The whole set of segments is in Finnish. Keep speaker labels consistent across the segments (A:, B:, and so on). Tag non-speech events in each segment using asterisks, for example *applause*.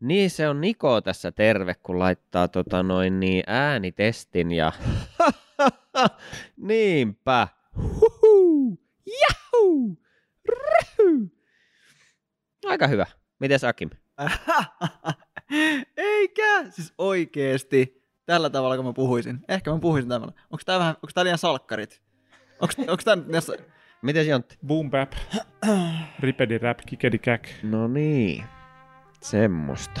A: Niin, se on Niko tässä terve, kun laittaa tota noin niin äänitestin ja *laughs* niinpä. Huhu, jahu, rähy. Aika hyvä. Mites Akim?
B: *laughs* Eikä, siis oikeesti. Tällä tavalla, kun mä puhuisin. Ehkä mä puhuisin tämällä. Onko tää vähän, onko tää liian salkkarit? Onko, onko tää nyt näissä...
A: Mites Jontti?
C: Boom bap, *clears throat* ripedi rap, kikedi käk.
A: No niin, semmoista.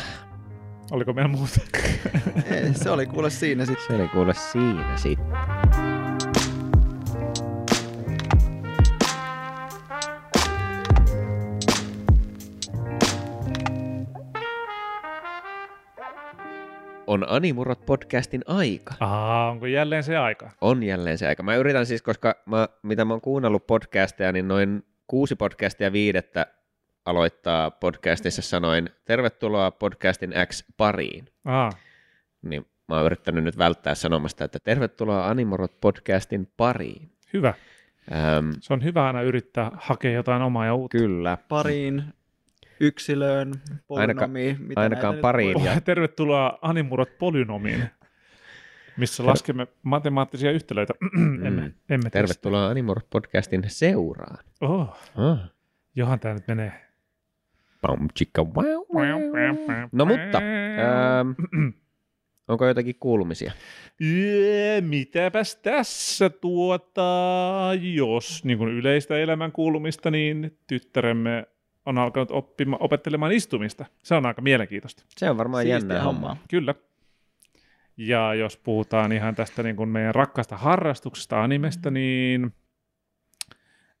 C: Oliko meillä muuta?
B: Ei, se oli kuule siinä sitten.
A: Se oli kuule siinä sitten. On Animurot podcastin aika.
C: *laughs* Aa, onko jälleen se aika?
A: On jälleen se aika. Mä yritän siis, koska mä, mitä mä oon kuunnellut podcasteja, niin noin kuusi podcastia viidettä aloittaa podcastissa sanoin tervetuloa podcastin X pariin.
C: Aa,
A: Niin mä oon yrittänyt nyt välttää sanomasta, että tervetuloa Animorot podcastin pariin.
C: hyvä.
A: Öm,
C: Se on hyvä aina yrittää hakea jotain omaa ja uutta.
A: kyllä.
B: Pariin, yksilöön, polynoomiin. mitä
A: ainakaan
B: näitä nyt
A: pariin.
B: voi-
C: Oh, tervetuloa Animurot polynomiin, missä laskemme matemaattisia yhtälöitä. *clears throat* emme, emme testaa.
A: Tervetuloa Animorot podcastin seuraan.
C: Oh,
A: Ah.
C: johan tämä nyt menee.
A: Pam, chicka, wow,
C: No
A: wow. No mutta, öm,
C: ähm, *clears throat*
A: onko jotakin kuulumisia?
C: Jee, mitäpäs tässä tuota, jos niin kuin yleistä elämän kuulumista, niin tyttäremme on alkanut oppima, opettelemaan istumista. Se on aika mielenkiintoista.
A: Se on varmaan
B: Siistiä
A: jännää hommaa.
B: hommaa.
C: Kyllä. Ja jos puhutaan ihan tästä niin kuin meidän rakkaasta harrastuksesta animesta, niin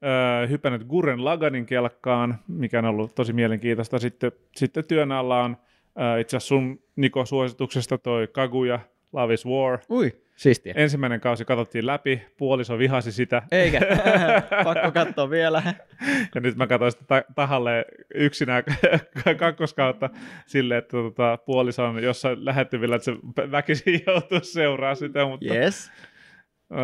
C: öö, hypännyt Gurren Laganin kelkkaan, mikä on ollut tosi mielenkiintoista. Sitten, sitten työn alla on öö, itse asiassa sun Niko suosituksesta toi Kaguya Love is War.
A: Ui, siistiä.
C: Ensimmäinen kausi katsottiin läpi, puoliso vihasi sitä,
A: Eikä.
B: *laughs*
A: *laughs*
B: Pakko katsoa vielä.
C: ja nyt mä katsoin sitä ta- tahalle yksinään *laughs* kakkoskautta silleen, että tota, puoliso on jossain lähettyvillä, että se vä- väkisin *laughs* joutuu seuraa sitä, mutta yeah.
B: Yes.
C: öö,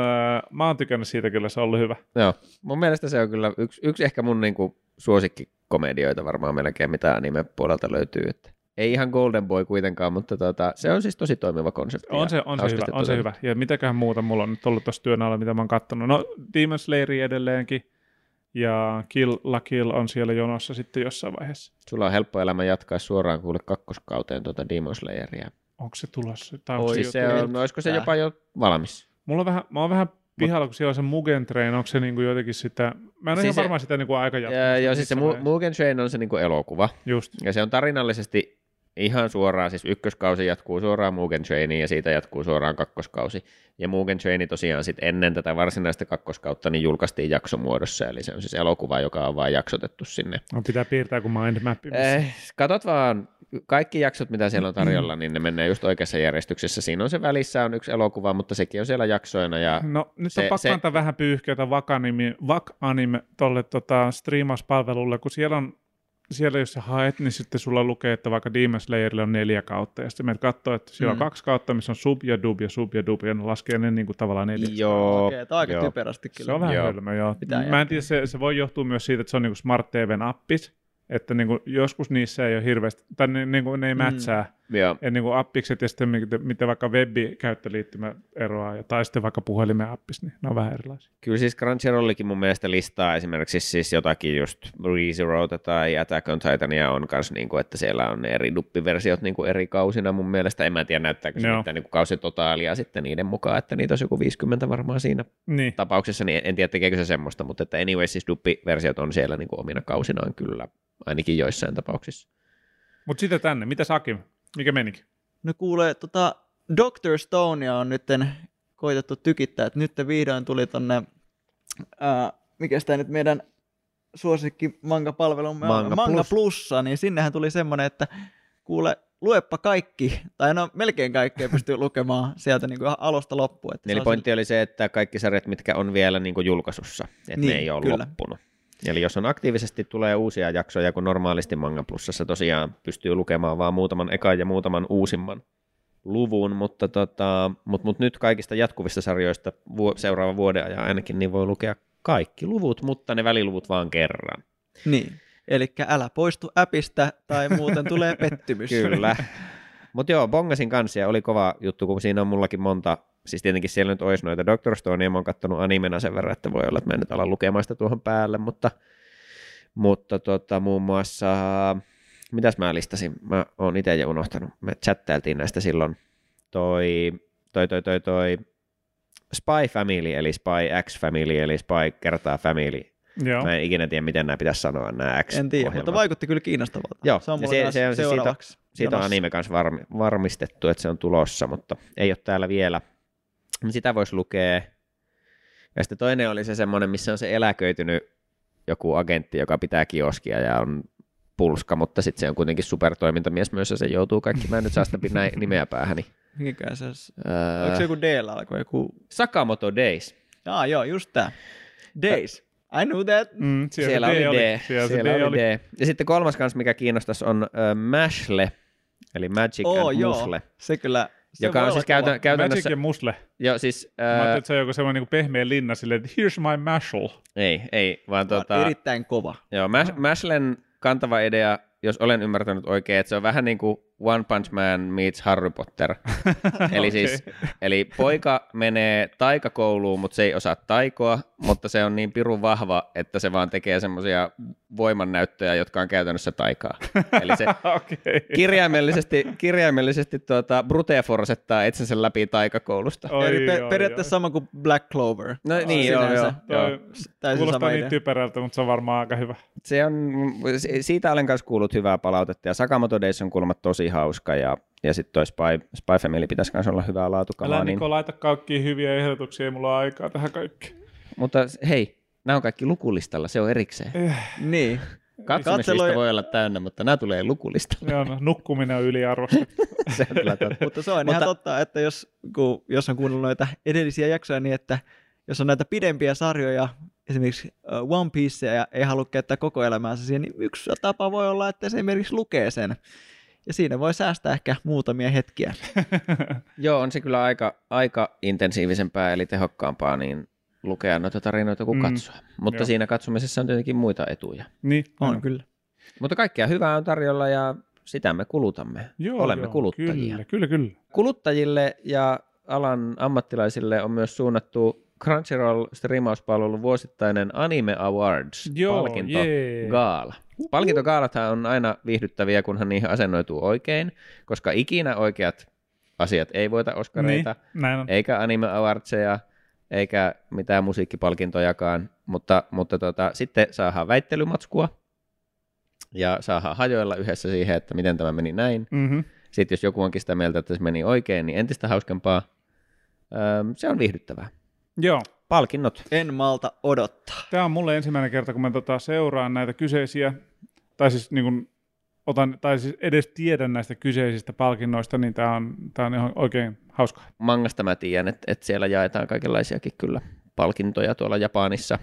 C: mä oon tykännyt siitä kyllä, se on ollut hyvä.
A: Joo, mun mielestä se on kyllä yksi, yksi ehkä mun niinku suosikkikomedioita varmaan melkein, mitä anime puolelta löytyy. Että ei ihan Golden Boy kuitenkaan, mutta tota, se on siis tosi toimiva konsepti. ja
C: On se, on se
A: hauskasti
C: hyvä, on se
A: toteutettu.
C: hyvä. Ja mitäköhän muuta mulla on nyt ollut tuossa työn alla, mitä mä oon kattonut. No Demon Slayer edelleenkin, ja Kill la Kill on siellä jonossa sitten jossain vaiheessa.
A: Sulla on helppo elämä jatkaa suoraan kuule kakkoskauteen tuota Demon Slayeria.
C: Onko se tulossa? Tai onko
A: Oi,
C: se
A: siis
C: jo
A: se
C: tullut?
A: on, olisiko se jopa jo valmis?
C: Mulla on vähän, mä oon vähän pihalla, kun siellä on se Mugen Train, onko se niinku jotenkin sitä, mä en ole
A: Siis
C: siis
A: se-
C: ihan varmaan sitä niinku aika
A: Ja, joo, siis se Mu- Mugen Train on se niinku elokuva.
C: Just,
A: Ja se on tarinallisesti ihan suoraan, siis ykköskausi jatkuu suoraan Mugen Trainiin ja siitä jatkuu suoraan kakkoskausi. Ja Mugen Traini tosiaan sitten ennen tätä varsinaista kakkoskautta niin julkaistiin jaksomuodossa, eli se on siis elokuva, joka on vaan jaksotettu sinne.
C: no, pitää piirtää kuin mindmappi. missä-
A: Eh, katot vaan, kaikki jaksot, mitä siellä on tarjolla, niin ne menee just oikeassa järjestyksessä. Siinä on se välissä on yksi elokuva, mutta sekin on siellä jaksoina ja
C: No nyt
A: se-
C: on pakko
A: se-
C: antaa vähän pyyhkeitä vakanimi, vakanime tolle tota, striimauspalvelulle, kun siellä on siellä jos sä haet, niin sitten sulla lukee, että vaikka Demon Slayerille on neljä kautta, ja sitten menet katsoo, että siellä mm. on kaksi kautta, missä on sub ja dub ja sub ja dub, ja ne laskee ne niin kuin tavallaan neljä.
A: joo,
B: Okei, tää on aika
A: joo.
B: typerästi kyllä.
C: Se on vähän
A: Joo.
C: hölmö, joo.
B: Pitää
C: Mä
B: jättää.
C: en tiedä, se, se voi johtua myös siitä, että se on niinku Smart TVn appit, että niinku joskus niissä ei ole hirveästi, tai ne, niinku, ne ei mätsää. Mm.
A: joo.
C: Ja niinku appikset ja sitten mitä, mitä vaikka web-käyttöliittymä eroaa, ja, tai sitten vaikka puhelimen appis, niin ne on vähän erilaisia.
A: Kyllä siis Crunchyrollikin mun mielestä listaa esimerkiksi siis jotakin just ReZeroita tai Attack on Titania on kans niinku, että siellä on ne eri duppiversiot niinku eri kausina mun mielestä. En mä tiedä näyttääkö se
C: Joo.
A: mitään niinku kausitotaalia sitten niiden mukaan, että niitä olisi joku 50 varmaan siinä
C: Niin.
A: tapauksessa, niin en tiedä tekeekö se semmoista, mutta että anyway siis duppiversiot on siellä niinku omina kausinaan kyllä, ainakin joissain tapauksissa.
C: Mutta sitten tänne, mitä Sakim? Mikä menikin?
B: No kuule, tota, Dr. Stonea on nytten koitettu tykittää, että nyt vihdoin tuli tonne, ää, mikä sitä nyt meidän suosikki manga-palvelumme
A: Manga
B: on, manga
A: Plus.
B: Plussa, niin sinnehän tuli semmoinen, että kuule, luepa kaikki, tai no melkein kaikkea pystyy lukemaan sieltä niin kuin alusta loppuun. Että se
A: Eli
B: on
A: pointti oli se, että kaikki sarjat, mitkä on vielä niin kuin julkaisussa, että niin,
B: Niin,
A: ne ei ole kyllä.
B: kyllä.
A: loppunut. Eli jos on aktiivisesti, tulee uusia jaksoja, kun normaalisti Manga Plusassa tosiaan pystyy lukemaan vaan muutaman ekan ja muutaman uusimman luvun, mutta tota, mut, mut nyt kaikista jatkuvista sarjoista vu- seuraavan vuoden ajan ainakin niin voi lukea kaikki luvut, mutta ne väliluvut vaan kerran.
B: se- Niin, Eli älä poistu äpistä tai muuten
A: *laughs*
B: tulee pettymys.
A: Kyllä. Mutta joo, bongasin kanssa ja oli kova juttu, kun siinä on mullakin monta, siis tietenkin siellä nyt olisi noita Doctor Stonea, mä oon kattonut animena sen verran, että voi olla, että mä en nyt ala lukemaan sitä tuohon päälle, mutta, mutta tota, muun muassa, mitäs mä listasin, mä oon itse jo unohtanut, me chattailtiin näistä silloin, toi, toi, toi, toi, toi Spy Family, eli Spy X Family, eli Spy kertaa Family,
C: Joo.
A: Mä en ikinä tiedä, miten nämä pitäisi sanoa, nämä X
B: En tiedä, mutta vaikutti kyllä kiinnostavalta.
A: Joo,
B: se on
A: ja
B: mulla
A: se-
B: taas
A: se on siis siitä-
B: seuraavaksi.
A: Siitä on
B: jonossa.
A: anime kanssa varmi, varmistettu, että se on tulossa, mutta ei ole täällä vielä. Sitä voisi lukea. Ja sitten toinen oli se semmoinen, missä on se eläköitynyt joku agentti, joka pitää kioskia ja on pulska, mutta sitten se on kuitenkin supertoimintamies myös ja se joutuu kaikki. Mä en nyt saa sitä pi- näin nimeä päähäni.
B: Mikäkään se olisi?
A: Öö,
B: Onko se joku d alkoi joku?
A: Sakamoto Days.
B: Jaa, joo, just tää. Days. I knew that.
C: Mm, siellä,
A: Siellä,
C: se
A: oli D.
C: Siellä, se
A: Siellä
C: D
A: oli
C: oli.
A: D. Ja sitten kolmas kanssa, mikä kiinnostaisi, on ö, Mashle, eli Magic
B: Oo,
A: and
B: joo.
A: Musle,
B: Se kyllä. Se
A: joka
B: voi
A: on
B: olla
A: siis
B: kova.
A: käytä, käytännössä...
C: Magic ja Musle.
A: Joo, siis...
C: Mä ajattelin,
A: Öö,
C: että se on joku semmoinen niin pehmeä linna silleen, että here's my mashal.
A: ei, ei, vaan
B: Tämä on
A: tota...
B: Erittäin kova.
A: Joo, Mas- Maslen kantava idea, jos olen ymmärtänyt oikein, että se on vähän niin kuin One Punch Man meets Harry Potter. eli siis, eli poika menee taikakouluun, mutta se ei osaa taikoa, mutta se on niin pirun vahva, että se vaan tekee semmoisia voimannäyttöjä, jotka on käytännössä taikaa. Eli se
C: *laughs* Okei.
A: kirjaimellisesti, kirjaimellisesti tuota, brute forsettaa itsensä läpi taikakoulusta.
C: Oi,
B: Eli
C: oi,
B: pe- periaatteessa
C: oi.
B: sama kuin Black Clover.
A: No niin, joo, joo,
B: Sinänsä.
A: joo.
C: Toi
B: Täysin sama
C: Kuulostaa niin
B: idea.
C: typerältä, mutta se on varmaan aika hyvä.
A: se on, si- siitä olen myös kuullut hyvää palautetta, ja Sakamoto Days on kuulemma tosi hauska, ja, ja sitten toi Spy, Spy Family pitäisi myös olla hyvää laatukamaa.
C: Älä
A: Niin,
C: Niko laita kaikki hyviä ehdotuksia, ei mulla ole aikaa tähän kaikki.
A: mutta s- hei, nämä on kaikki lukulistalla, se on erikseen.
B: Niin.
A: Katsomislista
B: Katseloi-
A: siis voi olla täynnä, mutta nämä tulee lukulistalla.
B: *laughs*
C: Joo, no, nukkuminen on yliarvostettu.
A: *laughs* se on kyllä totta.
B: Mutta se on ihan
A: Mutta-
B: totta, että jos, kun, jos on kuunnellut noita edellisiä jaksoja, niin että jos on näitä pidempiä sarjoja, esimerkiksi ö, One Piece ja ei halua käyttää koko elämäänsä siihen, niin yksi tapa voi olla, että se esimerkiksi lukee sen. Ja siinä voi säästää ehkä muutamia hetkiä.
A: Joo, on se kyllä aika, aika intensiivisempää, eli tehokkaampaa, niin lukea noita tarinoita kuin
C: Mm,
A: mm, katsoa. Mutta
C: joo.
A: jo. siinä katsomisessa on tietenkin muita etuja.
C: niin,
B: On
C: no.
A: Mm.
B: kyllä.
A: Mutta kaikkea hyvää on tarjolla, ja sitä me kulutamme. Olemme kuluttajia.
C: Kyllä, kyllä, kyllä.
A: Kuluttajille ja alan ammattilaisille on myös suunnattu Crunchyroll-striimauspalvelun vuosittainen Anime Awards
C: Joo,
A: palkinto
C: jee.
A: gaala. Palkintogaalathan on aina viihdyttäviä, kunhan niihin asennoituu oikein, koska ikinä oikeat asiat ei voita
C: Niin,
A: oskareita,
C: näin on.
A: eikä Anime Awardseja, eikä mitään musiikkipalkintojakaan, mutta, mutta tota, sitten saadaan väittelymatskua ja saadaan hajoilla yhdessä siihen, että miten tämä meni näin.
C: Mm-hmm.
A: Sitten jos joku onkin sitä mieltä, että se meni oikein, niin entistä hauskempaa. Öm, se on viihdyttävää.
C: Joo.
A: Palkinnot.
B: En malta odottaa.
C: Tämä on mulle ensimmäinen kerta, kun mä tota seuraan näitä kyseisiä, tai siis, niin kun otan, tai siis edes tiedän näistä kyseisistä palkinnoista, niin tämä on, tää on ihan oikein hauskaa.
A: Mangasta mä tiedän, että, että siellä jaetaan kaikenlaisiakin kyllä palkintoja tuolla Japanissa.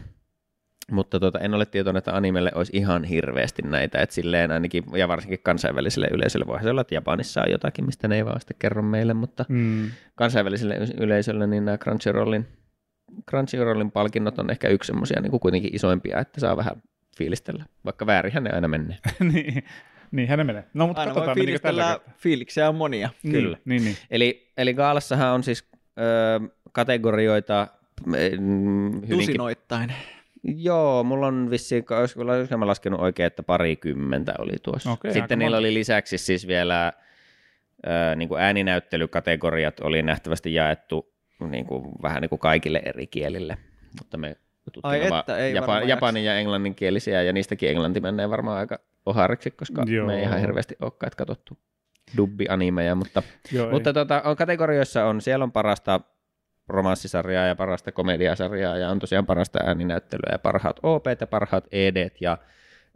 A: Mutta tuota, en ole tietoinen, että animelle olisi ihan hirveästi näitä. Että silleen ainakin, ja varsinkin kansainväliselle yleisölle voihan se olla, että Japanissa on jotakin, mistä ne ei vaan sitten kerro meille. Mutta
C: Mm.
A: kansainväliselle ys- yleisölle niin nämä Crunchyrollin, Crunchyrollin palkinnot on ehkä yksi semmoisia niin kuitenkin isoimpia, että saa vähän fiilistellä. Vaikka väärinhän ne aina menee.
C: *laughs* niin, niinhän ne menee. No, mutta
B: Aina voi
C: katsotaan, menikö tällä
B: fiilistellä,
C: kertaa.
B: fiiliksiä on monia.
A: Kyllä.
C: Niin, niin.
A: Eli, eli Gaalassahan on siis ö, kategorioita mm, hyvinkin... No
B: Tusinoittain.
A: Joo, mulla on vissiin, olisiko olisiko mä laskenut oikein, että parikymmentä oli tuossa.
C: Okei, aika
A: Sitten niillä
C: monta.
A: oli lisäksi siis vielä ö, niin kuin ääninäyttelykategoriat oli nähtävästi jaettu niin kuin, vähän niin kuin kaikille eri kielille, mutta me tutkimme
B: Ai
A: vaan
B: että, ei
A: japa,
B: varmaan
A: japanin ja englanninkielisiä, ja niistäkin englanti menee varmaan aika ohariksi, koska Joo.
C: Joo.
A: me ei ihan hirveästi olekaan katsottu dubbi-animeja, mutta
C: Joo,
A: mutta tota, on, kategorioissa on, siellä on parasta romanssisarjaa ja parasta komediasarjaa ja on tosiaan parasta ääninäyttelyä ja parhaat OP ja parhaat ED ja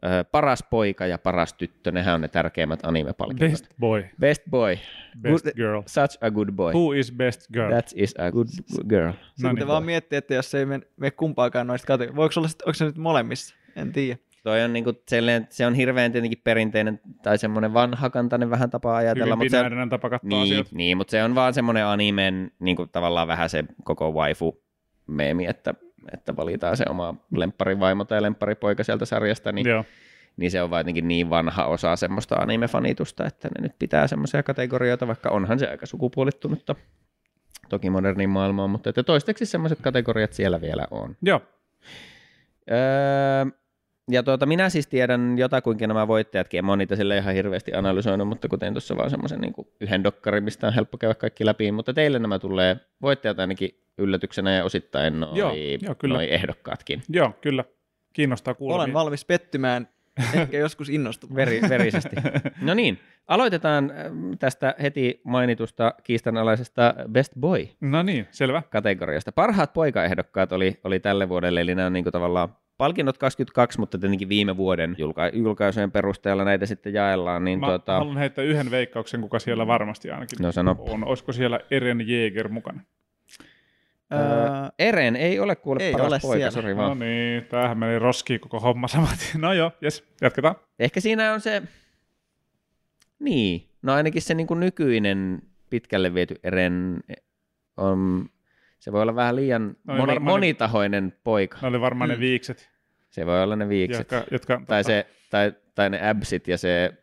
A: ö, paras poika ja paras tyttö, nehän on ne tärkeimmät
C: ei.
A: anime-palkinnot.
C: Best boy,
A: best boy,
C: best
A: Good-
C: girl.
A: such a good boy,
C: Who is best girl?
A: that is a good girl.
B: Sitten
C: niin.
B: vaan miettii, että jos ei mene, mene kumpaakaan noista kategorioista. Voiko se olla, sit- onko se nyt molemmissa? En tiedä.
A: Toi on niinku selleen, se on hirveän tietenkin perinteinen tai semmoinen vanhakantainen vähän tapa ajatella,
C: Hyvin
A: mutta se on,
C: binäärinen tapa katsoa
A: Niin,
C: asioita.
A: niin mutta se on vaan semmoinen animen niin kuin tavallaan vähän se koko waifu meemi, että, että valitaan se oma lempparivaimo tai lempparipoika sieltä sarjasta, niin,
C: Joo.
A: niin se on vaan jotenkin niin vanha osa semmoista animefanitusta, että ne nyt pitää semmoisia kategorioita, vaikka onhan se aika sukupuolittunutta toki moderniin maailmaan, mutta että toistaiseksi semmoiset kategoriat siellä vielä on.
C: Joo.
A: Öö, ja tuota, minä siis tiedän jotakuinkin nämä voittajatkin, en mä ole niitä sille ihan hirveästi analysoinut, mutta kuten tuossa vaan semmoisen niin yhden dokkarin, mistä on helppo käydä kaikki läpi, mutta teille nämä tulee voittajat ainakin yllätyksenä ja osittain noi,
C: Joo, joo, kyllä.
A: noi ehdokkaatkin.
C: Joo, kyllä. Kiinnostaa kuulla.
B: Olen valmis pettymään, ehkä *laughs* joskus innostumaan.
A: Veri, verisesti. *laughs* No niin, aloitetaan äh, tästä heti mainitusta kiistanalaisesta Best Boy
C: No niin, selvä.
A: kategoriasta. Parhaat poikaehdokkaat oli, oli tälle vuodelle, eli nämä on niin tavallaan palkinnot 22, mutta tietenkin viime vuoden julka- julkaisujen perusteella näitä sitten jaellaan. Niin
C: Mä
A: tuota,
C: haluan heittää yhden veikkauksen, kuka siellä varmasti ainakin
A: No sano.
C: on. Olisiko siellä Eren Jäger mukana?
B: Öö,
A: Eren ei ole kuule
B: Ei
A: paras
B: ole
A: poika,
B: siellä.
A: sori vaan.
C: No niin, tämähän meni roskiin koko homma saman tien. *laughs* No joo, jes, jatketaan.
A: Ehkä siinä on se, niin, no ainakin se niin kuin nykyinen pitkälle viety Eren on, se voi olla vähän liian no,
C: No ei
A: moni,
C: varmaan- No.
A: monitahoinen poika.
C: Ne oli varmaan ne viikset,
A: Se voi olla ne Mm. viikset.
C: jotka, jotka
A: Tai, se, tai, tai ne absit ja se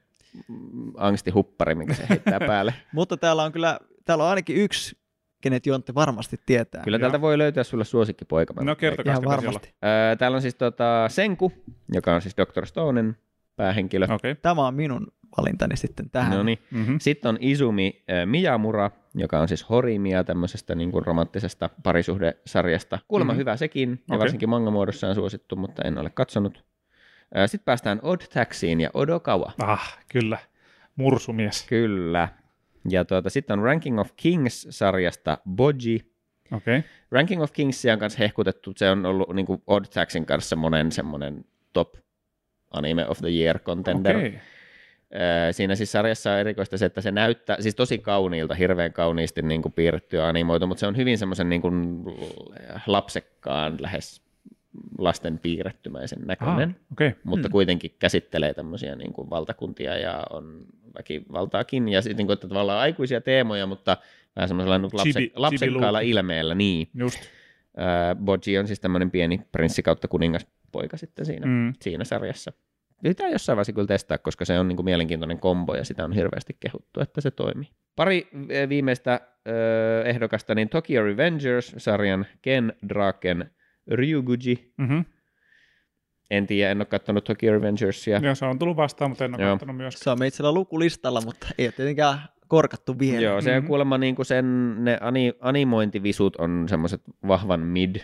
A: mm, angstihuppari, minkä se
C: *laughs*
A: heittää päälle.
B: mutta täällä on kyllä, täällä on ainakin yksi, kenet Jontte varmasti tietää.
A: Kyllä täältä voi löytyä sulle suosikkipoika. mä
C: No kertokaa.
A: veikkaan.
B: Ihan
C: Kaskapa siellä.
B: varmasti.
A: Öö, täällä on siis tota Senku, joka on siis Dr. Stonen päähenkilö.
C: Okei. Okay.
B: Tämä on minun valintani sitten tähän.
A: No niin.
C: Mm-hmm.
A: Sitten on Izumi äh, Miyamura, joka on siis Horimia tämmöisestä niin kuin romanttisesta parisuhdesarjasta. Kuulemma
C: Mhm.
A: mm-hmm. hyvä sekin, ja
C: Okei.
A: varsinkin mangamuodossaan suosittu, mutta en ole katsonut. Äh, Sitten päästään Odd Taxiin ja Odokawa.
C: Ah, kyllä. Mursumies.
A: Kyllä. Ja tuota, sitten on Ranking of Kings-sarjasta Boji.
C: Okei. Okay.
A: Ranking of Kingsia on kanssa hehkutettu, se on ollut niin kuin Odd Taxin kanssa monen semmoinen top anime of the year contender.
C: Okei. Okay.
A: Öö, siinä siis sarjassa on erikoista se, että se näyttää siis tosi kauniilta, hirveän kauniisti niin kuin piirretty ja animoitu, mutta se on hyvin semmoisen niin kuin lapsekkaan lähes lasten piirrettymäisen
C: Ah,
A: näköinen, ah.
C: okei. Okay.
A: mutta kuitenkin käsittelee tämmöisiä niin kuin valtakuntia ja on väkivaltaakin ja sitten niin kuin, että tavallaan aikuisia teemoja, mutta vähän semmoisella niin kuin lapse,
C: Chibi-
A: lapsekkaalla
C: chibi-luukku.
A: ilmeellä, niin.
C: Just.
A: Öö, Boji on siis tämmöinen pieni prinssi kautta kuningaspoika sitten siinä
C: Mm.
A: siinä sarjassa. Pitää jossain vaiheessa kyllä testaa, koska se on niin kuin mielenkiintoinen kombo ja sitä on hirveästi kehuttu, että se toimii. Pari eh, viimeistä ö, ehdokasta, niin Tokyo Revengers-sarjan Ken Draken Ryuguji.
C: Mm-hmm.
A: En tiedä, en ole katsonut Tokyo Revengersia.
C: Joo, se on tullut vastaan, mutta en ole
A: Joo.
C: katsonut myöskään.
B: Se on meitsellä lukulistalla, mutta ei ole tietenkään korkattu vielä.
A: Joo, se on
C: Mhm.
A: kuulemma niin kuin sen, ne ani, animointivisut on semmoiset vahvan mid,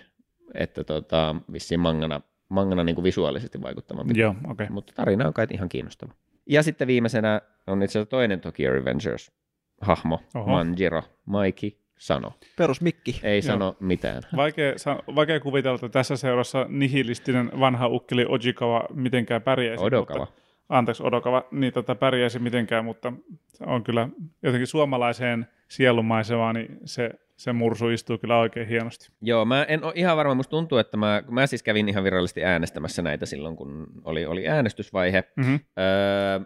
A: että tota, vissiin mangana, mangana niin kuin visuaalisesti vaikuttavampi
C: Joo, okei. Okay.
A: mutta tarina on kai ihan kiinnostava. Ja sitten viimeisenä on itse asiassa toinen Tokyo Revengers-hahmo,
C: Oho.
A: Manjiro, Maiki, sano.
B: Perus mikki.
A: Ei
C: Joo.
A: sano mitään.
C: Vaikea, sa- vaikea kuvitella, että tässä seurassa nihilistinen vanha ukkeli Ojikawa mitenkään pärjäisi.
A: Odokava.
C: Mutta, anteeksi, Odokava, niin tota, pärjäisi mitenkään, mutta se on kyllä jotenkin suomalaiseen sielumaisemaan, niin se, se mursu istuu kyllä oikein hienosti.
A: Joo, mä en ole ihan varma, musta tuntuu, että mä, mä siis kävin ihan virallisesti äänestämässä näitä silloin, kun oli, oli äänestysvaihe.
C: Mm-hmm.
A: Öö,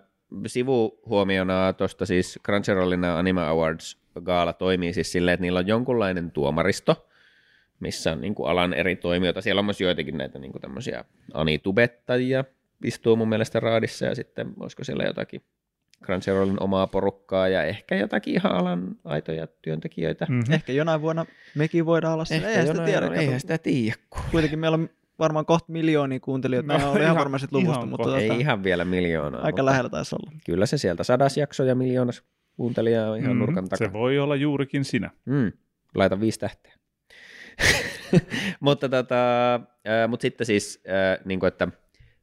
A: sivuhuomiona tuosta siis Crunchyrollin nämä Anime Awards gaala toimii siis silleen, että niillä on jonkunlainen tuomaristo, missä on niin kuin alan eri toimijoita. Siellä on myös joitakin näitä niin kuin tämmöisiä anitubettajia, istuu mun mielestä raadissa ja sitten olisiko siellä jotakin Crunchyrollin omaa porukkaa ja ehkä jotakin ihan alan aitoja työntekijöitä.
C: Mm-hmm.
B: Ehkä jonain vuonna mekin voidaan olla siellä. Eihän sitä
A: Mm. jonain-
B: tiedä. kato.
A: eihän sitä tiedä. kuule.
B: Kuitenkin meillä on varmaan kohta miljoonia kuuntelijoita.
C: No,
B: No, ihan, ihan
C: ihan-
B: varmasti luvusta,
C: ihan
B: mutta
C: kohta.
B: tota,
A: Ei ihan vielä miljoonaa.
B: aika
A: mutta
B: lähellä taisi olla.
A: Kyllä se sieltä sadas jakso ja miljoonas kuuntelija on ihan mm-hmm. nurkan takana.
C: Se voi olla juurikin sinä.
A: Mm, laita viisi tähteä. *laughs* mutta tota, äh, mut sitten siis, äh, niin kuin, että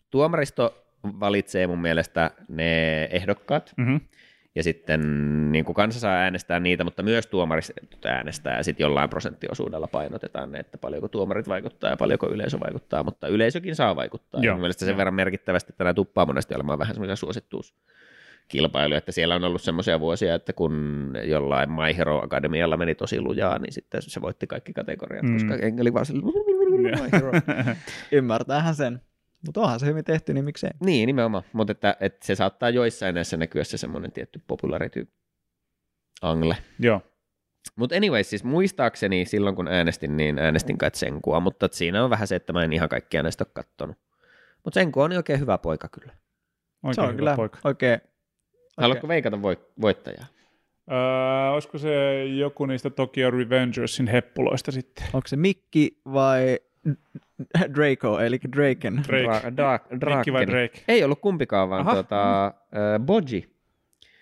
A: tuomaristo valitsee mun mielestä ne ehdokkaat,
C: Mm-hmm.
A: ja sitten niin kuin kansa saa äänestää niitä, mutta myös tuomarit äänestää, ja sitten jollain prosenttiosuudella painotetaan ne, että paljonko tuomarit vaikuttaa ja paljonko yleisö vaikuttaa, mutta yleisökin saa vaikuttaa.
C: Joo.
A: Joo. Mun mielestä sen
C: Joo.
A: verran merkittävästi, että nämä tuppaa monesti olemaan vähän semmoisia suosittuus kilpailuja, että siellä on ollut semmoisia vuosia, että kun jollain My Hero Academialla meni tosi lujaa, niin sitten se voitti kaikki kategoriat,
C: Mm.
A: mm. koska Engeli vaan sille, "Niin, My Hero.
B: *laughs* Ymmärtäähän sen. Mutta onhan se hyvin tehty, niin miksei.
A: Niin, nimenomaan. Mutta että, että se saattaa joissain näissä näkyä se semmoinen tietty popularity angle.
C: *laughs* Joo.
A: Mutta anyways, siis muistaakseni silloin kun äänestin, niin äänestin kai Tsenkua, mutta et siinä on vähän se, että mä en ihan kaikkia näistä ole kattonut. Mutta Tsenku on oikein hyvä poika kyllä.
C: Oikein
B: se on
C: hyvä
B: kyllä
C: poika.
B: oikein.
A: Haluatko veikata voit- voittajaa?
C: Öö, olisiko se joku niistä Tokyo Revengersin heppuloista sitten?
B: Onko se Mikki vai *laughs* Draco, eli Draken?
C: Drake.
A: Dra- Dra-
C: Mikki vai
A: Draken.
C: Drake?
A: Ei ollut kumpikaan, vaan
C: Aha.
A: tuota, äh, Boji,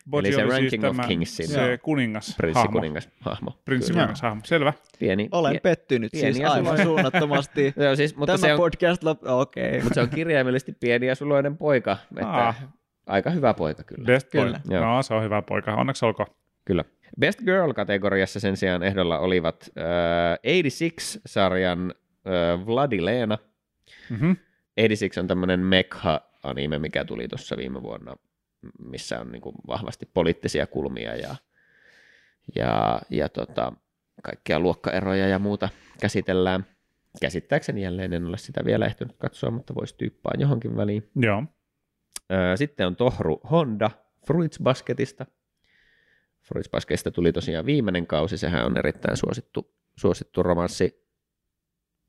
C: Bodhi
A: Eli se
C: oli siis
A: Ranking of Kingsin.
C: Se
B: Joo.
C: kuningas.
A: prinssikuningas hahmo.
C: Prinssi
A: Kyllä.
C: kuningas hahmo. Selvä.
A: Pieni.
B: Olen
A: pie-
B: pettynyt siis
A: pieniä
B: aivan
A: suloja.
B: suunnattomasti.
A: Joo, siis, *laughs* mutta
B: Tämä
A: se on,
B: podcast lop... no, Okei.
A: mutta se on kirjaimellisesti pieni ja suloinen poika. Että
C: Ah.
A: Aika hyvä poika kyllä.
C: Best
B: Kyllä.
C: boy.
A: Joo.
C: No, se on hyvä poika. Onneksi olkoon.
A: Kyllä. Best Girl-kategoriassa sen sijaan ehdolla olivat äh, 86-sarjan äh, Vladileena.
C: Mhm.
A: 86 on tämmöinen mekha-anime, mikä tuli tuossa viime vuonna, missä on niinku vahvasti poliittisia kulmia ja, ja, ja tota, kaikkia luokkaeroja ja muuta käsitellään. Käsittääkseni jälleen en ole sitä vielä ehtinyt katsoa, mutta voisi tyyppää johonkin väliin.
C: Joo.
A: Öö, Sitten on Tohru Honda Fruits Basketista. Fruits Basketista tuli tosiaan viimeinen kausi, sehän on erittäin suosittu, suosittu romanssi.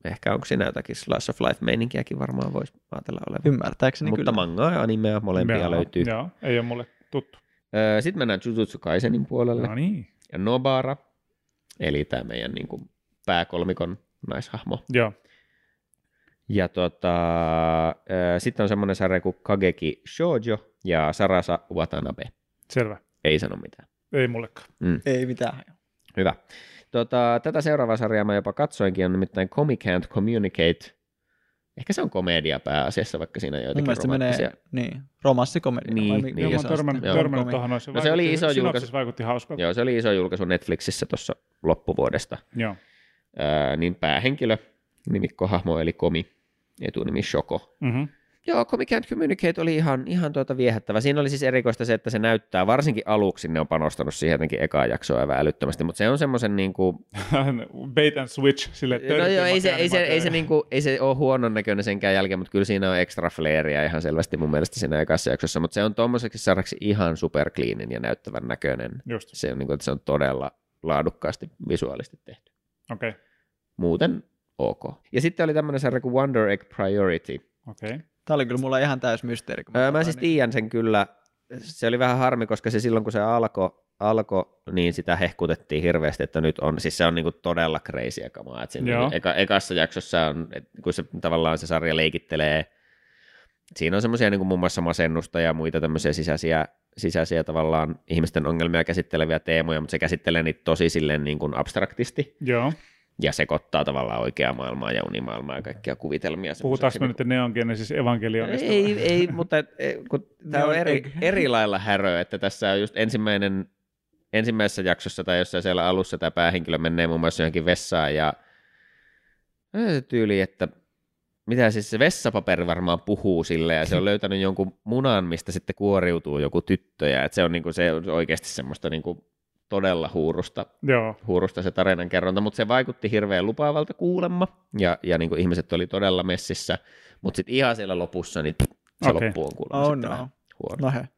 A: Ehkä onko siinä jotakin slice of life-meininkiäkin varmaan voisi ajatella olevan.
B: Ymmärtääkseni
A: Mutta
B: Niin kyllä.
A: mangaa ja animea molempia
C: Joo.
A: löytyy.
C: Joo. Ei ole mulle tuttu.
A: Öö, Sitten mennään Jujutsu Kaisenin puolelle.
C: No niin.
A: Ja Nobara, eli tämä meidän niin kuin, pääkolmikon naishahmo.
C: Joo.
A: Ja tota, öö, sitten on semmoinen sarja kuin Kageki Shoujo ja Sarasa Watanabe.
C: Selvä.
A: Ei sano mitään.
C: Ei mullekaan.
B: Ei mitään.
A: Hyvä. Tota, tätä seuraavaa sarjaa mä jopa katsoinkin, on nimittäin Comic Can't Communicate. Ehkä se on komedia pääasiassa, vaikka siinä on
B: Mun
A: joitakin
B: mielestä se menee
A: romanttisia.
B: niin, romanssikomedia.
A: Niin,
B: vai
A: niin.
B: mikä
C: Joo, mä
B: se
C: oon
B: on
C: törmännyt,
B: sitten?
A: Joo.
C: törmännyt
B: Komi-
C: tuohon. No, se,
A: No se oli
C: vaikutti-
A: iso
C: synopsis
A: julkaisu.
C: vaikutti hauskalta.
A: Joo, se oli iso julkaisu Netflixissä tuossa loppuvuodesta.
C: Joo.
A: Ää, niin päähenkilö, nimikkohahmo eli Komi, etunimi Shoko.
C: Mhm. *laughs*
A: Joo, Comic Can't Communicate oli ihan, ihan tuota viehättävä. Siinä oli siis erikoista se, että se näyttää, varsinkin aluksi ne on panostanut siihen jotenkin ekaa jaksoa aivan älyttömästi, mutta se on semmoisen niin kuin,
C: Bait and switch sille
A: No joo, ei se, ei, se, ei, se
C: animaatio-
A: niinku, ei se ole huonon näköinen senkään jälkeen, mutta kyllä siinä on extra flairiä ihan selvästi mun mielestä siinä ekassa jaksossa, mutta se on tommoseksi sarjaksi ihan superkliinin ja näyttävän näköinen.
C: Just.
A: Se on, niinku, että se on todella laadukkaasti visuaalisesti tehty.
C: Okei. Okay.
A: Muuten ok. Ja sitten oli tämmöinen sarja kuin Wonder Egg Priority.
C: Okei. Okay.
B: Tämä oli kyllä mulla ihan täys mysteeri. kun
A: Öö, mä
B: katsoin,
A: siis
B: niin-
A: tiedän sen kyllä. Se oli vähän harmi, koska se silloin kun se alkoi, alko, niin sitä hehkutettiin hirveästi, että nyt on, siis se on niinku todella crazyä kamaa. Et siinä niinku
C: Joo.
A: eka, ekassa jaksossa on, et kun se tavallaan se sarja leikittelee, siinä on semmoisia niinku muun muassa masennusta ja muita tämmöisiä sisäisiä, sisäisiä tavallaan ihmisten ongelmia käsitteleviä teemoja, mutta se käsittelee niitä tosi silleen niin kuin abstraktisti
C: Joo.
A: ja sekoittaa tavallaan oikeaa maailmaa ja unimaailmaa ja kaikkia kuvitelmia.
C: Puhutaanko
A: semmoiseksi
C: me nyt Neon Genesis siis Evangelionista? vai?
A: niinku- ei, ei, mutta et, e, kun tämä on
B: on
A: eri,
B: egg.
A: eri lailla härö, että tässä on just ensimmäinen, ensimmäisessä jaksossa tai jossain siellä alussa tämä päähenkilö menee muun muassa johonkin vessaan ja Ja se tyyli, että mitä siis se vessapaperi varmaan puhuu sille ja se on löytänyt jonkun munan, mistä sitten kuoriutuu joku tyttö ja että se on, niinku, se on oikeasti semmoista niinku todella huurusta
C: Joo.
A: huurusta se tarinan kerronta, mutta se vaikutti hirveän lupaavalta kuulemma, ja, ja niin kuin ihmiset oli todella messissä, mutta sitten ihan siellä lopussa, niin pff, se
C: Okei.
A: okay. loppu on kuulemma
B: Oh
A: sitten
B: no.
A: vähän huono.
B: No he.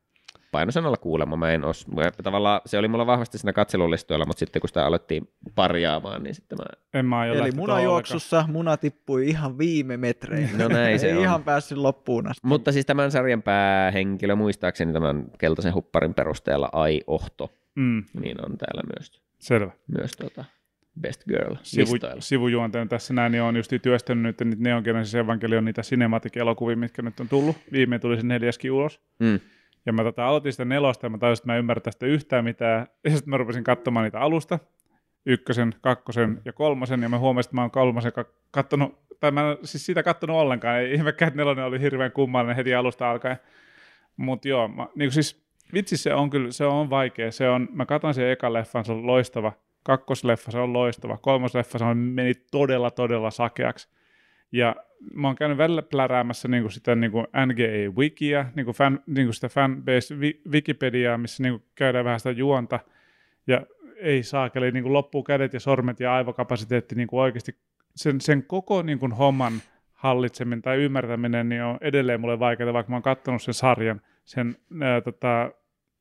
A: Painosanalla kuulemma, mä en os, mä, tavallaan se oli mulla vahvasti siinä katselulistoilla, mutta sitten kun sitä alettiin parjaamaan, niin sitten mä,
C: En mä aio
B: Eli
C: lähteä tuohon
B: munajuoksussa muna tippui ihan viime metreillä.
A: no näin se
B: *laughs* Ei
A: on.
B: ihan päässyt loppuun asti.
A: Mutta siis tämän sarjan päähenkilö, muistaakseni tämän keltaisen hupparin perusteella Ai Ohto,
C: ollenkaan. Mm,
A: niin on täällä myös,
C: selvä.
A: myös tuota Best
C: Sivu,
A: Girl-listoilla.
C: sivujuonteen tässä näin niin on just työstänyt nyt niitä Neon Genesis Evangelion niitä cinematic-elokuvia, mitkä nyt on tullut. Viime tuli se neljäskin ulos.
A: Mm.
C: Ja mä tota, aloitin sitä nelosta ja mä tajusin, että mä en ymmärrä tästä yhtään mitään. Ja sitten mä rupesin katsomaan niitä alusta. Ykkösen, kakkosen ja kolmosen. Ja mä huomasin, että mä oon kolmosen ka- kattonut, tai mä en oo siis sitä kattonut ollenkaan. Ei ihmekään, että nelonen oli hirveän kummallinen heti alusta alkaen. Mutta joo, mä, niin siis vitsi se on kyllä, se on vaikea. Se on, mä katson sen ekan leffan, se on loistava. Kakkosleffa, se on loistava. Kolmosleffa, se on, meni todella, todella sakeaksi. Ja mä oon käynyt välillä pläräämässä niin kuin sitä niin kuin NGA-wikiä, niin kuin, fan, niin kuin sitä fanbase-wikipediaa, missä niin kuin käydään vähän sitä juonta. Ja ei saakeli, niin kuin loppuu kädet ja sormet ja aivokapasiteetti niin kuin oikeasti. Sen, sen koko niin kuin homman hallitseminen tai ymmärtäminen niin on edelleen mulle vaikeaa, vaikka mä oon katsonut sen sarjan, sen ää, tota,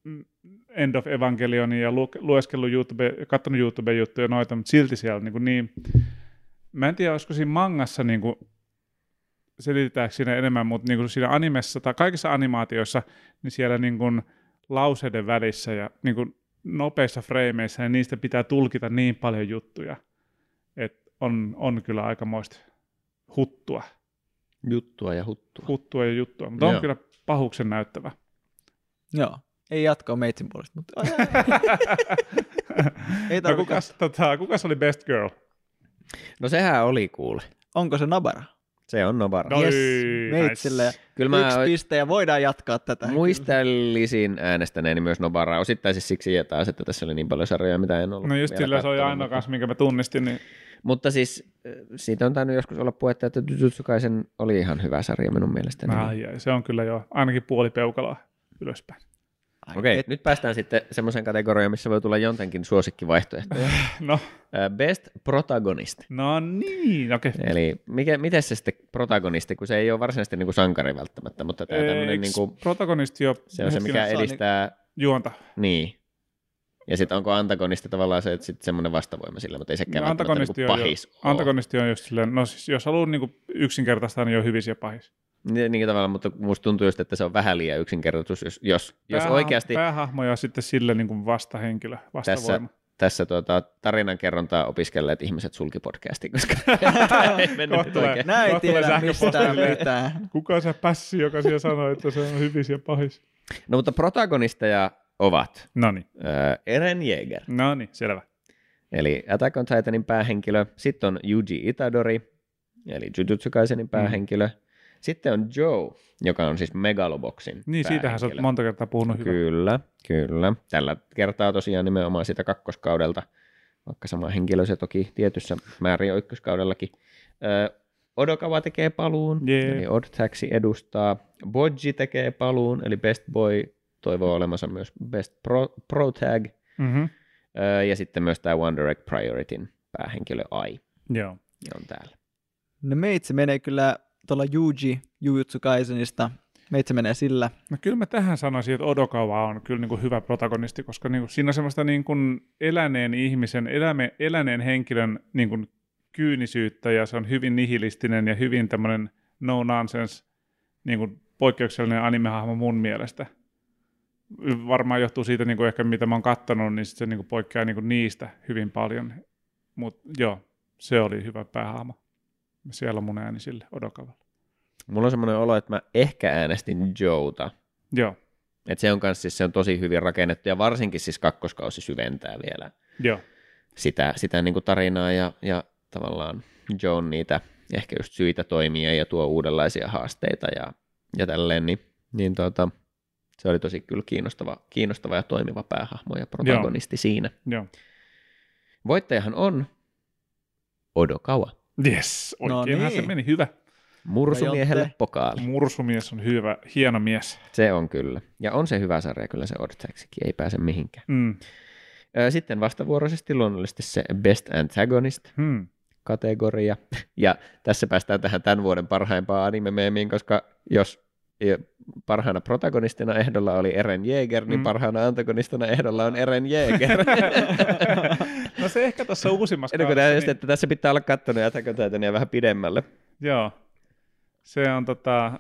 C: mm, End of Evangelionin ja lu- lueskellut YouTube, katsonut YouTube-juttuja ja niinku noita, mutta silti siellä niin, kuin niin mä en tiedä, olisiko siinä mangassa niin kuin niinku selitetäänkö siinä enemmän, mutta niin kuin siinä animessa tai kaikissa animaatioissa, niin siellä niin kuin lauseiden välissä ja niin kuin nopeissa freimeissä, ja niistä pitää tulkita niin paljon juttuja, että on, on kyllä aikamoista huttua.
A: Juttua ja huttua.
C: Huttua ja juttua, mutta on
A: Joo.
C: kyllä pahuksen näyttävä.
B: Joo. Ei jatkoa meitsin puolesta, mutta *laughs* ei
C: No,
B: tarvitse.
C: kukas, tota, kukas oli best girl?
A: No sehän oli kuule.
B: Onko se Nabara?
A: Se on Nobara.
C: No, Oi,
B: yes,
C: nice.
B: meitsille.
A: Kyllä mä
B: Yksi
A: oon-
B: piste ja voidaan jatkaa tätä.
A: Muistelisin äänestäneeni myös Nobaraa, osittain siis siksi ja taas, että tässä oli niin paljon sarjoja, mitä en ollut
C: No just
A: vielä
C: sillä se oli
A: kattonut,
C: ainoa
A: mutta-
C: kanssa, minkä mä tunnistin, niin
A: Mutta siis äh, siitä on tainnut joskus olla puhetta, että Jujutsu Kaisen oli ihan hyvä sarja minun mielestäni.
C: ai, ai, se on kyllä jo ainakin puoli peukaloa ylöspäin. *laughs*
B: Ai
A: Okei,
B: et-
A: nyt päästään sitten semmoiseen kategoriaan, missä voi tulla jotenkin suosikkivaihtoehto.
C: *laughs* No,
A: Äh, Best protagonist.
C: no niin, okei. Okay.
A: Eli mikä, miten se sitten protagonisti, kun se ei ole varsinaisesti niinku sankari välttämättä, mutta tämä tämmöinen niinku,
C: protagonisti jo
A: se on se, mikä
B: se on
A: edistää,
C: juonta.
A: niin. Ja sitten onko antagonisti tavallaan se, että sitten semmoinen vastavoima sillä, mutta ei sekään
C: No,
A: välttämättä niinku
C: antagonisti, on
A: pahis
C: jo,
A: ole.
C: antagonisti on just silleen, no siis jos haluaa niinku yksinkertaistaa, niin on hyvis ja pahis.
A: Niin, niin tavallaan, mutta musta tuntuu just, että se on vähän liian yksinkertaisuus, jos, jos, jos
C: Pääha-
A: oikeasti
C: Päähahmo ja sitten sille niinku vastahenkilö,
A: tässä,
C: vastavoima.
A: tässä tuota, tarinankerrontaa opiskelleet ihmiset sulki podcastin,
C: *laughs*
A: koska tää ei mennyt nyt
C: Kohtulee.
A: oikein.
B: Nää ei
C: Kohta tulee
B: tiedä
C: sähköposti
B: mistään
C: silleen.
B: mitään.
C: Kuka se pässi, joka siellä sanoi, että se on hyvis ja pahis?
A: No mutta protagonisteja ovat
C: No niin,
A: äh, Eren Jäger,
C: no niin, selvä.
A: eli Attack on Titanin päähenkilö. Sitten on Yuji Itadori, eli Jujutsu
C: Mm.
A: Kaisenin päähenkilö. Sitten on Joe, joka on siis Megaloboxin
C: Niin, siitähän sä oot
A: päähenkilö.
C: monta kertaa puhunut hyvä.
A: Kyllä, kyllä. Tällä kertaa tosiaan nimenomaan sitä kakkoskaudelta, vaikka sama henkilö se toki tietyssä määrin on ykköskaudellakin. Ö, Odokawa tekee paluun,
C: Jee.
A: eli Odd Taxi edustaa. Bodji tekee paluun, eli Best Boy toivoo olemansa myös Best Pro, Pro Tag.
C: Mm-hmm.
A: Ö, ja sitten myös tämä One Direct Priorityn päähenkilö Ai
C: Joo.
A: on täällä.
B: No meitsi menee kyllä tuolla Yuji Jujutsu Kaisenista. Meitsi menee sillä.
C: No kyllä mä tähän sanoisin, että Odokawa on kyllä niin kuin hyvä protagonisti, koska niin kuin siinä on semmoista niin kuin eläneen ihmisen, eläme, eläneen henkilön niin kuin kyynisyyttä ja se on hyvin nihilistinen ja hyvin tämmöinen no nonsense niin kuin poikkeuksellinen animehahmo mun mielestä. Varmaan johtuu siitä niin kuin ehkä mitä mä oon kattonut, niin sit se niin kuin poikkeaa niin kuin niistä hyvin paljon. Mutta joo, se oli hyvä päähahmo. Siellä on mun ääni sille Odokavalle.
A: Mulla on semmoinen olo, että mä ehkä äänestin Joota.
C: Joo,
A: Et se on kans, siis se on tosi hyvin rakennettu ja varsinkin siis kakkoskausi syventää vielä
C: joo.
A: sitä, sitä niin kuin tarinaa ja, ja tavallaan John niitä ehkä just syitä toimia ja tuo uudenlaisia haasteita ja, ja tälleen, niin, niin tuota, se oli tosi kyllä kiinnostava, kiinnostava ja toimiva päähahmo ja protagonisti Joo. siinä.
C: Joo.
A: Voittajahan on Odokawa,
C: Yes,
B: No
C: oikeinhan no niin.
B: niin.
C: se meni. Hyvä.
A: mursumiehelle
B: Rajoitte.
A: pokaali.
C: Mursumies on hyvä, hieno mies.
A: Se on kyllä. Ja on se hyvä sarja kyllä se Odd Taxikin, ei pääse mihinkään.
C: Mm.
A: Ö, Sitten vastavuoroisesti luonnollisesti se Best Antagonist, *laughs*
C: Hmm.
A: kategoria. *laughs* Ja tässä päästään tähän tämän vuoden parhaimpaan animemeemiin, koska jos parhaana protagonistina ehdolla oli Eren Jäger, niin
C: Mm.
A: mm. parhaana antagonistina ehdolla on Eren Jäger. *laughs*
C: No se ehkä tuossa uusimmassa niin-
A: Ennen kuin
C: kaudessa,
A: tämä just, että tässä pitää olla kattonut ja täkötäytäniä vähän pidemmälle.
C: Joo. Se on tota,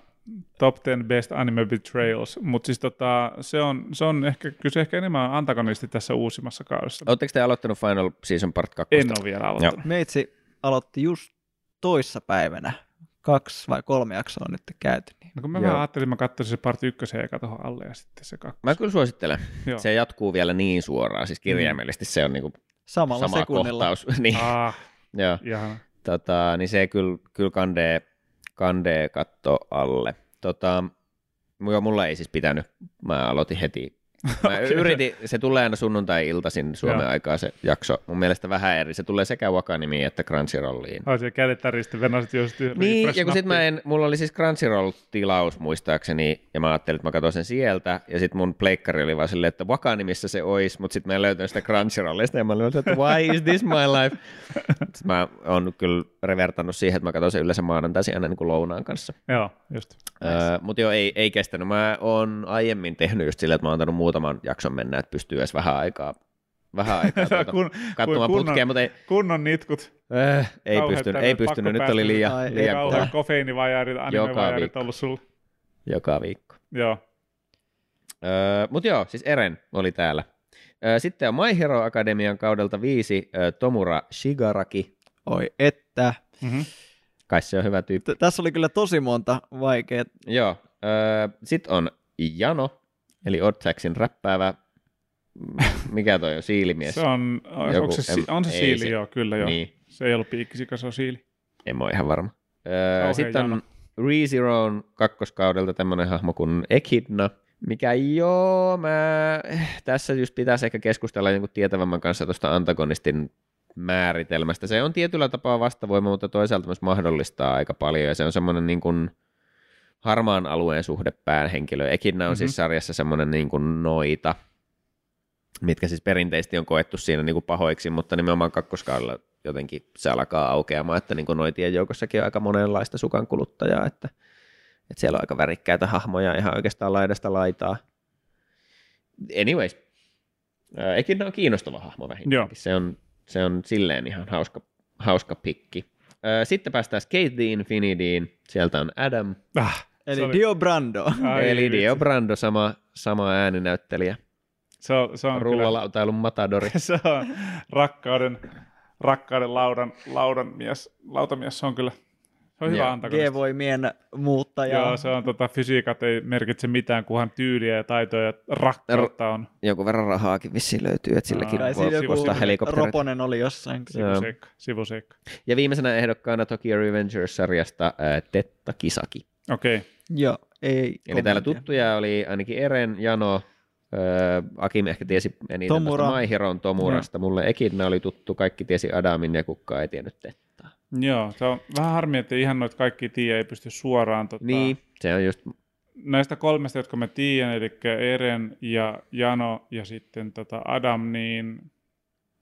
C: Top 10 Best Anime Betrayals, mutta siis tota, se on, se on ehkä, kyllä se ehkä enemmän on antagonisti tässä uusimmassa kaudessa.
A: Oletteko te aloittanut Final Season Part 2?
C: En ole vielä aloittanut.
B: Meitsi aloitti just toissa päivänä. Kaksi vai kolme jaksoa on nyt käyty. Niin.
C: No kun mä
A: Joo.
C: vähän ajattelin, mä katsoisin se part ykkösen eka tuohon alle ja sitten se kakkosen.
A: Mä kyllä suosittelen.
C: Joo.
A: Se jatkuu vielä niin suoraan, siis kirjaimellisesti se on niinku
B: Samalla
A: sama
B: sekunnilla.
A: kohtaus. *laughs* niin,
C: Ah,
A: joo.
C: ihana.
A: tota, niin se kyllä, kyllä kandee, kandee katto alle. Tota, mu- joo, mulla ei siis pitänyt, mä aloitin heti. Mä okay. yritin, se tulee aina sunnuntai-iltaisin Suomen
C: Joo.
A: aikaa se jakso. Mun mielestä vähän eri. Se tulee sekä Wakanimiin että Crunchyrolliin.
C: Ai se kädet täristi, venasit just
A: Niin, ja kun sit mä en, mulla oli siis Crunchyroll-tilaus muistaakseni, ja mä ajattelin, että mä katsoin sen sieltä, ja sit mun pleikkari oli vaan silleen, että Wakanimissa se ois, mutta sit mä en löytänyt sitä Crunchyrollista, ja mä olin, että why is this my
C: *laughs*
A: life? Sit mä oon kyllä revertannut siihen, että mä katsoin sen yleensä maanantaisin aina niin kuin lounaan kanssa.
C: Joo, just.
A: Öö, mutta joo, ei, ei kestänyt. Mä oon aiemmin tehnyt just silleen, että mä oon antanut muutaman jakson mennä, että pystyy edes vähän aikaa
C: *laughs*
A: vähän aikaa tuota,
C: kun,
A: katsomaan
C: kunnon-
A: putkea, mutta ei,
C: kunnon nitkut.
A: äh, ei,
C: Kauhean
A: pystynyt,
C: tämmöinen
A: ei pystynyt,
C: pakko
A: nyt oli
C: päästä.
B: Ai,
A: liian,
B: ei
A: liian
C: Kauhean
A: kova
C: kofeiinivajarit, animevajarit
A: viikko.
C: ollut sulla.
A: joka viikko.
C: Joo.
A: Öö, Mutta joo, siis Eren oli täällä. Öö, sitten on My Hero Academian kaudelta viisi öö, Tomura Shigaraki.
B: Oi että.
C: Mm-hmm.
A: Kai se on hyvä tyyppi.
B: T- tässä oli kyllä tosi monta vaikeaa.
A: Joo. Öö, sitten on Jano, eli Otsaxin räppäävä. m, Mikä toi on? Siilimies.
C: Se on,
A: Joku-
C: onko se, si-
A: en-
C: on se
A: ei
C: siili,
A: se-
C: joo, kyllä joo. Niin.
A: Niin,
C: Se ei ollut piikkisika, se on siili.
A: en mä ole ihan varma. Öö,
C: Kauhea
A: sitten
C: Jano.
A: on ReZeroon kakkoskaudelta tämmönen hahmo kuin Echidna. Mikä joo, mä tässä just pitäisi ehkä keskustella jonkun tietävämmän kanssa tuosta antagonistin määritelmästä. Se on tietyllä tapaa vastavoima, mutta toisaalta myös mahdollistaa aika paljon ja se on semmoinen niin kuin harmaan alueen suhde päähenkilö. Ekinna on mm-hmm.
C: Mhm.
A: siis sarjassa semmoinen niin kuin noita, mitkä siis perinteisesti on koettu siinä niin kuin pahoiksi, mutta nimenomaan kakkoskaudella jotenkin se alkaa aukeamaan, että niin kuin noitien joukossakin on aika monenlaista sukan kuluttajaa, että, että siellä on aika värikkäitä hahmoja ihan oikeastaan laidasta laitaa. Anyways, ää, Ekinna on kiinnostava hahmo
C: Joo.
A: vähintäänkin. Se on, se on silleen ihan hauska, hauska pikki. Ää, Sitten päästään Skate the Infinitiin. Sieltä on Adam,
C: Ah,
B: Eli
C: se
B: oli...
C: oli-
B: Dio Brando.
C: ai
A: eli
C: vitsi.
A: Dio Brando, sama, sama ääninäyttelijä.
C: Se on, se on kyllä,
A: Rullalautailun matadori.
C: *laughs* se on rakkauden, rakkauden laudan, laudan mies, lautamies, se on kyllä, se
A: Joo.
C: on hyvä antagonisti.
B: G-voimien muuttaja.
C: Joo, se on tota, fysiikat ei merkitse mitään, kunhan tyyliä ja taitoja ja rakkautta on.
A: Jonkun verran rahaakin vissiin löytyy, että silläkin
C: Aa, siis
B: Tai
A: Aa,
B: siinä
A: voi
B: joku
A: ostaa helikopterit.
B: Roponen oli jossain.
A: Joo.
C: Sivuseikka, sivuseikka.
A: Ja viimeisenä ehdokkaana Tokyo Revengers-sarjasta ää, Tetta Kisaki.
C: Okei, okay.
B: Joo, ei.
A: Eli täällä
B: kommenttia.
A: tuttuja oli ainakin Eren, Jano, öö, Akim ehkä tiesi eniten
B: Tomura.
A: Tomura. Maihiron Tomurasta. Mulle Ekidna oli tuttu, kaikki tiesi Adamin ja kukaan ei tiennyt Tettaa.
C: joo, se on vähän harmi, että ihan noita kaikki tiiä ei pysty suoraan tota,
A: Niin, se on just,
C: näistä kolmesta, jotka mä tiedän, eli Eren ja Jano ja sitten tota Adam, niin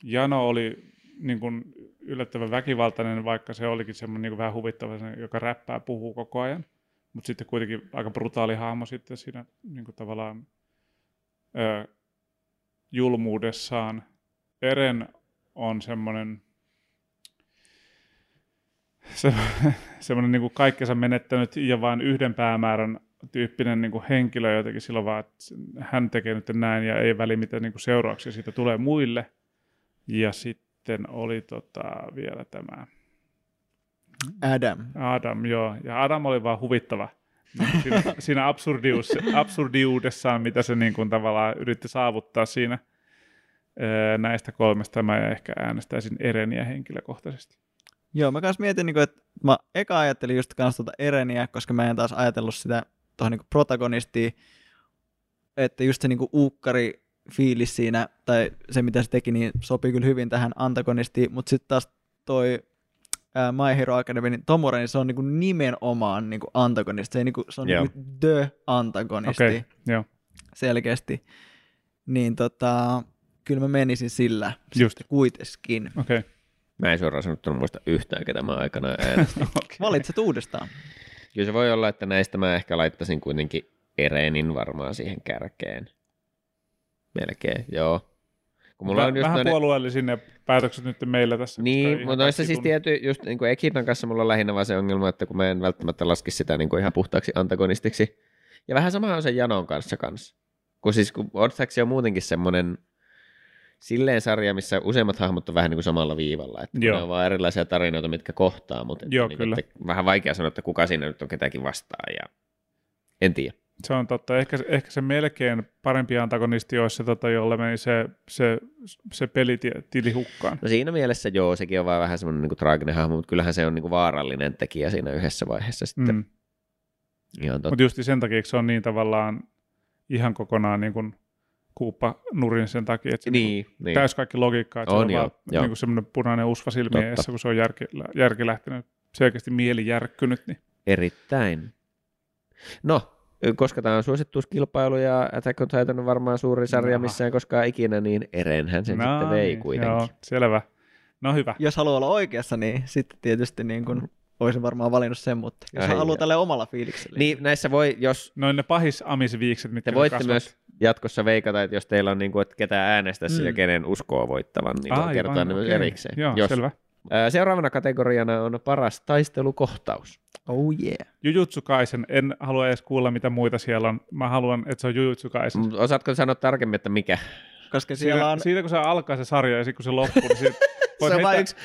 C: Jano oli niin kuin yllättävän väkivaltainen, vaikka se olikin semmoinen niin kuin vähän huvittava, se, joka räppää puhuu koko ajan. Mutta sitten kuitenkin aika brutaali hahmo sitten siinä niin kuin tavallaan ö, julmuudessaan. Eren on semmoinen se, semmoinen niin kaikkensa menettänyt ja vain yhden päämäärän tyyppinen niin kuin henkilö jotenkin silloin vaan, että hän tekee nyt näin ja ei väli mitä niin kuin seurauksia siitä tulee muille. Ja sitten oli tota, vielä tämä
B: Adam.
C: Adam, joo. Ja Adam oli vaan huvittava Niin siinä, siinä absurdius, absurdiudessaan, mitä se niin kuin tavallaan yritti saavuttaa siinä. Öö, Näistä kolmesta mä ehkä äänestäisin Ereniä henkilökohtaisesti.
B: Joo, mä kanssa mietin, niin kuin, että mä eka ajattelin just kanssa tuota Ereniä, koska mä en taas ajatellut sitä tuohon niin protagonistiin, että just se niin kuin uukkari fiilis siinä, tai se mitä se teki, niin sopii kyllä hyvin tähän antagonistiin, mutta sitten taas toi ää, My Hero Academy, niin Tomura, niin se on niin kuin nimenomaan niin kuin antagonisti, se, ei niin kuin, se on
A: Joo.
B: niin kuin the antagonisti
C: Okei, okay, joo.
B: selkeästi, niin tota, kyllä mä menisin sillä
C: Just.
B: kuitenkin.
C: Okei.
A: mä en suoraan sanottuna muista yhtään, ketä mä aikana äänestin.
C: Okay.
B: Valitset uudestaan.
A: Kyllä se voi olla, että näistä mä ehkä laittaisin kuitenkin Erenin varmaan siihen kärkeen. Melkein, joo. Kun
C: Mulla on
A: just
C: Vähän
A: noiden-
C: puolueellisin ne päätökset nyt meillä tässä. koska
A: Niin,
C: ihan
A: mutta noissa
C: kaikki
A: siis
C: tunne-
A: tietty, just niin kuin Ekinan kanssa mulla on lähinnä vaan se ongelma, että kun mä en välttämättä laski sitä niin kuin ihan puhtaaksi antagonistiksi. Ja vähän sama on sen Janon kanssa kanssa. Kun siis kun Orthaxi on muutenkin semmoinen silleen sarja, missä useimmat hahmot on vähän niin kuin samalla viivalla. Että kun
C: Joo.
A: ne on vaan erilaisia tarinoita, mitkä kohtaa, mutta että
C: Joo,
A: niin,
C: kyllä.
A: Että vähän vaikea sanoa, että kuka siinä nyt on ketäkin vastaan. Ja... En tiedä.
C: Se on totta. Ehkä, ehkä se melkein parempi antagonisti olisi se, tota, jolle meni se, se, se pelitili hukkaan.
A: No siinä mielessä joo, sekin on vaan vähän semmoinen niin kuin traaginen hahmo, mutta kyllähän se on niin kuin vaarallinen tekijä siinä yhdessä vaiheessa sitten. Mm.
C: Mm.
A: Ihan totta.
C: Mutta just sen takia, eikö se on niin tavallaan ihan kokonaan niin kuin kuuppa nurin sen takia, että se niin.
A: Niin, niin.
C: täys kaikki logiikkaa, että
A: On
C: se
A: joo,
C: on vaan
A: joo.
C: niin kuin semmoinen punainen usva silmien
A: Totta.
C: edessä, kun se on järki, järki lähtenyt, selkeästi mieli järkkynyt, niin
A: Erittäin. No, koska tämä on suosittuuskilpailu ja Attack on Titan on varmaan suuri sarja
C: Jaha.
A: missään koskaan ikinä, niin Erenhän sen no, sitten vei
C: niin,
A: kuitenkin.
C: Joo,
A: Joo.
C: selvä. No hyvä.
B: jos haluaa olla oikeassa, niin sitten tietysti niin kuin, olisin varmaan valinnut sen, mutta jos
A: Ai
B: haluaa
A: jaa.
B: tälle omalla fiiliksellä.
A: Niin näissä voi, jos
C: Noin ne pahis amisviikset, mitkä
A: te
C: se
A: voitte
C: kasvatti.
A: myös jatkossa veikata, että jos teillä on niin kuin, että ketä äänestäisi
B: Mm.
A: ja kenen uskoo voittavan, niin
C: Aivan,
A: kerrotaan ne myös
C: okei.
A: erikseen.
C: Joo,
A: jos.
C: selvä.
A: Ää, Seuraavana kategoriana on paras taistelukohtaus.
B: Oh yeah.
C: Jujutsukaisen, en halua edes kuulla mitä muita siellä on. Mä haluan, että se on Jujutsukaisen.
A: Mut Osaatko sanoa tarkemmin, että mikä?
B: Koska siellä
C: Siinä,
B: on,
C: Siitä kun se alkaa se sarja ja sitten kun se loppuu, niin
B: *laughs*
C: siitä voit
B: se on vain
C: heittää-
B: yksi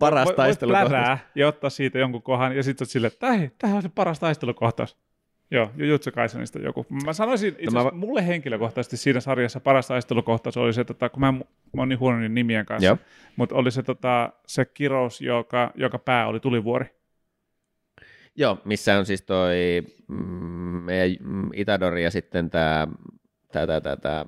B: paras
C: voit- voit
B: taistelukohta.
C: plärää ja ottaa siitä jonkun kohan ja sitten sille, että "Ai, tämähän on se paras taistelukohtaus. Joo, Jujutsu Kaisenista joku. Mä sanoisin itse
A: No mä-
C: asiassa, mulle henkilökohtaisesti siinä sarjassa paras taistelukohtaus oli se, tota, kun mä, en mu- mä oon niin huono niin nimien kanssa,
A: Joo.
C: mutta oli se, tota, se kirous, joka, joka pää oli tulivuori.
A: Joo, missä on siis toi mm, meidän mm, Itadori ja sitten tämä, tää, tää, tää, tää,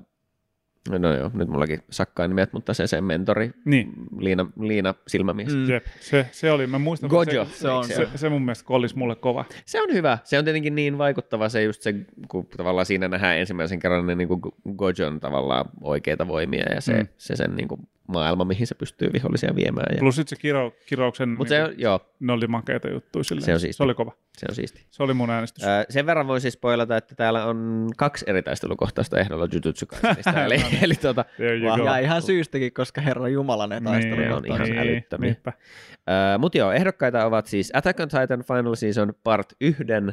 A: no joo, nyt mullakin sakkaa nimet, mutta se sen mentori,
C: Niin,
A: Liina, Liina Silmämies. Mm.
B: Mm.
C: Jep, se, se oli, mä muistan,
A: Gojo.
C: Mm. se,
B: Se on
C: se, se, mun mielestä kollisi mulle kova.
A: Se on hyvä. Se on tietenkin niin vaikuttava se just se, kun tavallaan siinä nähdään ensimmäisen kerran ne niin kuin Gojon tavallaan oikeita voimia ja se,
C: Mm.
A: mm. se sen niin kuin maailma, mihin se pystyy vihollisia viemään. Ja...
C: Plus sitten se kirou, kirouksen,
A: Mutta
C: niin,
A: se, on- joo,
C: ne oli makeita juttuja silleen.
A: Se on siisti.
C: se oli kova.
A: se on siisti.
C: Se oli mun äänestys.
A: Ö, Sen verran voin siis spoilata, että täällä on kaksi eri taistelukohtausta ehdolla Jujutsu
C: *laughs* No
A: Kaisenista. eli,
C: niin.
A: eli tuota,
C: There you
A: vah-
C: go.
B: Ja ihan syystäkin, koska Herra Jumala ne
A: ne Niin, on
B: taistelukohtaukset.
A: ihan älyttömiä.
C: Niin, niinpä.
A: Mutta joo, ehdokkaita ovat siis Attack on Titan Final Season Part 1, öö,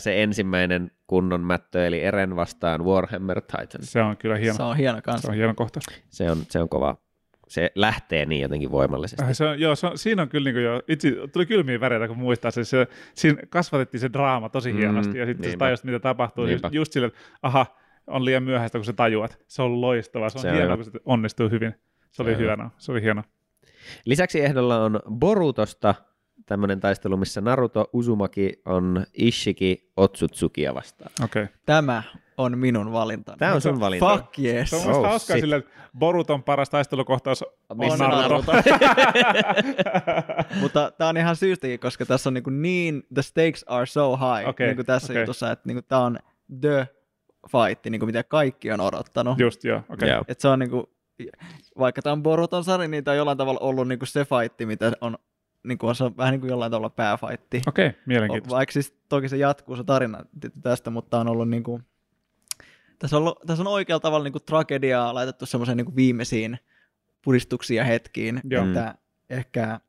A: se ensimmäinen kunnon mättö, eli Eren vastaan Warhammer Titan.
C: Se on kyllä hieno.
B: Se on hieno
C: Se
B: kanssa.
C: on hieno kohtaus.
A: Se on, se on kova. Se lähtee niin jotenkin voimallisesti.
C: Äh, Se on, joo, se on, siinä on kyllä, niin jo, itse, tuli kylmiä väreitä, kun muistaa se, se siinä kasvatettiin se draama tosi
A: Mm,
C: hienosti, ja sitten sä
A: niinpä.
C: tajusit, mitä tapahtuu, just,
A: Niinpä.
C: just silleen, että aha, on liian myöhäistä, kun sä tajuat. Se on loistavaa, se on
A: Se on
C: hienoa,
A: hyvä.
C: kun se onnistuu hyvin. Se oli
A: on hyvä.
C: hienoa, se oli hienoa.
A: Lisäksi ehdolla on Borutosta, tämmöinen taistelu, missä Naruto Uzumaki on Ishiki Otsutsukia vastaan.
C: Okei. Okay.
B: Tämä on minun valintani.
A: Tämä on sun valinta.
B: Fuck yes.
C: Se on oh,
A: Oh,
C: hauskaa
A: shit.
C: silleen, että Boruton paras taistelukohtaus on
A: Missä Naruto?
C: Naruto.
B: *laughs* Mutta tämä on ihan syystäkin, koska tässä on niin, kuin niin the stakes are so high,
C: Okei,
B: niin kuin tässä
C: okei.
B: jutussa, että niin kuin tämä on the fight, niin kuin mitä kaikki on odottanut.
C: Just, joo, okei. Okay.
A: Joo.
B: Et se on niin kuin, vaikka tämä on Boruton sari, niin tämä on jollain tavalla ollut niin kuin se fight, mitä on, niin kuin on se on vähän niin kuin jollain tavalla pääfightti.
C: Okei, okay, mielenkiintoista.
B: Vaikka siis toki se jatkuu se tarina tietty tästä, mutta tää on ollut niin kuin, tässä, on, ollut- tässä on oikealla tavalla niin kuin tragediaa laitettu semmoiseen niin kuin viimeisiin puristuksiin ja hetkiin,
C: Joo.
B: että ehkä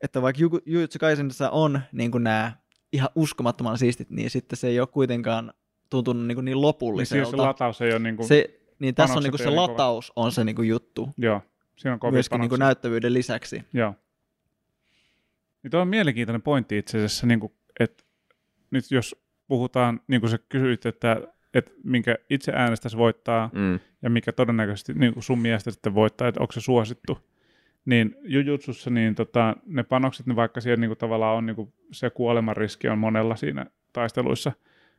B: että vaikka Ju- Jujutsu Kaisenissa on niin kuin nämä ihan uskomattoman siistit, niin sitten se ei ole kuitenkaan tuntunut niin, kuin niin
C: Niin siinä se
B: lopulliselta.
C: lataus ei ole niin kuin, se,
B: Se, niin tässä on
C: panokset
B: niin kuin
C: ei
B: se
C: ole niin
B: lataus on se niin kuin juttu,
C: joo, siinä on kovin
B: myöskin niin kuin näyttävyyden lisäksi.
C: Joo. Niin tuo on mielenkiintoinen pointti itse asiassa, niin kuin, että nyt jos puhutaan, niin kuin sä kysyit, että, että minkä itse äänestäisi voittaa
A: Mm.
C: ja mikä todennäköisesti niin kuin sun mielestä sitten voittaa, että onko se suosittu, niin jujutsussa niin tota, ne panokset, ne vaikka siellä niin kuin, tavallaan on niin kuin, se kuoleman riski on monella siinä taisteluissa,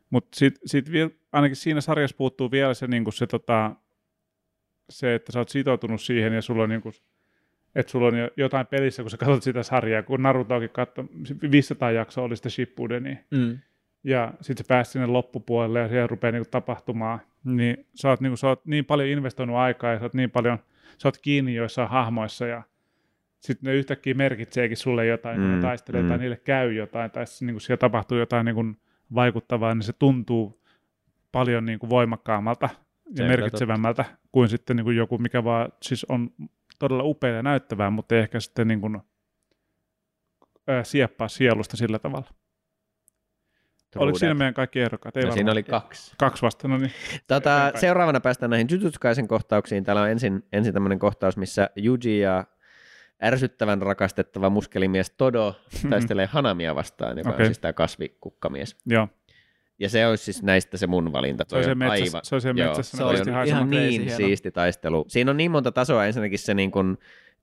C: mutta sit, sit viel, ainakin siinä sarjassa puuttuu vielä se, niin kuin, se, tota, se, että sä oot sitoutunut siihen ja sulla on niin kuin, että sulla on jo- jotain pelissä, kun sä katsot sitä sarjaa, kun Narutoakin katsoi, 500 jaksoa oli sitä niin Shippudenia,
B: Mm.
C: ja sitten se pääsi sinne loppupuolelle ja siellä rupeaa niinku tapahtumaan, niin sä oot, niinku, sä oot niin paljon investoinut aikaa ja sä oot niin paljon, sä oot kiinni joissain hahmoissa ja sitten ne yhtäkkiä merkitseekin sulle jotain, mm, ne
A: Mm,
C: taistelee mm.
A: mm.
C: tai niille käy jotain tai niinku siellä tapahtuu jotain niinku vaikuttavaa, niin se tuntuu paljon niinku voimakkaammalta
A: Se
C: ja
A: on
C: merkitsevämmältä kuin sitten niinku joku, mikä vaan siis on todella upea ja näyttävää, mutta ei ehkä sitten niinku, ää, sieppaa sielusta sillä tavalla. Oliko siinä meidän kaikki ehdokkaat? Ei
A: no, siinä
C: varmaan.
A: oli kaksi.
C: Kaksi vasta,
A: *laughs*
C: no niin.
A: Tota,
C: Eteenpäin.
A: seuraavana päästään näihin Jujutsukaisen kohtauksiin. Täällä on ensin, ensin tämmöinen kohtaus, missä Yuji ja ärsyttävän rakastettava muskelimies Todo taistelee Hanamia vastaan, joka
C: Mhm. Okei.
A: on siis tämä kasvikukkamies.
C: Joo,
A: Ja se olisi siis näistä se mun valinta.
C: se on siellä metsässä, se on siellä
A: joo,
C: metsässä
B: se
A: se
B: on
A: on
B: oikeasti
A: ihan,
B: ihan crazy
A: niin
B: hieno.
A: siisti taistelu. Siinä on niin monta tasoa. Ensinnäkin se niin kuin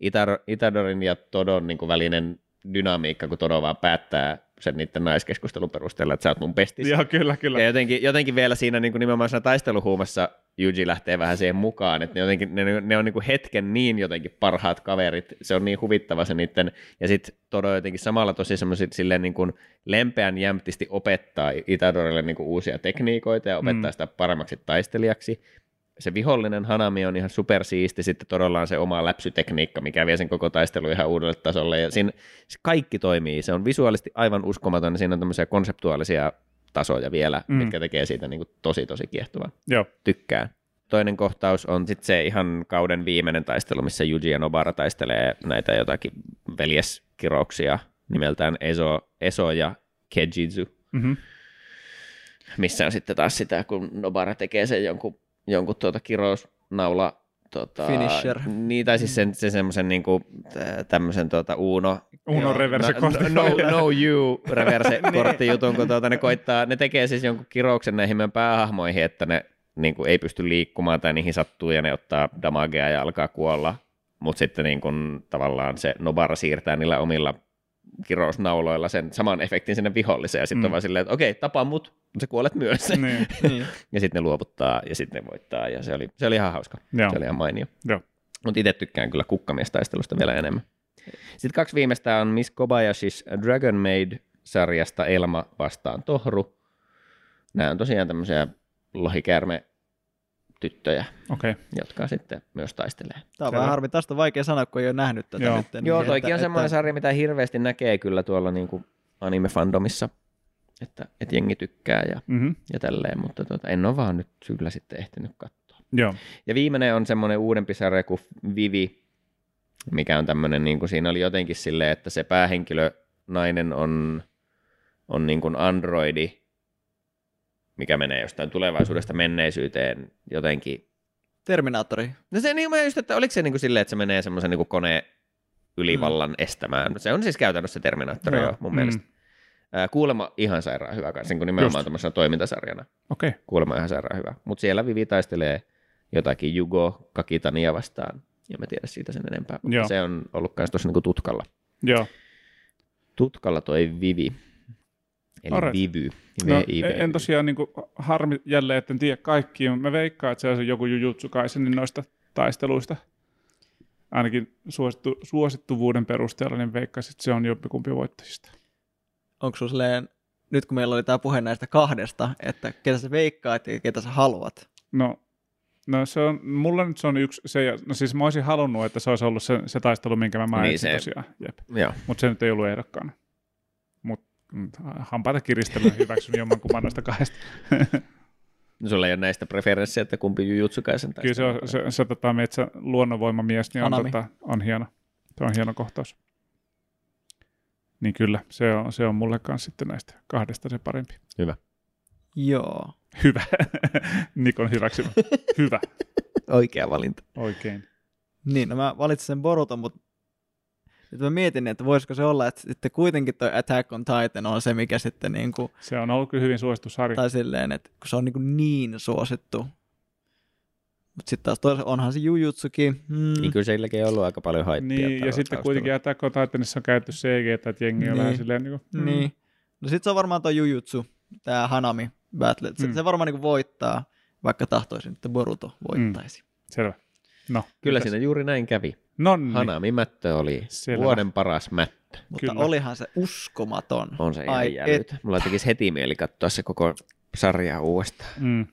A: Itar- Itadorin ja Todon niin kuin välinen dynamiikka, kun Todo vaan päättää sen niiden naiskeskustelun perusteella, että sä oot mun pestis.
C: Joo, kyllä, kyllä.
A: Ja jotenkin, jotenkin vielä siinä niin kuin nimenomaan siinä taisteluhuumassa Yuji lähtee vähän siihen mukaan, että ne, jotenkin, ne, ne on niin kuin hetken niin jotenkin parhaat kaverit, se on niin huvittava se niiden, ja sitten Todo jotenkin samalla tosi semmoiset silleen niin kuin lempeän jämptisti opettaa Itadorille niin kuin uusia tekniikoita ja opettaa
C: Mm.
A: mm. sitä paremmaksi taistelijaksi. Se vihollinen Hanami on ihan supersiisti, sitten todella on se oma läpsytekniikka, mikä vie sen koko taistelun ihan uudelle Siis niin tasolle, ja siinä se kaikki toimii, se on visuaalisesti aivan uskomaton, ja siinä on tämmöisiä konseptuaalisia tasoja vielä, mm.
C: Mm.
A: mitkä tekee siitä niin kuin tosi tosi kiehtovan.
C: Joo.
A: Tykkään. Toinen kohtaus on sitten se ihan kauden viimeinen taistelu, missä Yuji ja Nobara taistelee näitä jotakin veljeskirouksia nimeltään Eso, Eso ja Kejizu,
C: Mm-hmm.
A: missä on sitten taas sitä, kun Nobara tekee sen jonkun, jonkun tuota kirousnaula Tota,
B: Finisher.
A: Niin, tai siis sen, sen semmoisen niinku, tä- tämmöisen tuota, Uno,
C: Uno
A: Joo,
C: reverse
A: no,
C: kortti.
A: no, no, no you *laughs* reverse kortti jutun, kun tuota, ne koittaa, ne tekee siis jonkun kirouksen näihin meidän päähahmoihin, että ne niin kuin, ei pysty liikkumaan tai niihin sattuu ja ne ottaa damagea ja alkaa kuolla, mutta sitten niin kuin, tavallaan se Nobara siirtää niillä omilla kirousnauloilla sen saman efektin sinne viholliseen ja sitten mm. on
C: Mm.
A: vaan silleen, että okei, tapa mut, mutta sä kuolet myös. Mm.
C: niin.
B: *laughs* niin.
A: Ja sitten ne luovuttaa ja sitten ne voittaa ja se oli, se oli ihan hauska.
C: Joo.
A: Se oli ihan mainio.
C: Joo.
A: Mutta itse tykkään kyllä kukkamistaistelusta vielä enemmän. Sitten kaksi viimeistä on Miss Kobayashis Dragon Maid-sarjasta Elma vastaan Tohru. Nämä on tosiaan tämmöisiä lohikäärme tyttöjä,
C: Okei.
A: jotka sitten myös taistelee.
B: Tämä on
C: Selvä.
B: vähän harmi. Tästä on vaikea sanoa, kun ei ole nähnyt tätä
C: Joo.
B: nyt. Niin
A: Joo,
B: että-
A: toikin on
B: että-
A: semmoinen sarja, mitä hirveästi näkee kyllä tuolla niinku anime-fandomissa, että, että jengi tykkää ja,
C: Mm-hmm.
A: ja tälleen, mutta tuota, en ole vaan nyt kyllä sitten ehtinyt katsoa.
C: Joo.
A: Ja viimeinen on semmoinen uudempi sarja kuin Vivi, mikä on tämmöinen, niin kuin siinä oli jotenkin silleen, että se päähenkilö nainen on, on niin kuin androidi, mikä menee jostain tulevaisuudesta menneisyyteen jotenkin.
B: Terminaattori.
A: No se niin mä just, että oliko se niin kuin silleen, että se menee semmoisen niin koneen ylivallan estämään. Se on siis käytännössä Terminaattori
B: Joo.
A: joo, mun mielestä.
C: Mm.
A: Ää, Kuulemma ihan sairaan hyvä kanssa, niin kuin nimenomaan
C: Just.
A: tämmöisenä toimintasarjana
C: Okei.
A: kuulemma ihan sairaan hyvä. Mutta siellä Vivi taistelee jotakin Jugo Kakitania vastaan, ja mä tiedä siitä sen enempää. Mutta
C: Joo.
A: se on ollut myös tuossa niinku tutkalla.
C: Joo.
A: Tutkalla toi Vivi. Eli
C: Alright.
A: Vivy.
C: No,
A: V-I-V-Y.
C: en- en tosiaan niin kuin, harmi jälleen, että en tiedä kaikkia, mutta mä veikkaan, että se on joku Jujutsu Kaisenin noista taisteluista. Ainakin suosittu, suosittuvuuden perusteella, niin veikkaisin, että se on jompikumpi voittajista.
B: Onko sulla silleen, nyt kun meillä oli tämä puhe näistä kahdesta, että ketä sä veikkaat ja ketä sä haluat.
C: No, no se on, mulla nyt se on yksi, se, ja- no siis mä olisin halunnut, että se olisi ollut se, se taistelu, minkä mä mainitsin
A: se-
C: niin se... tosiaan. Jep.
A: Joo.
C: Mutta se nyt ei ollut ehdokkaana. Mutta hampaita kiristelyä hyväksyn jomman kumman noista kahdesta.
A: No, sulla ei ole näistä preferenssiä, että kumpi Jujutsu Kaisen
C: Kyllä se, on, se, se tota, metsä luonnonvoimamies niin on,
B: Hanami.
C: tota, on, hieno. Se on hieno kohtaus. Niin kyllä, se on, se on mulle kanssa sitten näistä kahdesta se parempi.
B: Joo.
C: Hyvä. *laughs* Nikon hyväksymä. Hyvä.
A: Oikea valinta.
C: Mm. Oikein.
B: Niin, no mä valitsin sen Boruton, mutta nyt mä mietin, että voisiko se olla, että sitten kuitenkin toi Attack on Titan on se, mikä sitten niin kuin,
C: Se on ollut kyllä hyvin suosittu sarja.
B: tai silleen, että kun se on niin, kuin niin suosittu. Mutta sitten taas toisaalta onhan se Jujutsukin. Mm.
A: Niin kyllä silläkin on ollut aika paljon haippia.
C: Niin,
A: tällä
C: ja sitten
A: taustalla.
C: kuitenkin Attack on Titanissa on käytetty CG, että jengi on
B: Niin.
C: vähän silleen niin kuin,
B: Niin. No sit se on varmaan tuo Jujutsu, tää Hanami Battle. Se,
C: Mm.
B: mm. se varmaan niinku voittaa, vaikka tahtoisin, että Boruto voittaisi.
C: selvä. No,
A: Kyllä
C: mitäs?
A: siinä juuri näin kävi.
C: Nonni.
A: Hanami Mättö oli
C: Niin. Selvä.
A: vuoden paras mättö.
B: Mutta
C: Kyllä.
B: olihan se uskomaton.
A: On se ihan
B: Ai
A: jälyt. Mulla tekisi heti mieli katsoa se koko sarja uudestaan.
C: Mm.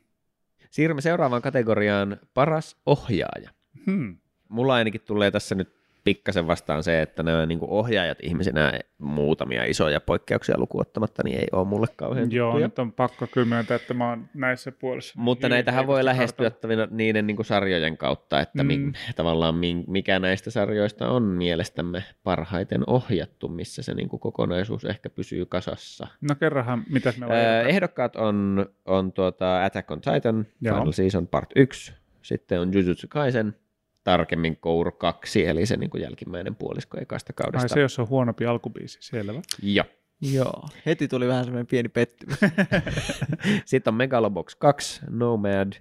A: Siirrymme seuraavaan kategoriaan, paras ohjaaja.
C: Hmm.
A: Mulla ainakin tulee tässä nyt pikkasen vastaan se, että nämä niin ohjaajat ihmisenä muutamia isoja poikkeuksia lukuottamatta, niin ei ole mulle kauhean
C: Joo,
A: tuttuja.
C: nyt on pakko kyllä myöntää, että mä oon näissä puolissa.
A: Mutta
C: hyvin
A: näitähän voi
C: heikosti
A: lähestyä
C: kartalla.
A: tavina- niiden niin sarjojen kautta, että mm. mi,
C: Mm.
A: tavallaan mi, mikä näistä sarjoista on mielestämme parhaiten ohjattu, missä se niin kokonaisuus ehkä pysyy kasassa.
C: No kerranhan, mitäs meillä on.
A: Öö,
C: ehdokkaat?
A: ehdokkaat on, on tuota Attack on Titan,
C: Joo.
A: Final Season Part 1, sitten on Jujutsu Kaisen, tarkemmin Kouru 2, eli se niin kuin jälkimmäinen puolisko ekasta
C: Ai
A: kaudesta.
C: se, jos on huonompi alkubiisi, selvä.
A: Ja.
B: Joo. Heti tuli vähän semmoinen pieni pettymys.
A: Sitten on Megalobox 2, Nomad,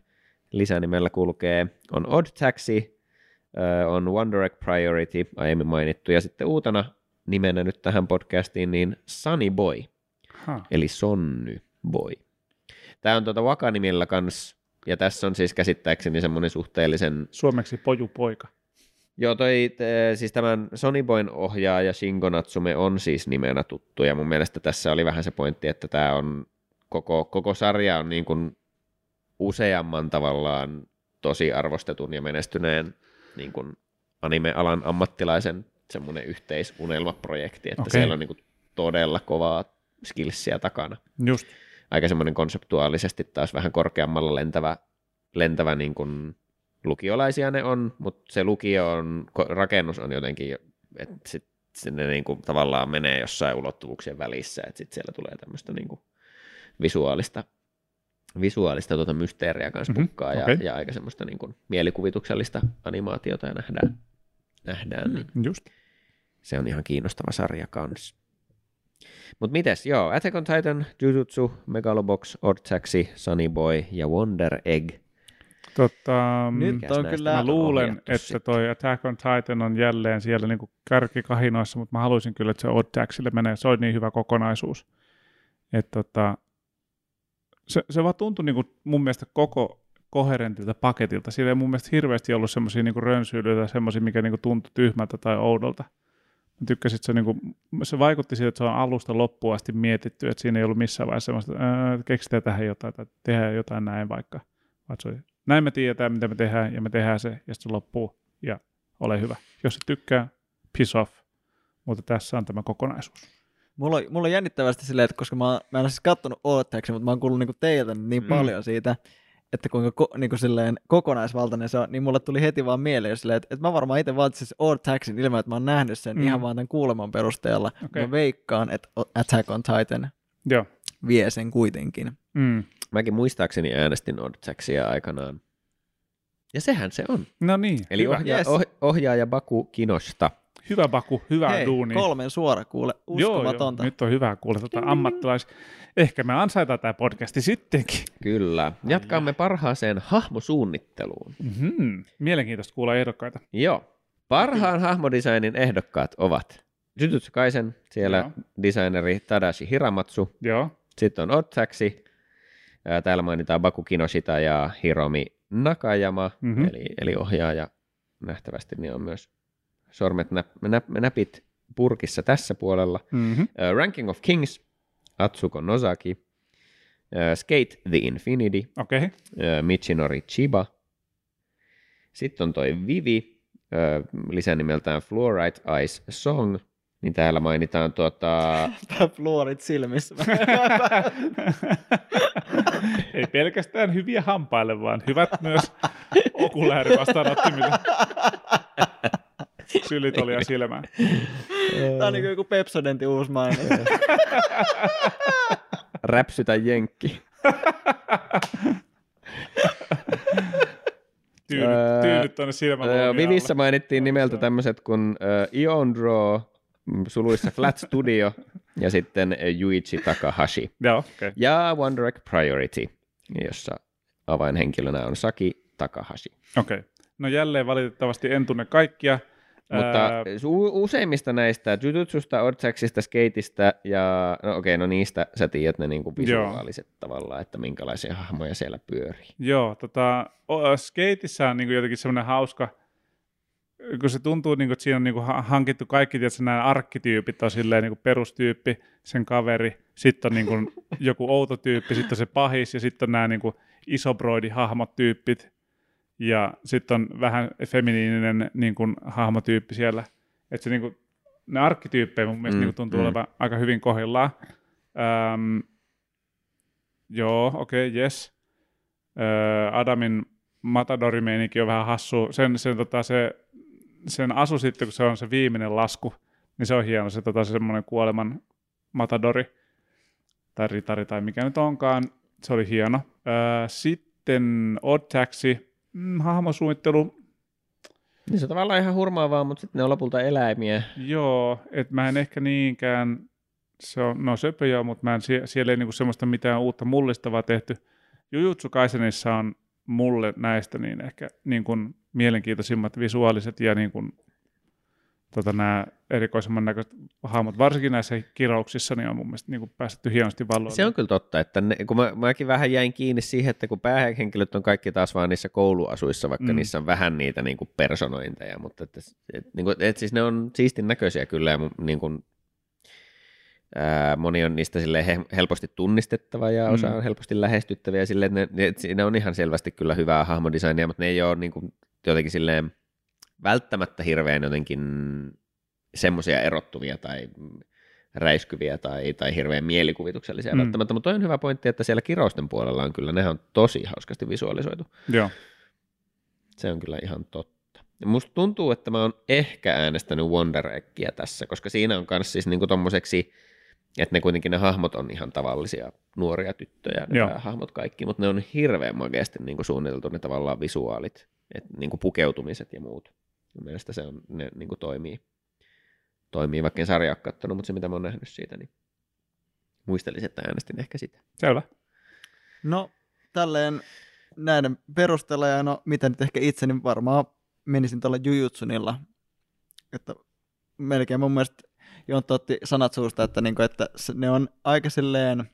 A: lisänimellä kulkee, on Odd Taxi, öö, on One Direct Priority, aiemmin mainittu, ja sitten uutena nimenä nyt tähän podcastiin, niin Sunny Boy.
C: Ha.
A: eli Sonny Boy. Tämä on tuota Waka-nimellä kans, ja tässä on siis käsittääkseni semmoinen suhteellisen...
C: Suomeksi pojupoika.
A: Joo, toi, te, siis tämän Sonny Boyn ohjaaja Shingo Natsume on siis nimenä tuttu, ja mun mielestä tässä oli vähän se pointti, että tämä on koko, koko sarja on niin kuin useamman tavallaan tosi arvostetun ja menestyneen niin kuin anime-alan ammattilaisen semmoinen yhteisunelmaprojekti, että okay.
C: Okei.
A: siellä on niin kuin todella kovaa skillsiä takana.
C: Just.
A: aika semmoinen konseptuaalisesti taas vähän korkeammalla lentävä, lentävä niin kuin lukiolaisia ne on, mutta se lukio on, ko- rakennus on jotenkin, että sit sinne niin kuin tavallaan menee jossain ulottuvuuksien välissä, että sitten siellä tulee tämmöistä niin kuin visuaalista, visuaalista tuota mysteeriä kanssa
C: Mhm,
A: pukkaa mm-hmm,
C: okei.
A: ja, ja aika semmoista niin kuin mielikuvituksellista animaatiota ja nähdään, nähdään niin
C: Just.
A: se on ihan kiinnostava sarja kans. Mut mites, joo, Attack on Titan, Jujutsu, Megalobox, Ortsaxi, Sunny Boy ja Wonder Egg.
C: Tota,
B: Nyt
A: Mikäs
B: on
A: näistä
B: kyllä-
A: nyt
C: Mä
A: on
C: luulen,
A: ohjattu
C: että
A: sitten?
C: toi Attack on Titan on jälleen siellä niin kärkikahinoissa, mutta mä haluaisin kyllä, että se Odd Taxille menee. Se on niin hyvä kokonaisuus. Et tota, se, se vaan tuntui niin kuin mun mielestä koko koherentilta paketilta. Siellä ei mun mielestä hirveästi ollut semmoisia niin rönsyilyitä, semmoisia, mikä niin kuin tuntui tyhmältä tai oudolta. Mä tykkäsin, että se, niin kuin, se vaikutti siltä, että se on alusta loppuun asti mietitty, että siinä ei ollut missään vaiheessa semmoista, "Ää, keksitään tähän jotain tai tehdään jotain näin vaikka. Vaan se oli, näin me tiedetään, mitä me tehdään, ja me tehdään se, ja sitten se loppuu, ja ole hyvä. Jos et tykkää, piss off. Mutta tässä on tämä kokonaisuus.
B: Mulla on, mulla on jännittävästi silleen, että koska mä, oon- mä en ole siis kattonut Ootteeksi, mutta mä oon kuullut niinku teiltä niin
A: Mm.
B: mm. paljon siitä, että kuinka ko, niinku silleen kokonaisvaltainen se on, niin mulle tuli heti vaan mieleen silleen, että, että mä varmaan itse valitsisin Ootteeksin ilman, että mä oon nähnyt sen
C: Mm.
B: mm. ihan vaan tämän kuuleman perusteella.
C: Okei.
B: Okay. Mä veikkaan, että O- Attack on Titan
C: Joo.
B: vie sen kuitenkin.
C: Mm.
A: Mäkin muistaakseni äänestin Ortsaxia aikanaan. Ja sehän se on.
C: No niin,
A: Eli
C: hyvä,
A: ohjaa,
B: Yes.
A: oh, ohjaaja Baku Kinosta.
C: hyvä Baku, hyvää
B: Hei,
C: duunia.
B: kolmen suora kuule, uskomatonta. *laughs*
C: Joo, joo, nyt on hyvä kuulla tätä ammattilais... Ehkä me ansaitaan tämä podcasti sittenkin.
A: Kyllä. Jatkamme parhaaseen hahmosuunnitteluun.
C: Mm-hmm. Mielenkiintoista kuulla ehdokkaita.
A: Joo. Parhaan hahmodesignin ehdokkaat ovat Jujutsu Kaisen, siellä
C: Joo.
A: designeri Tadashi Hiramatsu,
C: Joo.
A: Sitten on Otsaksi. Ää, Täällä mainitaan Baku Kinoshita ja Hiromi Nakajama,
C: Mhm.
A: mm-hmm. eli, eli ohjaaja nähtävästi, niin on myös sormet nä, nä, näpit purkissa tässä puolella.
C: Mm-hmm.
A: Ää, Eh, Ranking of Kings, Atsuko Nozaki. Ää, Skate the Infinity,
C: Okei.
B: *laughs*
C: Okay.
A: ää, Michinori Chiba. Sitten on toi Vivi, ää, lisänimeltään Fluorite Eyes Song, niin täällä mainitaan
C: *laughs*
A: tuota...
B: Tää fluorit silmissä.
C: Ei pelkästään hyviä hampaille, vaan hyvät
B: *laughs*
C: myös okuläärivastaanottimille. Sylitolia silmään.
B: Tää on niinku joku Pepsodentin uusi mainos.
A: räpsytä jenkki.
C: Tyynyt,
A: Öö,
C: tyynyt tuonne silmäluomien
A: Öö, Vivissä
C: alle.
A: mainittiin nimeltä tämmöiset kuin ö, Ion Draw, mm, suluissa Flat
C: *laughs*
A: Studio, ja sitten ö, Yuichi Takahashi.
C: Joo, okei. Okay.
A: Ja One Direct Priority, jossa avainhenkilönä on Saki Takahashi.
C: Okay. No jälleen valitettavasti en tunne kaikkia.
A: Mutta
C: Öö,
A: su- useimmista näistä, Jujutsusta, Ortsaksista, Skateista ja, no okei, no niistä sä tiedät ne niinku visuaaliset Joo. tavallaan, että minkälaisia hahmoja siellä pyörii.
C: Joo, tota, o- ö, Skateissä on niin jotenkin semmoinen hauska, kun se tuntuu, niin kuin, että siinä on niin kuin, hankittu kaikki tietysti, nämä arkkityypit, on silleen, niin kuin perustyyppi, sen kaveri, sitten on niin kuin, *laughs* joku outo tyyppi, sitten on se pahis ja sitten on nämä niin kuin, isobroidihahmot tyyppit ja sitten on vähän feminiininen niin kuin, hahmotyyppi siellä. Että se, niin kuin, ne arkkityyppejä mun mielestä
A: Mm,
C: mm, niin tuntuu
A: mm.
C: mm. olevan aika hyvin kohdillaan. Öm, joo, okei, okay, yes. Öö, Adamin matadorimeinikin on vähän hassu. Sen, sen, tota, se, sen asu sitten, kun se on se viimeinen lasku, niin se on hieno, se, tota, se semmoinen kuoleman matadori tai ritari tai mikä nyt onkaan. Se oli hieno. Öö, sitten Odd Taxi, mm, hahmosuunnittelu,
A: Niin se on tavallaan ihan hurmaavaa, mutta sitten ne on lopulta eläimiä.
C: joo, että mä en ehkä niinkään, se on, no söpöjä, mutta mä en, sie- siellä ei niinku semmoista mitään uutta mullistavaa tehty. Jujutsu Kaisenissa on mulle näistä niin ehkä niin kuin mielenkiintoisimmat visuaaliset ja niin kuin, tota, nämä erikoisemman näköiset hahmot, varsinkin näissä kirouksissa, niin on mun mielestä niin kuin päästetty hienosti valloille.
A: Se on kyllä totta, että ne, kun mä, mäkin vähän jäin kiinni siihen, että kun päähenkilöt on kaikki taas vaan niissä kouluasuissa, vaikka
C: Mm.
A: mm. niissä on vähän niitä niin kuin personointeja, mutta että, et, niin kuin, et siis ne on siistin näköisiä kyllä ja mun- niin kuin, ää, moni on niistä silleen he, helposti tunnistettava ja osa
C: Mm.
A: on helposti lähestyttäviä, silleen, ne, ne, et siinä on ihan selvästi kyllä hyvää hahmodesignia, mutta ne ei ole niin kuin, jotenkin silleen välttämättä hirveän jotenkin semmoisia erottuvia tai räiskyviä tai, tai hirveän mielikuvituksellisia
C: Mm.
A: mm. välttämättä, mutta toi on hyvä pointti, että siellä kirousten puolella on kyllä, nehän on tosi hauskasti visualisoitu.
C: Joo.
A: Se on kyllä ihan totta. Ja Musta tuntuu, että mä oon ehkä äänestänyt Wonder Eggia tässä, koska siinä on myös siis niinku tommoseksi, että ne kuitenkin ne hahmot on ihan tavallisia nuoria tyttöjä, ne
C: Joo.
A: hahmot kaikki, mutta ne on hirveän makeasti niinku suunniteltu ne tavallaan visuaalit, et niinku pukeutumiset ja muut. Mun mielestä se on, ne niinku toimii, toimii, vaikka en sarjaa ole kattonut, mutta se mitä mä oon nähnyt siitä, niin muistelisin, että äänestin ehkä sitä.
C: Selvä.
B: No, tälleen näiden perusteella ja no, mitä nyt ehkä itse, niin varmaan menisin tuolla Jujutsunilla. Että melkein mun mielestä Jontto otti sanat suusta, että, niinku, että se- ne on aika silleen,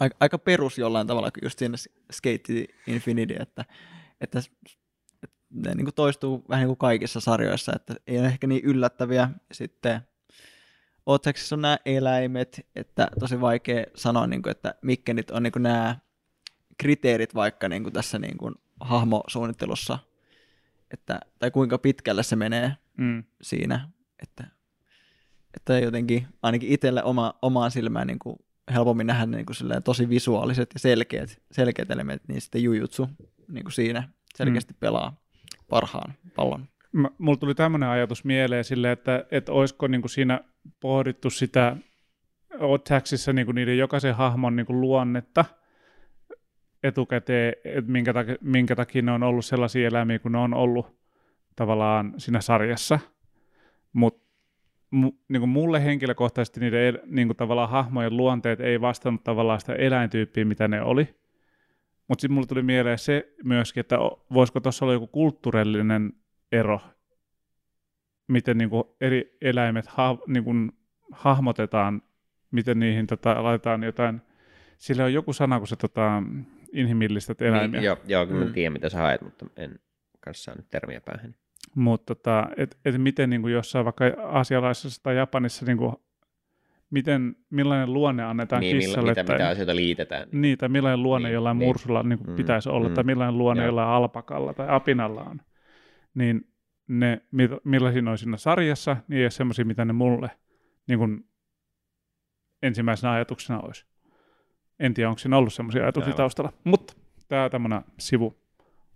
B: aika, aika perus jollain tavalla, kun just siinä Skate Infinity, että, että s- että ne niin kuin toistuu vähän niin kuin kaikissa sarjoissa, että ei ole ehkä niin yllättäviä. Sitten Otsaksissa on nämä eläimet, että tosi vaikea sanoa, niin kuin, että mitkä nyt on niin kuin nämä kriteerit vaikka niin kuin tässä niin kuin hahmosuunnittelussa, että, tai kuinka pitkälle se menee
C: Mm.
B: siinä, että, että jotenkin ainakin itselle oma, omaan silmään niin kuin helpommin nähdä niin kuin silleen tosi visuaaliset ja selkeät, selkeät elementit, niin sitten jujutsu niin kuin siinä selkeästi pelaa parhaan pallon.
C: Mä, mulla tuli tämmöinen ajatus mieleen sille, että, että olisiko niin kuin siinä pohdittu sitä Otaxissa niin kuin niiden jokaisen hahmon niin kuin luonnetta etukäteen, että minkä, takia, minkä takia ne on ollut sellaisia eläimiä kuin ne on ollut tavallaan siinä sarjassa. Mutta niin kuin mulle henkilökohtaisesti niiden el- niin kuin tavallaan hahmojen luonteet ei vastannut tavallaan sitä eläintyyppiä, mitä ne oli. Mutta sitten mulle tuli mieleen se myöskin, että o- voisiko tuossa olla joku kulttuurillinen ero, miten niin kuin eri eläimet ha, niin kuin hahmotetaan, miten niihin tota, laitetaan jotain. Sillä on joku sana, kun sä tota, inhimillistät eläimiä.
A: Niin, joo, joo, kyllä
B: Mm.
A: mm. tiedän mitä sä haet, mutta en kanssa saa nyt termiä päähän.
C: Mutta tota, et, et miten niin kuin jossain vaikka asialaisessa tai Japanissa, niin kuin, miten, millainen luonne annetaan
A: Niin, millä,
C: kissalle
A: mitä,
C: tai
A: mitä asioita liitetään. Niin.
C: niitä, millainen luonne niin,
A: Niin,
C: jollain niin.
A: niin.
C: mursulla niin kuin mm,
A: Mm,
C: pitäisi olla, mm,
A: mm.
C: tai millainen luonne
A: Joo.
C: jollain alpakalla tai apinalla on, niin ne, mi- millaisia ne on siinä sarjassa, niin ei ole semmoisia, mitä ne mulle niin kuin ensimmäisenä ajatuksena olisi. En tiedä, onko siinä ollut semmoisia ajatuksia
A: Aivan.
C: taustalla, mutta tämä on tämmöinen sivu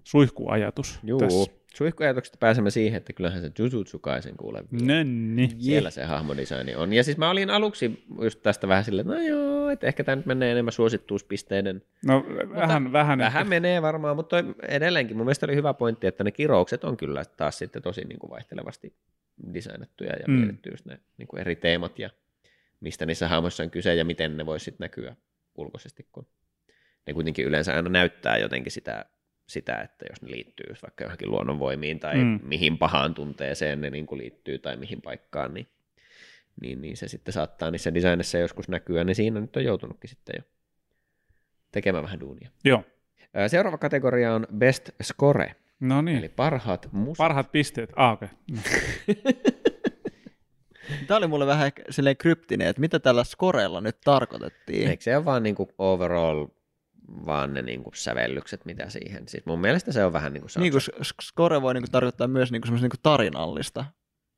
C: suihkuajatus
A: Juu.
C: tässä.
A: Suihkuajatuksesta pääsemme siihen, että kyllähän se Jujutsu Kaisen kuulee.
C: Nenni.
A: Siellä se hahmodesigni on. Ja siis mä olin aluksi just tästä vähän silleen, että no joo, että ehkä tämä nyt menee enemmän suosittuuspisteiden.
C: No vähän, vähän.
A: Vähän
C: ehkä.
A: menee varmaan, mutta toi edelleenkin mun mielestä oli hyvä pointti, että ne kiroukset on kyllä taas sitten tosi niin kuin vaihtelevasti designattuja ja
C: Mm.
A: mm. mietitty just ne niin kuin eri teemat ja mistä niissä hahmoissa on kyse ja miten ne voisi sitten näkyä ulkoisesti, kun ne kuitenkin yleensä aina näyttää jotenkin sitä, sitä että jos ne liittyy just vaikka johonkin luonnonvoimiin tai
C: Mm.
A: mm. mihin pahaan tunteeseen ne niin kuin liittyy tai mihin paikkaan, niin, niin, niin se sitten saattaa niissä designissa joskus näkyä, niin siinä nyt on joutunutkin sitten jo tekemään vähän duunia.
C: Joo.
A: Ö, Seuraava kategoria on Best Score,
C: No niin.
A: eli parhaat musiikit.
C: Parhaat pisteet. Ah, okei.
B: Tämä oli mulle vähän ehkä silleen kryptinen, että mitä tällä skorella nyt tarkoitettiin.
A: Eikö se ole vaan niinku overall vaan ne niinku sävellykset, mitä siihen. Siis mun mielestä se on vähän niinku
B: Niin
A: soundtrack.
B: kuin score voi niin kuin tarkoittaa myös niin kuin semmoista niin kuin tarinallista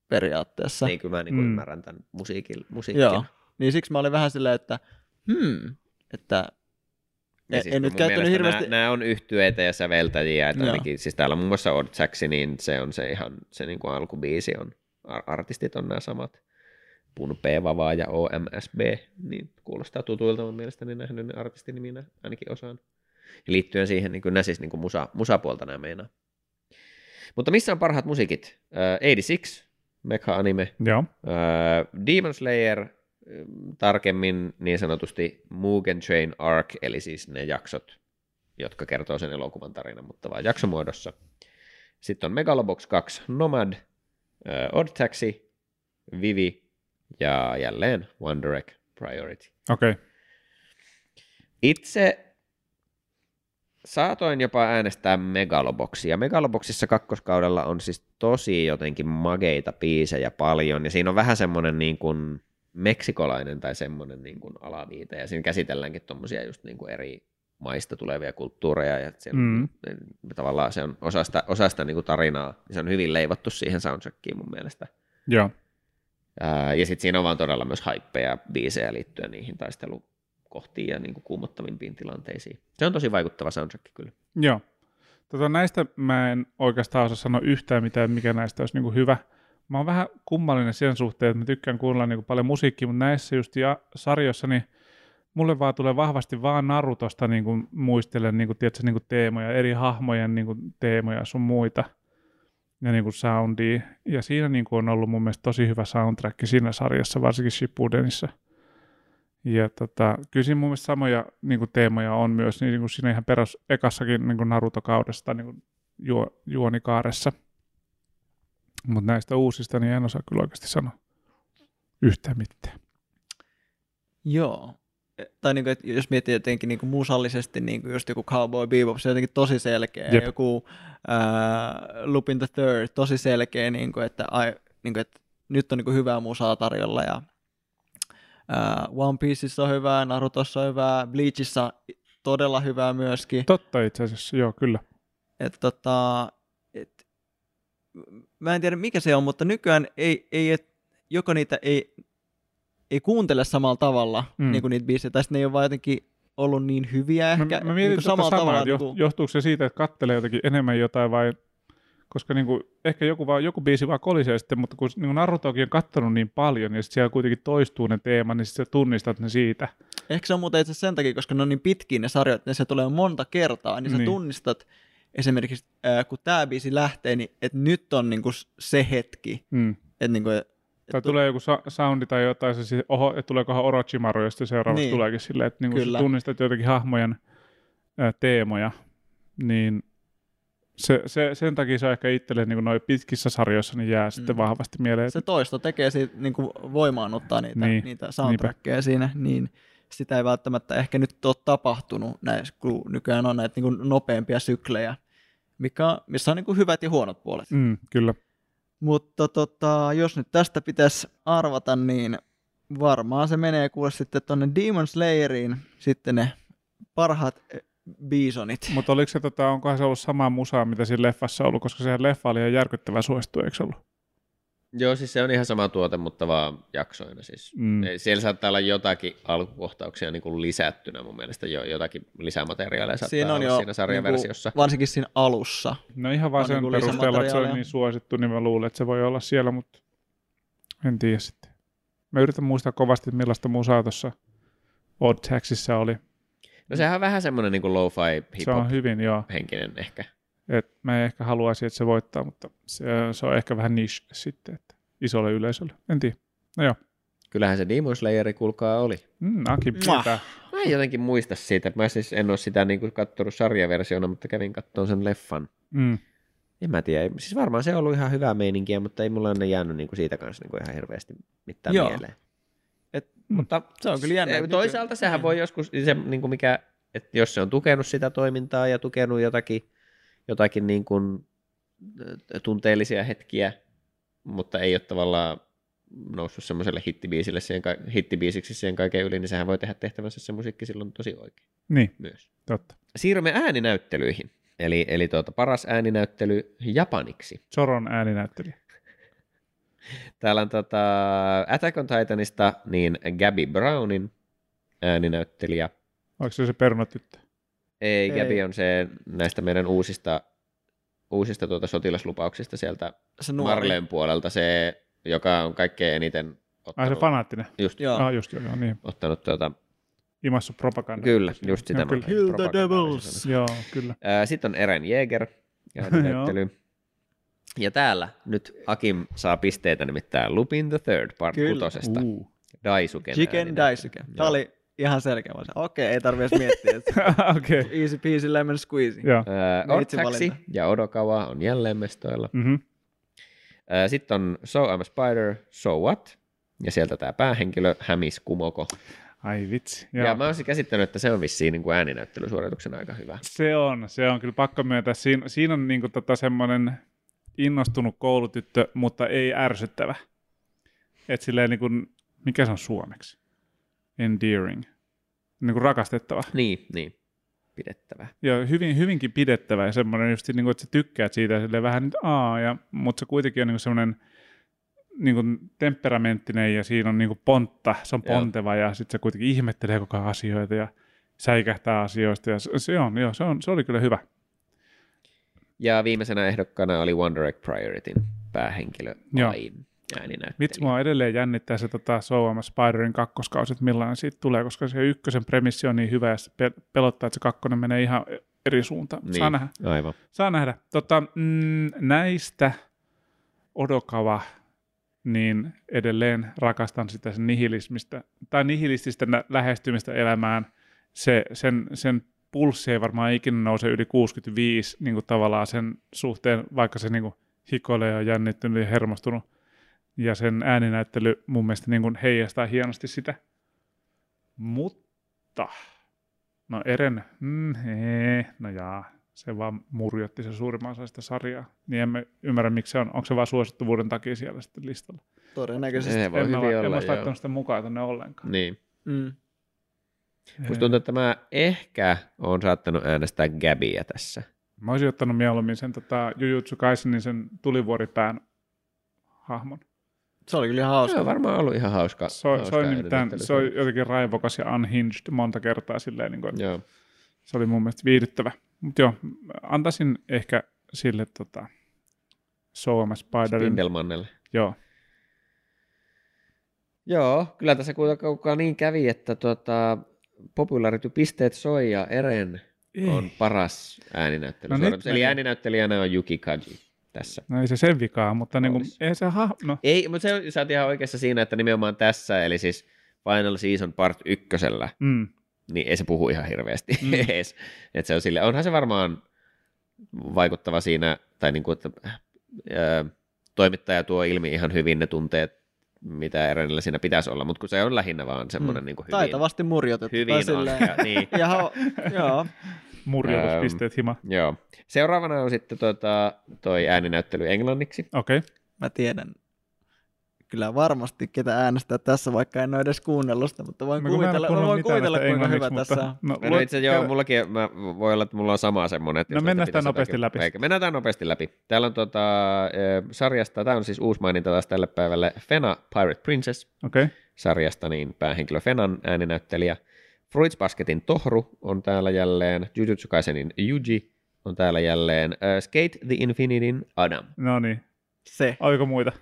B: periaatteessa. Niin.
A: niin kyllä mä niinku
C: Mm.
A: mm. ymmärrän tämän musiikin, musiikkin.
B: Joo. Niin siksi mä olin vähän silleen, että hmm, että
A: Niin
B: en-
A: siis
B: en nyt käyttänyt hirveästi-
A: Nämä, nämä on yhtyeitä ja säveltäjiä, että
B: Joo.
A: ainakin, siis täällä muun muassa Odd Saxi, niin se on se ihan, se niinku alkubiisi on, ar- artistit on nämä samat, Pun P, Vavaa ja OMSB, niin kuulostaa tutuilta, mä oon mielestäni nähnyt ne artistiniminä ainakin osaan. Ja liittyen siihen, niin kyllä nämä siis niin kuin musa, musapuolta nämä meinaa. Mutta missä on parhaat musiikit? Äh, 86, Mecha Anime,
C: Joo.
A: Öö, Demon Slayer, ö, tarkemmin niin sanotusti Mugen Train Arc, eli siis ne jaksot, jotka kertoo sen elokuvan tarinan, mutta vain jaksomuodossa. Sitten on Megalobox 2, Nomad, öö, Odd Taxi, Vivi ja jälleen One Direct Priority.
C: Okei.
A: Itse saatoin jopa äänestää Megaloboxia. Megaloboxissa kakkoskaudella on siis tosi jotenkin mageita biisejä paljon, ja siinä on vähän semmoinen niin kuin meksikolainen tai semmoinen niin kuin alaviite, ja siinä käsitelläänkin tuommoisia just niin kuin eri maista tulevia kulttuureja, ja siellä
C: Mm.
A: mm. tavallaan se on osasta, osasta niin kuin tarinaa, ja se on hyvin leivottu siihen soundtrackiin mun mielestä.
C: Joo.
A: Ää, ja sitten siinä on vaan todella myös haippeja biisejä liittyen niihin taistelukohtiin ja niin kuin kuumottavimpiin tilanteisiin. Se on tosi vaikuttava soundtrack kyllä.
C: Joo. Tota, näistä mä en oikeastaan osaa sanoa yhtään mitään, mikä näistä olisi niin kuin hyvä. Mä oon vähän kummallinen sen suhteen, että mä tykkään kuunnella niin kuin paljon musiikkia, mutta näissä just ja sarjoissa, niin mulle vaan tulee vahvasti vaan Narutosta niin kuin muistelen niin kuin, tiedätkö, niin kuin teemoja, eri hahmojen niin kuin teemoja ja sun muita ja niin kuin soundia. Ja siinä niin kuin on ollut mun mielestä tosi hyvä soundtrack siinä sarjassa, varsinkin Shippudenissa. Ja tota, kyllä siinä mun mielestä samoja niin kuin teemoja on myös niin kuin siinä ihan perus ekassakin niin kuin Naruto-kaudessa tai niin kuin juo, juonikaaressa. Mutta näistä uusista niin en osaa kyllä oikeasti sanoa yhtään mitään.
B: Joo. Tai niin kuin, että jos miettii jotenkin niin kuin musallisesti, niin kuin just joku Cowboy Bebop, se on jotenkin tosi selkeä.
C: Jep.
B: Jep. Joku ää, Lupin the Third, tosi selkeä, niin kuin, että, ai, niin kuin, että nyt on niin kuin hyvää musaa tarjolla. Ja, ää, One Pieceissa on hyvää, Narutossa on hyvää, Bleachissa todella hyvää myöskin.
C: Totta itse asiassa, joo kyllä.
B: Et tota, et, mä en tiedä mikä se on, mutta nykyään ei, ei et, joko niitä ei, ei kuuntele samalla tavalla
C: Mm.
B: mm. niin kuin niitä biisejä, tai sitten ne ei ole vaan jotenkin ollut niin hyviä ehkä.
C: mä, mä mietin
B: niin
C: niin samaa samaa, että
B: niin
C: joht- johtuuko se siitä, että kattelee jotenkin enemmän jotain vai, koska niin kuin, ehkä joku, vaan, joku biisi vaan kolisee sitten, mutta kun niin Narutokin on kattonut niin paljon ja sitten siellä kuitenkin toistuu ne teema, niin sitten sä tunnistat ne siitä.
B: Ehkä se on muuten itse asiassa sen takia, koska ne on niin pitkiä ne sarjat, että se tulee monta kertaa, niin sä
C: Niin.
B: niin. tunnistat esimerkiksi, ää, kun tämä biisi lähtee, niin että nyt on niinku s- se hetki.
C: Mm.
B: Että niinku, et,
C: Tai tulee joku sa- soundi tai jotain, se siis, oho, että tuleekohan Orochimaru, ja sitten seuraavaksi niin.
B: Niin.
C: tuleekin silleen, että niin kun
B: Kyllä.
C: tunnistat jotenkin hahmojen ää, teemoja, niin se, se, sen takia se on ehkä itselle niin noin pitkissä sarjoissa niin jää mm. sitten
B: Mm.
C: vahvasti mieleen.
B: se toisto tekee siitä, niin kuin voimaannuttaa niitä,
C: Niin,
B: niin, niitä soundtrackeja siinä, niin sitä ei välttämättä ehkä nyt ole tapahtunut näissä, kun nykyään on näitä niin kuin nopeampia syklejä, mikä, missä on niin kuin hyvät ja huonot puolet. Mm.
C: Mm, kyllä.
B: Mutta tota, jos nyt tästä pitäisi arvata, niin varmaan se menee kuule sitten tuonne Demon Slayeriin sitten ne parhaat eh, biisonit.
C: Mutta oliko se, tota, onkohan se ollut samaa musaa, mitä siinä leffassa ollut, koska sehän leffa oli ihan järkyttävä suosittu, eikö se ollut?
A: Joo, siis se on ihan sama tuote, mutta vaan jaksoina siis.
C: Mm.
A: Ei, Siellä saattaa olla jotakin alkukohtauksia niin kuin lisättynä mun mielestä, jo, jotakin lisämateriaaleja saattaa
B: Siinä on
A: olla
B: jo
A: siinä sarjaversiossa.
B: Niinku, varsinkin siinä alussa.
C: No ihan
A: niin
C: vaan
B: On
C: sen
B: niinku
C: perusteella, että se oli
B: lisämateriaalia.
C: niin suosittu, niin mä luulen, että se voi olla siellä, mutta en tiedä sitten. Mä yritän muistaa kovasti, että millaista musaa tuossa Odd Taxissa oli.
A: No sehän on vähän semmoinen niin lo-fi
C: Se on
A: hip-hop
C: hyvin, joo.
A: henkinen ehkä.
C: Et mä en ehkä haluaisin, että se voittaa, mutta se, se on ehkä vähän niche sitten, että isolle yleisölle. En tiedä. No
A: Kyllähän se Demon Slayeri kuulkaa oli.
C: Mm, Aki,
B: Mwah.
C: pitää.
A: Mä en jotenkin muista siitä. Mä siis en ole sitä niin kuin kattonut sarjaversiona, mutta kävin kattoon sen leffan.
C: Mm.
A: En mä tiedä. Ei- Siis varmaan se on ollut ihan hyvää meininkiä, mutta ei mulla ole jäänyt niin kuin siitä kanssa niin kuin ihan hirveästi mitään Joo.
B: Joo.
A: mieleen.
B: Et,
A: mutta
B: Se on kyllä jännä.
A: Ei,
B: että
A: Toisaalta sehän voi joskus, se, niin kuin mikä, että jos se on tukenut sitä toimintaa ja tukenut jotakin, jotakin niin kuin, ö, tunteellisia hetkiä, mutta ei ole tavallaan noussut semmoiselle hittibiisille siihen, ka- hittibiisiksi siihen kaiken yli, niin sehän voi tehdä tehtävänsä se musiikki silloin tosi oikein
C: Niin,
A: myös.
C: totta.
A: Siirrymme ääninäyttelyihin. Eli, eli tuota, paras ääninäyttely japaniksi.
C: Soron ääninäyttelijä.
A: Täällä on tota Attack on Titanista niin Gabby Brownin ääninäyttelijä.
C: Oliko se se perunatyttö?
A: Ei,
B: Ei.
A: Gabby on se näistä meidän uusista, uusista tuota sotilaslupauksista sieltä
B: se
A: Nuori.
B: nuori.
A: Marleen puolelta se, joka on kaikkein eniten
C: Ai se
A: ottanut,
C: fanaattinen.
A: just,
B: Joo.
C: Ah, just joo, joo niin.
A: ottanut tuota,
C: Imassu propaganda.
A: kyllä, just sitä.
C: Joo, kyllä.
B: Kill the
A: propagandaa.
B: devils.
C: Joo, kyllä.
A: Ää, Sitten on Eren
C: *laughs*
A: Jäger, näyttely. ja täällä nyt Akim saa pisteitä nimittäin Lupin the Third Part
B: Kyllä.
A: kutosesta.
C: Uu. *laughs*
A: Daisuken
B: Chicken
A: ääninä.
B: Daisuke. Tämä oli ihan selkeä vastaus. Okei, ei tarvitse edes miettiä.
C: *laughs*
B: että
C: Okei, okay.
B: easy peasy lemon squeezy.
C: joo.
A: Öö,
B: Neitsyvalinta.
A: Ortsaksi ja Odokawa on jälleen mestoilla.
C: Mm-hmm.
A: Öö, Sitten on So I'm a Spider, So What? Ja sieltä tämä päähenkilö Hämis Kumoko.
C: Ai vitsi.
A: Joo.
C: Joo.
A: Ja mä oon siis käsittänyt, että se on vissiin niin kuin ääninäyttelysuorituksen aika hyvä.
C: Se on, se on kyllä pakko myöntää. Siin, siinä on niinku tota semmoinen innostunut koulutyttö, mutta ei ärsyttävä. Et silleen niinku, mikä se on suomeksi? Endearing. Niinku rakastettava.
A: Niin, niin. Pidettävä.
C: Ja hyvin, hyvinkin pidettävä ja semmoinen just niinku, että sä tykkäät siitä silleen vähän nyt aa, ja, mutta se kuitenkin on niinku semmoinen niin kuin temperamenttinen ja siinä on niin kuin pontta, se on
A: Joo.
C: ponteva ja sitten se kuitenkin ihmettelee koko ajan asioita ja säikähtää asioista ja se, se, on, joo, se, on, se oli kyllä hyvä.
A: Ja viimeisenä ehdokkaana oli One Direct Priorityn päähenkilö
C: Joo.
A: Ain
C: Vitsi,
A: ääninäyttelijä.
C: mua edelleen jännittää se tota, Soul of Spiderin kakkoskausi, että millainen siitä tulee, koska se ykkösen premissi on niin hyvä ja se pe- pelottaa, että se kakkonen menee ihan eri suuntaan. Niin. Saa nähdä.
A: Aivan.
C: Saa nähdä. Tota, mm, näistä Odokava, niin edelleen rakastan sitä sen nihilismistä, tai nihilististä nä- lähestymistä elämään. Se, sen, sen pulssi ei varmaan ikinä nouse yli 65 niin kuin tavallaan sen suhteen, vaikka se niin kuin hikoilee ja on jännittynyt ja hermostunut. Ja sen ääninäyttely mun mielestä niin kuin heijastaa hienosti sitä. Mutta, no Eren, mm, hee, no jaa, se vaan murjotti se suurimman osa sitä sarjaa. Niin emme ymmärrä, miksi se on. Onko se vaan suosittuvuuden takia siellä sitten listalla?
B: Todennäköisesti.
A: Se voi
C: Siis en mä,
A: hyvin
C: en mä
A: olla,
C: olisi
A: joo.
C: laittanut sitä mukaan tänne ollenkaan. Eh,
A: Niin.
B: Mm.
A: Musta tuntuu, että mä ehkä on saattanut äänestää Gabia tässä.
C: Mä olisin ottanut mieluummin sen tota, Jujutsu Kaisenin sen tulivuoripään hahmon.
B: Se oli kyllä hauska.
A: Se on varmaan ollut ihan hauska.
C: Se, on- se,
A: hauska
C: on nimittäin,
A: äänenäyttely.
C: se on jotenkin raivokas ja unhinged monta kertaa silleen, niin kuin,
A: Joo.
C: se oli mun mielestä viihdyttävä. Mutta joo, antaisin ehkä sille tota, Soama Spiderin.
A: Spindelmannelle.
C: Joo,
A: Joo, kyllä tässä kuitenkaan niin kävi, että tota, popularity-pisteet soi ja Eren
C: Ei.
A: on paras ääninäyttely.
C: Niin. No
A: No
C: nyt
A: Eli
C: meni.
A: ääninäyttelijänä on Yuki Kaji tässä.
C: no ei se sen vikaa, mutta niin kuin,
A: Olis.
C: ei se ha- no,
A: Ei, mutta se, sä oot ihan oikeassa siinä, että nimenomaan tässä, eli siis Final Season Part ykkösellä,
C: mm,
A: niin ei se puhu ihan hirveästi *laughs*
C: Mm.
A: mm. edes. Et se on sille, onhan se varmaan vaikuttava siinä, tai niin kuin, että ö, toimittaja tuo ilmi ihan hyvin ne tunteet, mitä Erenillä siinä pitäisi olla, mutta kun se on lähinnä vaan semmoinen mm. niin kuin hyvin,
B: Taitavasti murjotettu.
A: hyvin
B: tai silleen-
A: ankea, niin. *laughs*
B: Ja hau- joo.
C: murjoituspisteet hima.
A: Joo. Seuraavana on sitten tota, toi ääninäyttely englanniksi.
C: Okei, okay.
B: Mä tiedän kyllä varmasti, ketä äänestää tässä, vaikka en ole edes kuunnellut sitä, mutta voin kuvitella, mä voin kuvitella kuinka hyvä tässä on.
C: No,
A: No, no
C: luet-
A: itse joo,
C: käy-
A: mullakin, mä, voi olla, että mulla on sama semmoinen. Että
C: No
A: jos
C: mennään
A: näitä
C: tää
A: pitäisi
C: nopeasti
A: jotakin-
C: läpi.
A: Eikä, mennään tämä nopeasti läpi. Täällä on tota, ö, sarjasta, tämä on siis uusi maininta taas tälle päivälle, Fena Pirate Princess
C: Okei,
A: sarjasta, niin päähenkilö Fenan ääninäyttelijä. Fruits Basketin Tohru on täällä jälleen, Jujutsu Kaisenin Yuji on täällä jälleen, ö, Skate the Infinitin Adam.
C: no niin.
B: Se.
C: Oliko muita?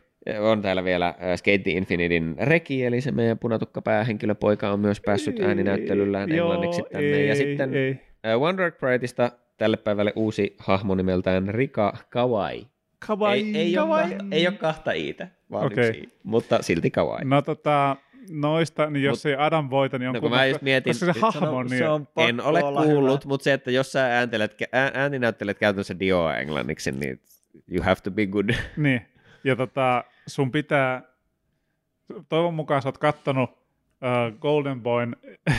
A: On täällä vielä äh, Skate the Infinitin Reki, eli se meidän punatukka päähenkilöpoika on myös päässyt ääninäyttelyllään
C: Joo,
A: englanniksi tänne. ja
C: ei,
A: sitten ei.
C: Ei.
A: One Direct Prideista tälle päivälle uusi hahmo nimeltään Rika Kawai.
C: Kawaii.
A: ei, ei, ole
C: kawaii.
A: kahta, ei ole kahta iitä, vaan
C: Okei.
A: okay. yksi, i, mutta silti Kawai.
C: No tota, noista, niin jos
A: Mut-
C: ei Adam voita, niin on
A: No kun mä just mietin,
C: koska se
A: nyt
C: hahmo on niin.
B: pakko
A: en ole
B: olla
A: kuullut,
B: hyvä.
A: mutta se, että jos sä ääntelet, ää- ääninäyttelet käytännössä Dioa englanniksi, niin you have to be good.
C: Niin. Ja tota, sun pitää, toivon mukaan sä oot kattonut uh, Golden Boyn *laughs*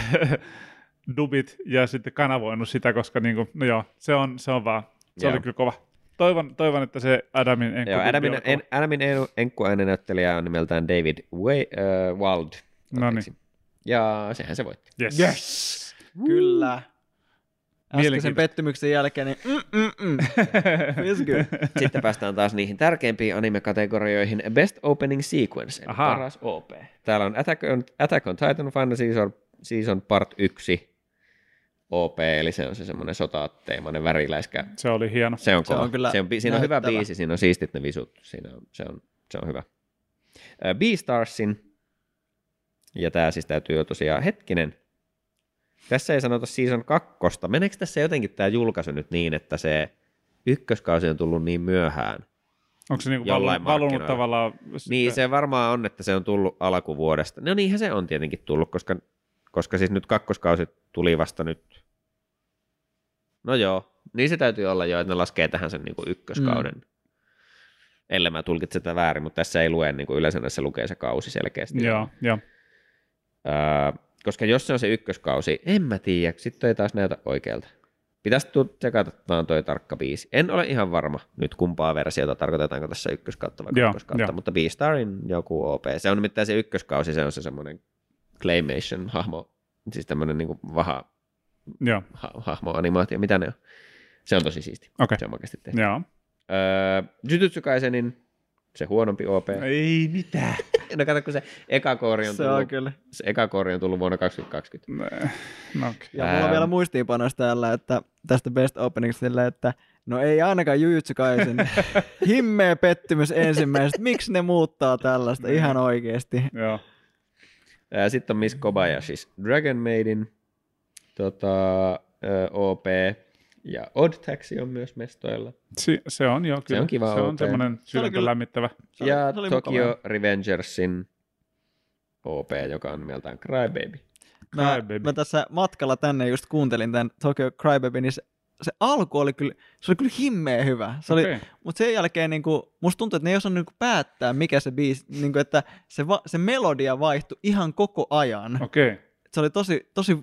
C: dubit ja sitten kanavoinut sitä, koska niinku, no joo, se on, se on vaan, se
A: Joo.
C: oli kyllä kova. Toivon, toivon että se Adamin enkku
A: Joo,
C: dubi
A: Adamin,
C: oli kova.
A: en, Adamin en, enkkuääninäyttelijä on nimeltään David Way, äh, Wald.
C: No
A: Anteeksi. Ja sehän se voitti.
C: Yes.
B: Yes! Kyllä. Äskeisen
C: Mielenkiintoista.
B: pettymyksen jälkeen, niin mm, mm, *laughs* mm. Feels good.
A: Sitten päästään taas niihin tärkeimpiin anime-kategorioihin. Best Opening Sequence, eli
C: Ahaa.
A: paras OP. Täällä on Attack on, Attack on Titan Final Season, Season Part 1 OP, eli se on se semmoinen sotateemainen väriläiskä.
C: Se oli hieno.
A: Se on,
B: Se on
A: kova.
B: kyllä
A: se on, bi- siinä on hyvä
B: näyttävä.
A: biisi, siinä on siistit ne visut, siinä on, se, on, se on hyvä. Ö, Beastarsin, ja tämä siis täytyy jo tosiaan, hetkinen, tässä ei sanota season kakkosta. Meneekö tässä jotenkin tämä julkaisu nyt niin, että se ykköskausi on tullut niin myöhään?
C: Onko se niinku
A: Jollain
C: valunut, valunut
A: markkinoilla.
C: tavallaan?
A: Niin se varmaan on, että se on tullut alkuvuodesta. No niinhän se on tietenkin tullut, koska, koska siis nyt kakkoskausi tuli vasta nyt. No joo, niin se täytyy olla jo, että ne laskee tähän sen niin kuin ykköskauden. Mm. Ellei mä tulkitse tätä väärin, mutta tässä ei lue, niin kuin yleensä näissä lukee se kausi selkeästi.
C: Joo, joo.
A: Öö, koska jos se on se ykköskausi, en mä tiedä, sitten ei taas näytä oikealta. Pitäisi tu- tsekata, että tää on toi tarkka biisi. En ole ihan varma nyt kumpaa versiota tarkoitetaanko tässä ykköskautta vai
C: Joo,
A: kakkoskautta,
C: joo.
A: mutta Beastarin joku OP. Se on nimittäin se ykköskausi, se on se semmoinen claymation-hahmo, siis tämmöinen niinku vaha
C: Joo,
A: ha- hahmo-animaatio, mitä ne on. Se on tosi siisti,
C: okei.
A: se on oikeasti tehty.
C: Joo.
A: Öö, Jujutsu Kaisenin se huonompi OP.
C: Ei mitään.
A: No kato, kun se eka koori on
B: Se on
A: tullut,
B: kyllä.
A: se eka koori on tullut vuonna 2020.
C: No, no okay.
B: Ja mulla on
A: Ää.
B: vielä muistiinpanossa täällä, että tästä best openingista sillä, että no ei ainakaan Jujutsu Kaisen. *laughs* Himmeä pettymys ensimmäisestä. Miksi ne muuttaa tällaista ihan oikeasti?
C: Joo.
A: Ää, Sitten on Miss Kobayashi, Dragon Maiden, tota, ö, OP ja Odd Taxi on myös mestoilla.
C: Si- se on jo kyllä.
A: on kiva
C: se on
A: OP.
C: semmoinen
B: Se oli
C: sydäntä
B: kyllä-
C: lämmittävä.
B: Se oli-
A: ja
B: se oli
A: Tokyo
B: mukavaa.
A: Revengersin OP, joka on nimeltään Crybaby.
B: Mä,
C: Crybaby.
B: mä tässä matkalla tänne just kuuntelin tämän Tokyo Crybaby, niin se, se alku oli kyllä, se oli kyllä himmeä hyvä. Se oli,
C: Okei.
B: Mutta sen jälkeen niinku, musta tuntuu, että ne ei osannut niinku päättää, mikä se biisi, niinku, että se, va- se melodia vaihtui ihan koko ajan.
C: Okei.
B: se oli tosi, tosi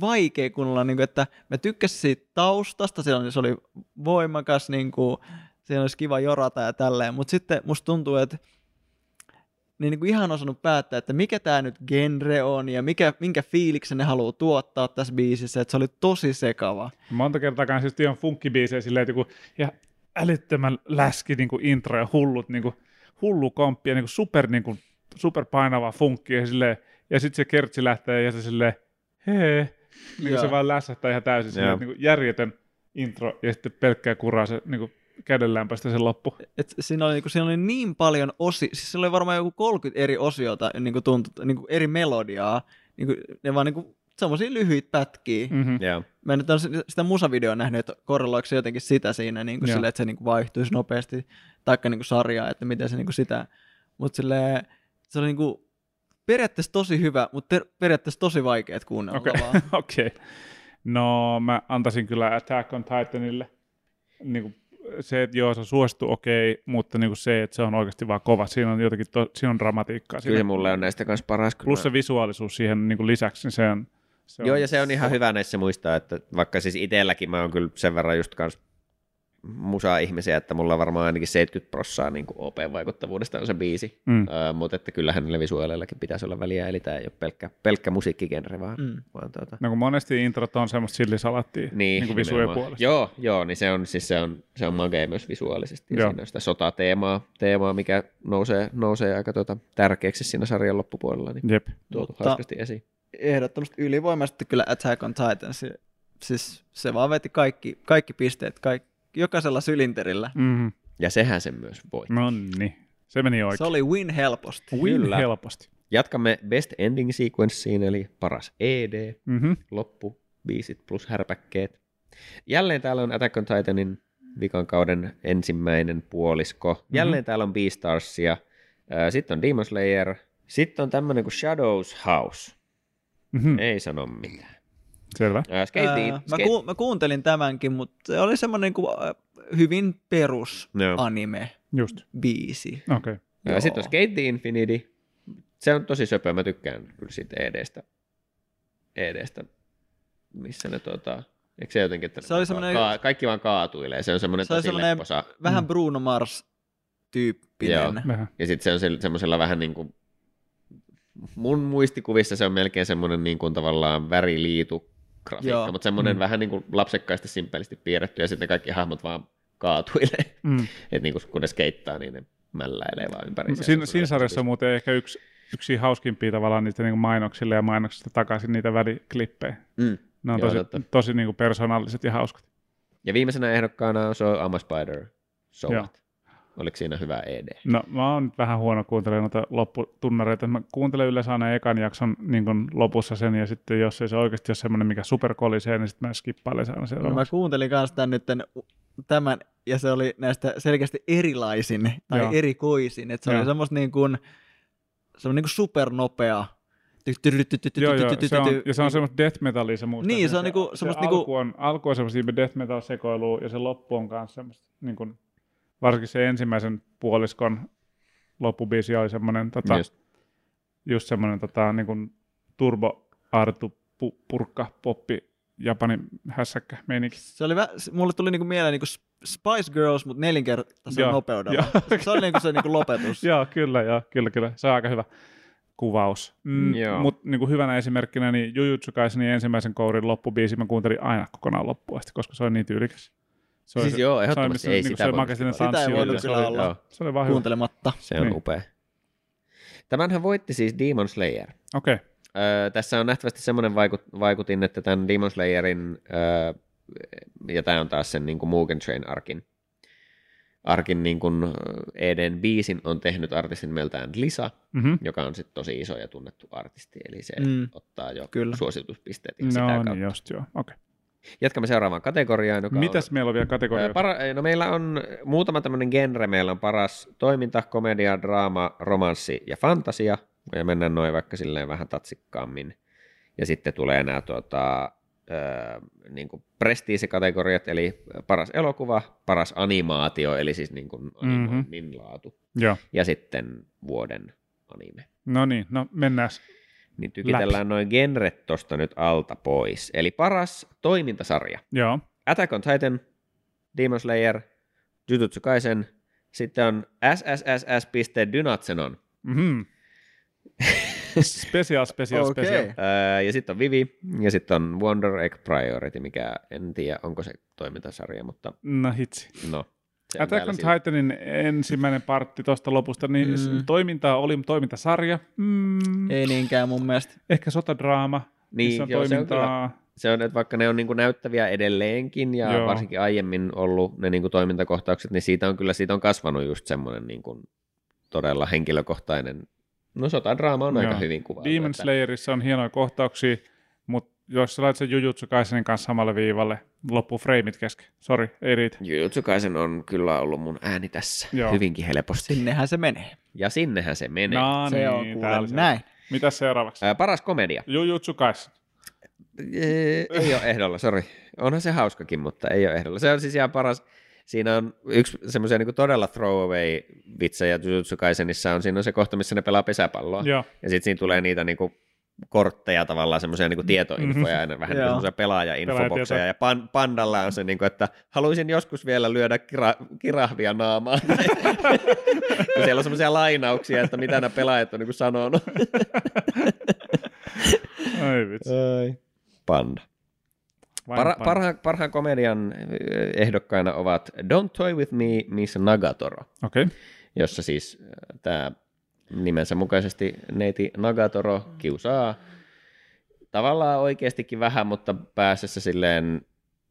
B: vaikea kuunnella, niin kuin, että mä tykkäsin siitä taustasta, se oli, se oli voimakas, niin kuin, siinä olisi kiva jorata ja tälleen, mutta sitten musta tuntuu, että ne niin kuin ihan osannut päättää, että mikä tämä nyt genre on ja mikä, minkä fiiliksen ne haluaa tuottaa tässä biisissä, että se oli tosi sekava.
C: Monta kertaa kanssa just ihan funkkibiisejä silleen, että joku, ja älyttömän läski niin kuin intro ja hullut, niin kuin, hullu komppi ja niin kuin super, niin kuin, super painava funkki ja, silleen, ja sitten se kertsi lähtee ja se silleen, hee, niin kuin
B: Joo.
C: se vaan lässähtää ihan täysin silleen,
A: Joo.
C: niin kuin järjetön intro ja sitten pelkkää kuraa se niin kuin kädenlämpöistä se loppu.
B: Et siinä, oli, niin kuin, siinä oli niin paljon osi, siis siinä oli varmaan joku 30 eri osiota, niin kuin tuntu, niin kuin eri melodiaa, niin kuin, ne vaan niin kuin, semmoisia lyhyitä pätkiä,
C: Mm-hmm.
A: Joo.
B: Mä en nyt ole sitä- sitä musavideoa nähnyt, että korreloiko se jotenkin sitä siinä, niin kuin
C: Joo.
B: sille, että se niin kuin vaihtuisi nopeasti, taikka niin kuin sarjaa, että miten se niin kuin sitä. Mutta se oli niin kuin periaatteessa tosi hyvä, mutta ter- periaatteessa tosi vaikea kuunnella
C: Okei.
B: okay.
C: *laughs*
B: vaan.
C: Okei. Okay. No mä antaisin kyllä Attack on Titanille. Niin kuin se, että joo, se suostuu, okei, okay, mutta niin kuin se, että se on oikeasti vaan kova. Siinä on jotenkin, to, siinä on dramatiikkaa.
A: Kyllä
C: Siinä.
A: se mulle on näistä kanssa paras. Kyllä
C: Plus
A: mä-
C: se visuaalisuus siihen niin kuin lisäksi, niin se on... Se
A: Joo, ja se on ihan hyvä näissä muistaa, että vaikka siis itselläkin mä oon kyllä sen verran just kans musa-ihmisiä, että mulla varmaan ainakin 70 prossaa niin OP-vaikuttavuudesta on se biisi,
C: Mm.
A: mm. öö, mutta että kyllähän niillä visuaaleilläkin pitäisi olla väliä, eli tämä ei ole pelkkä, pelkkä musiikkigenre, vaan,
B: Mm.
A: mm. vaan tuota.
C: No kun monesti introt on semmoista sillisalattia, niin, niin kuin visujen
A: nimenomaan.
C: puolesta.
A: Joo, joo, niin se on, siis se on, se on makea myös visuaalisesti. Ja
C: Joo.
A: siinä on sitä sotateemaa, teemaa, mikä nousee, nousee aika tuota, tärkeäksi siinä sarjan loppupuolella, niin
C: Jep.
A: tuotu
B: Mutta-
A: hauskasti esiin.
B: Ehdottomasti ylivoimaisesti kyllä Attack on Titan. Se, siis se vaan veti kaikki, kaikki pisteet, kaikki, jokaisella sylinterillä.
C: Mm-hmm.
A: Ja sehän sen myös voi.
C: No niin. Se meni
B: Se
C: oikein.
B: oli win helposti.
C: Win
A: Kyllä.
C: helposti.
A: Jatkamme Best Ending Sequenceen, eli paras E ED,
C: Mm-hmm.
A: loppu, biisit plus härpäkkeet. Jälleen täällä on Attack on Titanin vikan kauden ensimmäinen puolisko.
B: Mhm.
A: Jälleen mm-hmm. täällä on Beastarsia, ää, sitten on Demon Slayer, sitten on tämmönen kuin Shadows House.
C: Mm-hmm.
A: Ei sano mitään.
C: Selvä.
A: Ää, Skate,
B: Ää,
A: Ää,
B: Hmm. Äh, mä,
A: skate.
B: ku, mä kuuntelin tämänkin, mutta se oli semmoinen niin kuin, äh, hyvin perus
A: no.
B: anime
C: Just.
B: biisi.
C: Okei. Okay.
A: Ää, sitten
B: Ah, joo.
A: Äh, on Skate the Infinity. Se on tosi söpö, mä tykkään kyllä siitä E EDstä. EDstä, missä ne tota... Eikö se jotenkin, että ne
B: Se oli
A: vaan
B: semmoinen-
A: kaa, kaikki vaan kaatuilee, se on semmoinen
B: Se oli
A: tosi
B: semmoinen-
A: lepposa.
B: vähän
C: Mm.
B: Bruno Mars
A: Joo.
B: tyyppinen.
C: Vähän.
A: Ja sitten se on sel- semmoisella vähän niin kuin, mun muistikuvissa se on melkein semmoinen niin kuin tavallaan väriliitu
B: Joo.
A: grafiikka, mutta semmoinen
C: Mm.
A: mm. vähän niin kuin lapsekkaasti simpelisti piirretty ja sitten kaikki hahmot vaan kaatuilee. *laughs*
C: Mm.
A: Että niin kun ne skeittaa, niin ne mälläilee vaan ympäri.
C: No, Siinä, siinä sarjassa on muuten ehkä yksi, yksi hauskimpia tavallaan niitä niin mainoksille ja mainoksista takaisin niitä väliklippejä.
A: Mm.
C: Ne on
A: Joo,
C: tosi,
A: totta.
C: tosi niin kuin persoonalliset ja hauskat.
A: Ja viimeisenä ehdokkaana on se on Amma Spider So
C: Joo.
A: What. Oliko siinä hyvä E ED?
C: No mä oon nyt vähän huono kuuntelemaan noita lopputunnareita. Mä kuuntelen yleensä aina ekan jakson niin kuin lopussa sen ja sitten jos ei se oikeasti ole semmoinen, mikä superkolisee, niin sitten mä skippailen sen aina
B: No, mä
C: seuraavaksi.
B: kuuntelin myös tämän, nyt tän- tämän, ja se oli näistä selkeästi erilaisin tai
C: Joo.
B: Joo. erikoisin. Että se
C: Joo.
B: oli semmoista niin kuin, semmoinen niin kuin supernopea. Ty- ty- ty- ty- ty- ty-
C: Joo,
B: ty-
C: joo,
B: ty- ty-
C: se on,
B: ty-
C: ja se on semmoista death metalia se muistaa.
B: Niin, se on niinku
C: semmoista
B: semmoista
C: niinku...
B: niinku-
C: Alku on, alku on semmoista death metal sekoilua ja se loppu on kanssa semmoista, niinku, varsinkin se ensimmäisen puoliskon loppubiisi oli semmoinen, tota, just,
A: Just.
C: just semmoinen tota, niinku, turbo artu pu, purkka poppi japanin hässäkkä meininki.
B: se oli vä- se- mulle tuli niinku mieleen niinku Sp- Spice Girls, mutta nelinkertaisen
C: Joo,
B: nopeudella. *laughs* Se oli niinku se niinku lopetus.
C: Joo, kyllä, joo, kyllä, kyllä. Se on aika hyvä kuvaus. Mm,
A: Joo.
C: Mutta niin hyvänä esimerkkinä, niin Jujutsu Kaisenin ensimmäisen kourin loppubiisi mä kuuntelin aina kokonaan loppuun asti, koska se on niin tyylikäs. Se oli
A: siis
C: se-
A: joo,
C: se oli,
A: ehdottomasti
C: missä
A: ei
C: niinku
A: sitä
C: se
A: voi-
C: makasinen
A: Sitä
B: ei
C: tanssi
B: voinut
C: oli. Se
B: kyllä
C: oli,
B: olla.
C: joo, se oli vaan hyvä.
B: Kuuntelematta.
A: Se on
C: Niin.
A: upea. Tämänhän voitti siis Demon Slayer.
C: Okei,
A: Öö, tässä on nähtävästi semmoinen vaikut, vaikutin, että tämän Demon Slayerin, öö, ja tämä on taas sen niin kuin Mugen Train arkin, arkin niin kuin EDn biisin on tehnyt artistin nimeltään Lisa,
C: Mhm.
A: joka on sitten tosi iso ja tunnettu artisti, eli se
B: Mm.
A: mm. ottaa jo
B: Kyllä.
A: Kyllä. suosituspisteet ja no, sitä
C: no
A: kautta.
C: niin just joo, okei.
A: Jatkamme seuraavaan kategoriaan, joka
C: Mitäs
A: on...
C: meillä on vielä kategorioita?
A: Ää, Para, no meillä on muutama tämmöinen genre. Meillä on paras toiminta, komedia, draama, romanssi ja fantasia. Ja mennään noin vaikka silleen vähän tatsikkaammin. Ja sitten tulee nämä tuota, ää, niin kuin prestiisikategoriat, eli paras elokuva, paras animaatio, eli siis niin kuin animoinnin laatu.
C: Mhm. Joo,
A: Ja sitten vuoden anime.
C: no niin, no mennään.
A: Niin tykitellään
C: Läpi.
A: noin genret tosta nyt alta pois. Eli paras toimintasarja.
C: Joo,
A: Attack on Titan, Demon Slayer, Jujutsu Kaisen, sitten on SSSS.Dynatsenon, *laughs*
C: mhm. Special, special,
B: Okei.
C: special.
A: öö, ja sitten on Vivi, ja sitten on Wonder Egg Priority, mikä en tiedä, onko se toimintasarja, mutta
C: No hitsi.
A: no. se
C: Attack
A: täällä
C: on
A: siinä.
C: Titanin ensimmäinen partti tuosta lopusta, niin
B: Mm.
C: mm. toimintaa oli toimintasarja. Mm.
B: Ei niinkään mun mielestä.
C: Ehkä sotadraama, niin, missä
A: Niin,
C: on
A: joo, se on kyllä
C: toimintaa.
A: se on, että vaikka ne on niin kuin näyttäviä edelleenkin ja
C: Joo.
A: Joo. varsinkin aiemmin ollut ne niin kuin toimintakohtaukset, niin siitä on kyllä siitä on kasvanut just semmoinen niin kuin todella henkilökohtainen, no sotadraama on Joo. aika
C: Joo.
A: hyvin kuvattu.
C: Demon
A: että-
C: Slayerissa on hienoja kohtauksia, mutta jos sä laitat sen Jujutsu Kaisenin kanssa samalle viivalle, loppuu freimit kesken. Sori, ei riitä.
A: Jujutsu Kaisen on kyllä ollut mun ääni tässä
C: Joo.
A: Joo. hyvinkin helposti.
B: Sinnehän se menee.
A: Ja sinnehän se menee. No.
C: No,
B: se on
C: niin,
B: kuule
C: täällä se-
B: näin.
C: Mitäs seuraavaksi?
A: Ää, paras komedia.
C: Jujutsu Kaisen.
A: Ee, ei ole ehdolla, sori. Onhan se hauskakin, mutta ei ole ehdolla. Se on siis ihan paras. Siinä on yksi semmoisia niin todella throwaway vitsejä Jujutsu Kaisenissa on. Siinä on se kohta, missä ne pelaa pesäpalloa. Joo.
C: Joo,
A: Ja sitten siinä tulee niitä niin kuin kortteja tavallaan, semmoisia niin tietoinfoja, mm-hmm. vähän niin
B: Joo.
A: semmoisia pelaajainfobokseja.
C: Pelaajatietoja.
A: Ja pan, pandalla on se, niin kuin, että haluaisin joskus vielä lyödä kira, kirahvia naamaan. *laughs* ja siellä on semmoisia lainauksia, että mitä nämä pelaajat on niin kuin sanonut.
C: ei vitsi.
A: Panda.
C: Vain
A: Para,
C: pan-
A: parhaan, parhaan komedian eh, ehdokkaina ovat Don't Toy With Me, Miss Nagatoro,
C: Okei,
A: jossa siis tämä nimensä mukaisesti neiti Nagatoro kiusaa tavallaan oikeastikin vähän, mutta pääsessä silleen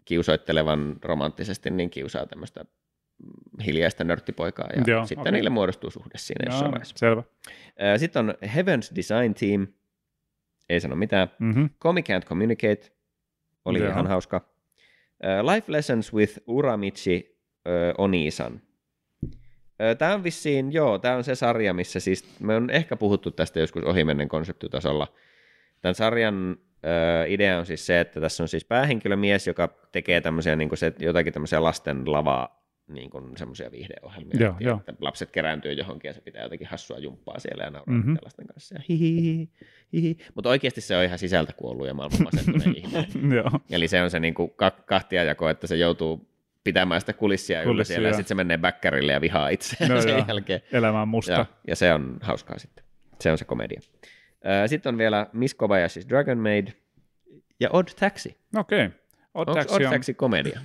A: kiusoittelevan romanttisesti, niin kiusaa tämmöistä hiljaista nörttipoikaa ja
C: Joo,
A: Joo, sitten
C: okei.
A: okay. niille muodostuu suhde siinä jossain
C: no,
A: vaiheessa.
C: selvä.
A: Ö, Sitten on Heaven's Design Team, ei sano mitään,
C: Mhm. *laughs*
A: Comic Can't Communicate oli
C: Joo.
A: Joo. ihan hauska. Ö, Life Lessons with Uramichi äh, ö, Onisan. Tämä Äh, on vissiin, joo, tämä on se sarja, missä siis, me on ehkä puhuttu tästä joskus ohimennen konseptitasolla. Tämän sarjan ö, idea on siis se, että tässä on siis päähenkilömies, joka tekee tämmöisiä, niin se, jotakin tämmöisiä lasten lavaa, niin kuin semmoisia viihdeohjelmia,
C: Joo,
A: että,
C: joo.
A: että lapset kerääntyy johonkin ja se pitää jotakin hassua jumppaa siellä ja nauraa
C: Mhm.
A: mm-hmm. lasten kanssa. Ja hihihi, hihi. Mutta oikeasti se on ihan sisältä kuollut ja maailman
C: *laughs*
A: masentuneen ihminen.
C: Joo,
A: Eli se on se niin kuin ka- kahtiajako, että se joutuu pitämään sitä kulissia yllä
C: Kulissia.
A: siellä, ja sitten se menee bäkkärille ja vihaa itseään
C: No
A: no sen
C: joo.
A: joo. jälkeen.
C: elämä on musta.
A: Ja, ja se on hauskaa sitten. Se on se komedia. Ö, Sitten on vielä Miss Kobayashi's Dragon Maid ja Odd Taxi.
C: Okei. Odd
A: Onko
C: Taxi
A: Odd
C: on-
A: Taxi komedia?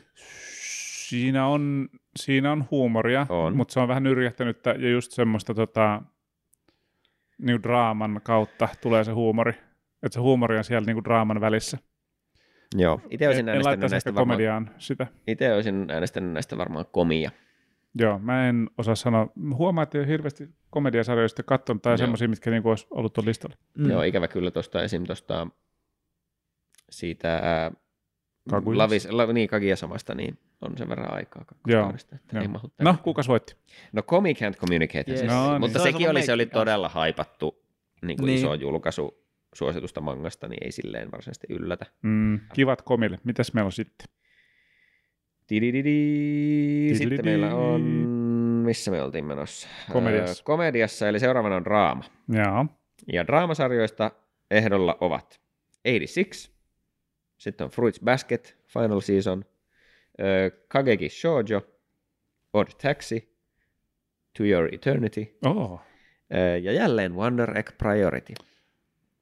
C: Siinä on, siinä on huumoria,
A: On.
C: mutta se on vähän nyrjähtänyt tä- ja just semmoista tota, niinku draaman kautta tulee se huumori. Että se huumori on siellä niinku draaman välissä.
A: Joo. Itse
C: En,
A: olisin,
C: en
A: äänestänyt
C: laittaisi ehkä
A: näistä, varmaan,
C: komediaan sitä.
A: ite olisin äänestänyt näistä varmaan komia.
C: Joo, mä en osaa sanoa. Huomaa, että ei ole hirveästi komediasarjoista katsonut tai
A: Joo.
C: semmoisia, mitkä niinku olisi ollut tuon listalla.
A: Mm. Joo, ikävä kyllä tuosta esim. tuosta siitä ää,
C: Kaguya.
A: Lavis, la, niin, Kaguya samasta, niin on sen verran aikaa kakkoskaudesta, että
C: Joo.
A: ei mahdu
C: No,
A: tähän.
C: kukas voitti?
A: no Comic Can't Communicate,
B: Yes.
A: yes. siis,
C: No niin.
A: no, mutta
B: Se olisi
A: sekin
B: ollut
A: oli, se oli
B: meikin kanssa.
A: todella haipattu niin kuin
B: Niin.
A: niin. iso julkaisu suositusta mangasta, niin ei silleen varsinaisesti yllätä.
C: Mm, kivat komille. Mitäs meillä on sitten?
A: Tidididi.
C: Tidididi.
A: Sitten meillä on, missä me oltiin menossa?
C: Komediassa.
A: Öö, komediassa, eli seuraavana on draama.
C: Joo.
A: Ja draamasarjoista ehdolla ovat 86, sitten on Fruits Basket, Final Season, ö, Kageki Shoujo, Odd Taxi, To Your Eternity
C: Oh.
A: ö, ja jälleen Wonder Egg Priority.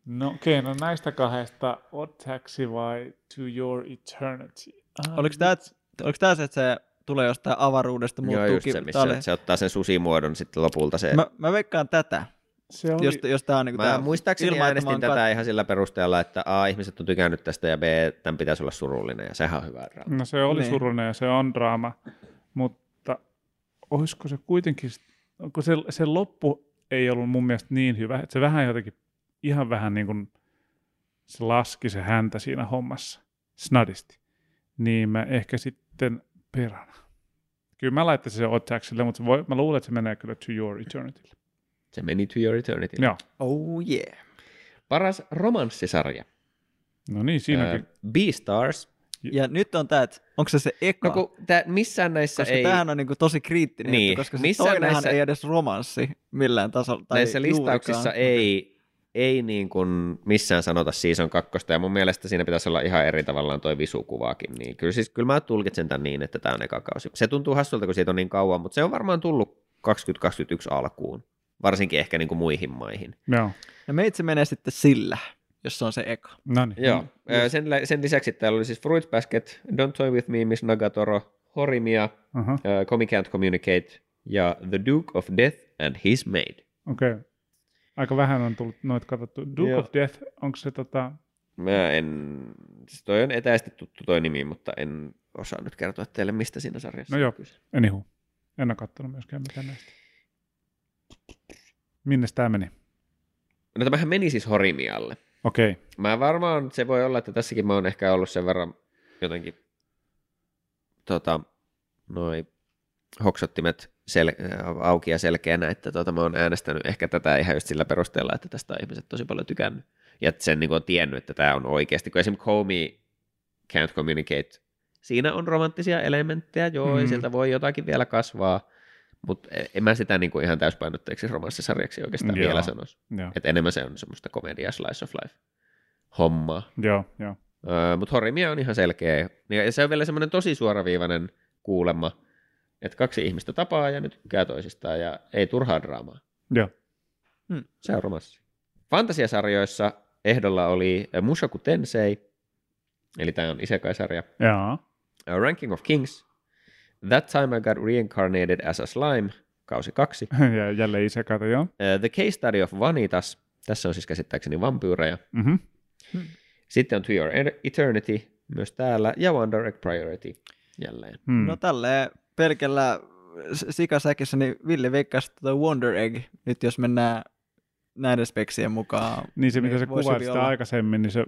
C: No okei, okay, no näistä kahdesta Odd Taxi vai To Your Eternity?
B: Oliko tämä, oliko tämä se, että se tulee jostain avaruudesta,
A: Joo, just
B: muuttuu
A: se, missä se ottaa sen susimuodon sitten lopulta se. Mä,
B: Mä, mä veikkaan tätä,
C: Se oli,
B: jos, jos tämä on niin
A: mä muistaakseni
B: ilma, että mä
A: äänestin
B: oon
A: tätä
B: kat-
A: ihan sillä perusteella, että A, ihmiset on tykännyt tästä ja B, tämän pitäisi olla surullinen ja sehän on hyvä draama.
C: no se oli
B: Niin.
C: surullinen ja se on draama, mutta olisiko se kuitenkin, kun se, se loppu ei ollut mun mielestä niin hyvä, että se vähän jotenkin, ihan vähän niin kuin se laski se häntä siinä hommassa, snadisti, niin mä ehkä sitten perana. Kyllä mä laittaisin sen Ottaksille, mutta se voi, mä luulen, että se menee kyllä To Your Eternitylle.
A: Se meni to your eternity.
C: Joo,
B: Oh yeah.
A: Paras romanssisarja.
C: no niin, siinäkin.
A: Öö, Beastars.
B: Ja nyt on tämä, että onko se se eka?
A: No kun tää, missään näissä
B: koska
A: ei...
B: tämähän on niinku tosi kriittinen,
A: Niin.
B: juttu, koska se
A: Missään
B: toinenhan
A: näissä-
B: ei edes romanssi millään tasolla. Tai
A: näissä listauksissa
B: juurikaan.
A: ei, ei niin kuin missään sanota season kakkosta, ja mun mielestä siinä pitäisi olla ihan eri tavallaan toi visukuvaakin. Niin kyllä, siis, kyllä mä tulkitsen tämän niin, että tämä on eka kausi. Se tuntuu hassulta, kun siitä on niin kauan, mutta se on varmaan tullut 2021 alkuun, varsinkin ehkä niin kuin muihin maihin.
C: Joo,
B: Ja meitsi menee sitten sillä, jos se on se eka.
C: no niin.
A: Joo. Mm, Ö, Sen, lä- sen lisäksi täällä oli siis Fruit Basket, Don't Toy With Me, Miss Nagatoro, Horimia,
C: Aha,
A: ö, Comic Can't Communicate ja The Duke of Death and His Maid.
C: okei. Okay. Aika vähän on tullut noita katsottu. Duke
A: Joo.
C: of Death, onko se tota,
A: Mä en, siis toi on etäisesti tuttu toi nimi, mutta en osaa nyt kertoa teille, mistä siinä sarjassa
C: No joo.
A: on kyse.
C: Anywho, en ole kattonut myöskään mitään näistä. Minne tämä meni?
A: No tämähän meni siis Horimialle.
C: Okei. Okay.
A: Mä varmaan, se voi olla, että tässäkin mä oon ehkä ollut sen verran jotenkin tota, noi hoksottimet sel- auki ja selkeänä, että tota, mä oon äänestänyt ehkä tätä ihan just sillä perusteella, että tästä on ihmiset tosi paljon tykännyt. Ja että sen niin on tiennyt, että tämä on oikeasti. Kun esimerkiksi Comey Can't Communicate, siinä on romanttisia elementtejä, joo,
C: Mm.
A: mm. sieltä voi jotakin vielä kasvaa, mutta en mä sitä niin kuin ihan täyspainotteeksi romanssisarjaksi oikeastaan
C: Joo.
A: vielä sanoisi.
C: Joo,
A: Et enemmän se on semmoista komedia slice of life hommaa.
C: joo, joo.
A: Öö, Mutta Horimia on ihan selkeä. Ja se on vielä semmoinen tosi suoraviivainen kuulemma, että kaksi ihmistä tapaa ja nyt tykkää toisistaan ja ei turhaa draamaa.
C: joo.
A: Se on romanssi. Fantasiasarjoissa ehdolla oli äh, Mushoku Tensei, eli tämä on isekai-sarja,
C: Jaa. *laughs*
A: A Ranking of Kings, That Time I Got Reincarnated as a Slime, kausi kaksi,
C: Ja jälleen isekata, joo.
A: Ö, The Case Study of Vanitas, tässä on siis käsittääkseni vampyyrejä,
C: Mm-hmm.
A: Sitten on To Your Eternity myös täällä ja One Direct Priority jälleen.
C: Hmm.
B: No tälleen pelkällä s- sikasäkissä, niin Ville veikkasi tätä Wonder Egg, nyt jos mennään näiden speksien mukaan.
C: niin se, mitä
B: niin
C: se
B: voisi
C: kuvaili
B: hyvin
C: sitä
B: olla.
C: aikaisemmin, niin se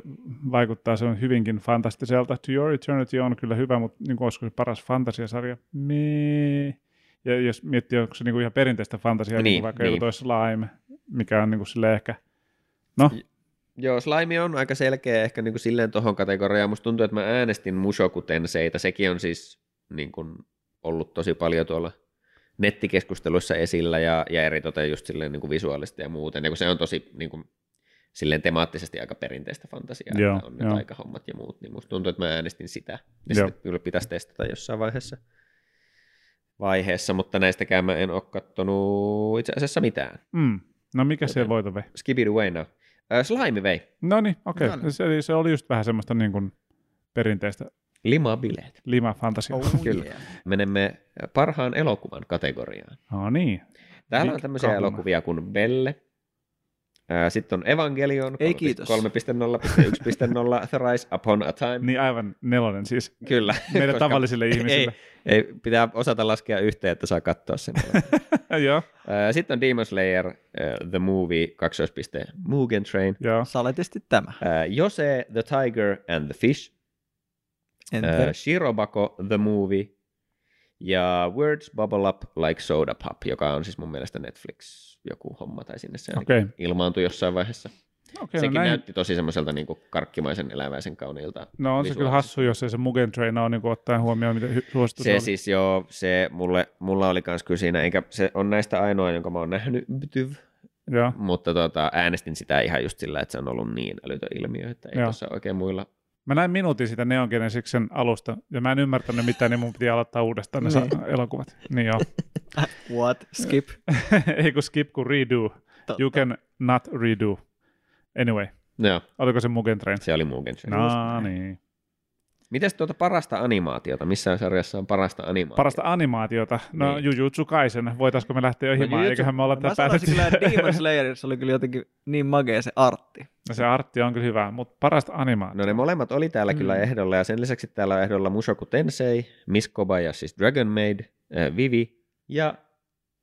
C: vaikuttaa, se on hyvinkin fantastiselta. To Your Eternity on kyllä hyvä, mutta niin kuin, olisiko se paras fantasiasarja? Mee. Ja jos miettii, onko se niin kuin ihan perinteistä fantasiaa, niin,
A: Niin,
C: kuin vaikka niin. joku
A: niin.
C: toi Slime, mikä on niin kuin sille ehkä, no,
A: Joo, Slime on aika selkeä ehkä niin kuin silleen tuohon kategoriaan. Musta tuntuu, että mä äänestin Mushoku Tenseitä. Sekin on siis niin kuin ollut tosi paljon tuolla nettikeskusteluissa esillä ja, ja eritoten just silleen niin kuin visuaalisesti ja muuten. Ja kun se on tosi niin kuin, silleen temaattisesti aika perinteistä fantasiaa,
C: Joo,
A: että on nyt
C: joo.
A: aika hommat ja muut, niin musta tuntuu, että mä äänestin sitä. Ja
C: Joo.
A: sitten kyllä pitäisi testata jossain vaiheessa, vaiheessa, mutta näistäkään mä en ole kattonut itse asiassa mitään.
C: mm. no mikä
A: Joten-
C: se voito vei?
A: Skip it away now. Äh, Slime vei.
C: No niin, okei.
B: No
C: Okay.
B: niin.
C: Se, oli- se oli just vähän semmoista niin kuin perinteistä
A: Limabileet.
C: lima-fantasiaa. Oh.
A: Kyllä.
B: yeah.
A: Menemme parhaan elokuvan kategoriaan.
C: *laughs* No niin.
A: Täällä on
C: Mikä
A: tämmöisiä
C: kauhuna?
A: elokuvia kuin Belle, Ää, sitten on Evangelion
B: Ei
A: 3.0,
B: kiitos.
C: *laughs*
A: 3.0, Thrice Upon a Time.
C: Niin aivan nelonen siis *laughs*
A: Kyllä.
C: meidän
A: koska
C: tavallisille
A: *laughs* ei,
C: ihmisille.
A: ei, pitää osata laskea yhteen, että saa katsoa
C: *laughs*
A: sen.
C: joo,
A: Ää, sitten on Demon Slayer, ää, The Movie, kaksoispiste, Mugen Train.
C: joo.
B: Saletisti tämä.
A: Ää, Jose, The Tiger and the Fish.
B: Enter.
A: Äh, Shirobako The Movie ja Words Bubble Up Like Soda Pop, joka on siis mun mielestä Netflix joku homma tai sinne se ainakin
C: Okei.
A: ilmaantui jossain vaiheessa.
C: Okei,
A: Sekin
C: no, näin-
A: näytti tosi semmoiselta niin karkkimaisen eläväisen kauniilta.
C: no on se kyllä
A: visuaalisesti.
C: hassu, jos ei se Mugen Train ole niin ottaen huomioon, mitä hy- suositus
A: Se
C: oli.
A: siis joo, se mulle, mulla oli kans kyllä siinä, enkä se on näistä ainoa, jonka mä oon nähnyt, Btyv,
C: Joo,
A: mutta tota, äänestin sitä ihan just sillä, että se on ollut niin älytön ilmiö, että ei
C: Joo.
A: tuossa oikein muilla.
C: mä näin minuutin sitä Neon Genesiksen alusta, ja mä en ymmärtänyt mitään, niin mun piti aloittaa uudestaan ne
B: Niin.
C: sa- elokuvat. Niin joo. *laughs*
B: What? Skip.
C: ei kun skip, kun redo.
B: Totta.
C: You can not redo. Anyway,
A: No,
C: oliko se Mugen Train?
A: se oli muukin.
C: No niin.
A: Mites tuota parasta animaatiota? Missään sarjassa on parasta animaatiota?
C: Parasta animaatiota. No
A: Niin.
C: Jujutsu Kaisen, voitaisko me lähteä jo
A: No,
C: himaan,
A: Jujutsu-
C: eiköhän me olla
B: Mä
C: tätä
B: sanoisin
C: päätetty.
B: kyllä, että Demon Slayerissa oli kyllä jotenkin niin magea se artti.
C: No se artti on kyllä hyvä, mutta parasta animaatiota.
A: No ne molemmat oli täällä
B: Mm.
A: kyllä ehdolla ja sen lisäksi täällä on ehdolla Mushoku Tensei, Miss Kobayashi siis Dragon Maid, äh, Vivi ja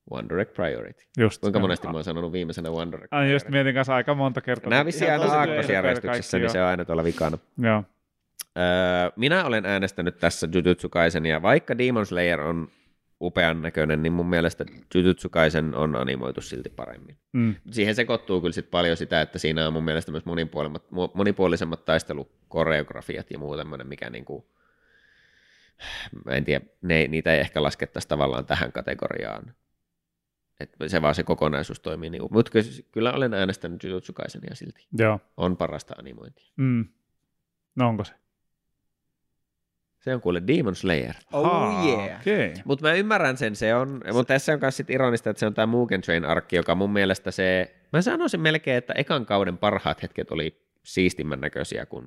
A: One Direct Priority.
C: Just.
A: No, Kuinka
C: Joo.
A: monesti mä oon sanonut viimeisenä One Direct
C: Ai just mietin kanssa aika monta kertaa.
A: Nämä vissiin
B: Ihan
A: aina
B: tosi
A: aakkosjärjestyksessä, niin se on aina tuolla vikana.
C: on. Joo.
A: Öö, minä olen äänestänyt tässä Jujutsu Kaisen, ja vaikka Demon Slayer on upean näköinen, niin mun mielestä Jujutsu Kaisen on animoitu silti paremmin.
C: Mm.
A: Siihen sekoittuu kyllä sit paljon sitä, että siinä on mun mielestä myös monipuolisemmat, mu- monipuolisemmat taistelukoreografiat ja muu tämmöinen, mikä niinku, mä en tiedä, ne, niitä ei ehkä laskettaisi tavallaan tähän kategoriaan. Et se vaan se kokonaisuus toimii niin. Mutta kyllä olen äänestänyt Jujutsu Kaisenia silti.
C: Joo.
A: On parasta animointia.
C: Mm. No onko se?
A: Se on kuule Demon Slayer.
B: Oh yeah.
C: Okei. Okay.
A: Mutta mä ymmärrän sen, se on, mutta tässä on myös sit ironista, että se on tämä Mugen Train-arkki, joka mun mielestä se, mä sanoisin melkein, että ekan kauden parhaat hetket oli siistimmän näköisiä kuin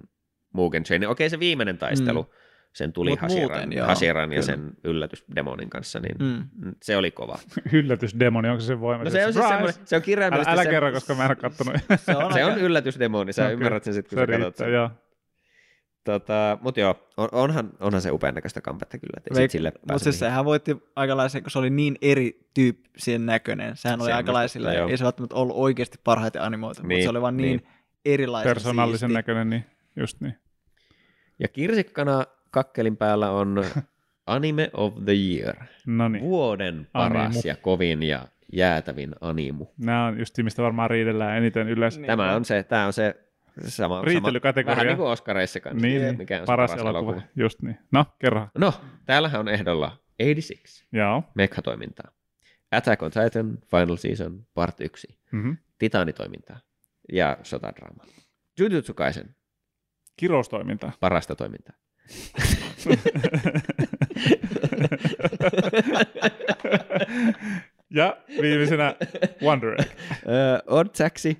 A: Mugen Train. Okei se viimeinen taistelu, mm. sen tuli
B: Mut
A: Hasiran,
B: muuten, joo,
A: Hasiran ja
B: kyllä.
A: sen yllätysdemonin kanssa, niin
B: Mm.
A: mm. se oli kova.
C: Yllätysdemoni, onko se sen voima?
A: No se on siis
C: Surprise!
A: semmoinen, se on
C: Älä,
A: kirjaimellisesti
C: älä
A: se,
C: kerro, koska mä en ole kattonut.
B: Se
A: *laughs*
B: on,
A: se
B: aika,
A: on yllätysdemoni, sä
C: Okei.
A: ymmärrät sen sitten, kun sä
C: se
A: katsot
C: riittää,
A: sen.
C: joo.
A: Tota, mutta joo, on, onhan, onhan se upean näköistä kampetta kyllä, että ei
B: Veik-
A: sit sille pääse
B: Mutta siis
A: mihinkään.
B: sehän voitti aikalaisen, kun se oli niin erityyppisen näköinen. Sehän oli
A: Se on
B: aikalaisilla,
A: musta,
B: ja
A: joo.
B: ei se välttämättä ollut oikeasti parhaiten animoitu, niin, mutta
A: Niin,
B: se oli vaan niin, niin erilaisen
C: Persoonallisen
B: siisti.
C: näköinen, niin just niin.
A: Ja kirsikkana kakkelin päällä
C: *laughs*
A: on Anime of the Year.
C: No niin.
A: Vuoden paras
C: Animu.
A: ja kovin ja jäätävin animu.
C: Nämä on just mistä varmaan riidellään eniten yleensä.
B: Niin.
A: Tämä on se, tämä on se sama, sama
C: Riitelykategoria.
A: vähän niin kuin Oscareissa kanssa,
C: Niin,
A: että
C: niin.
A: mikä on se
C: paras, elokuva. Just niin. No, kerro.
A: No, täällähän on ehdolla 86,
C: Joo.
A: Mekha-toimintaa, Attack on Titan, Final Season, Part 1,
C: Mm-hmm.
A: Titanitoimintaa ja sotadraama. Jujutsu Kaisen, *laughs*
C: Kiroustoimintaa.
A: parasta
C: *laughs*
A: toimintaa.
C: ja viimeisenä Wonder Egg.
A: Öö, Odd Taxi.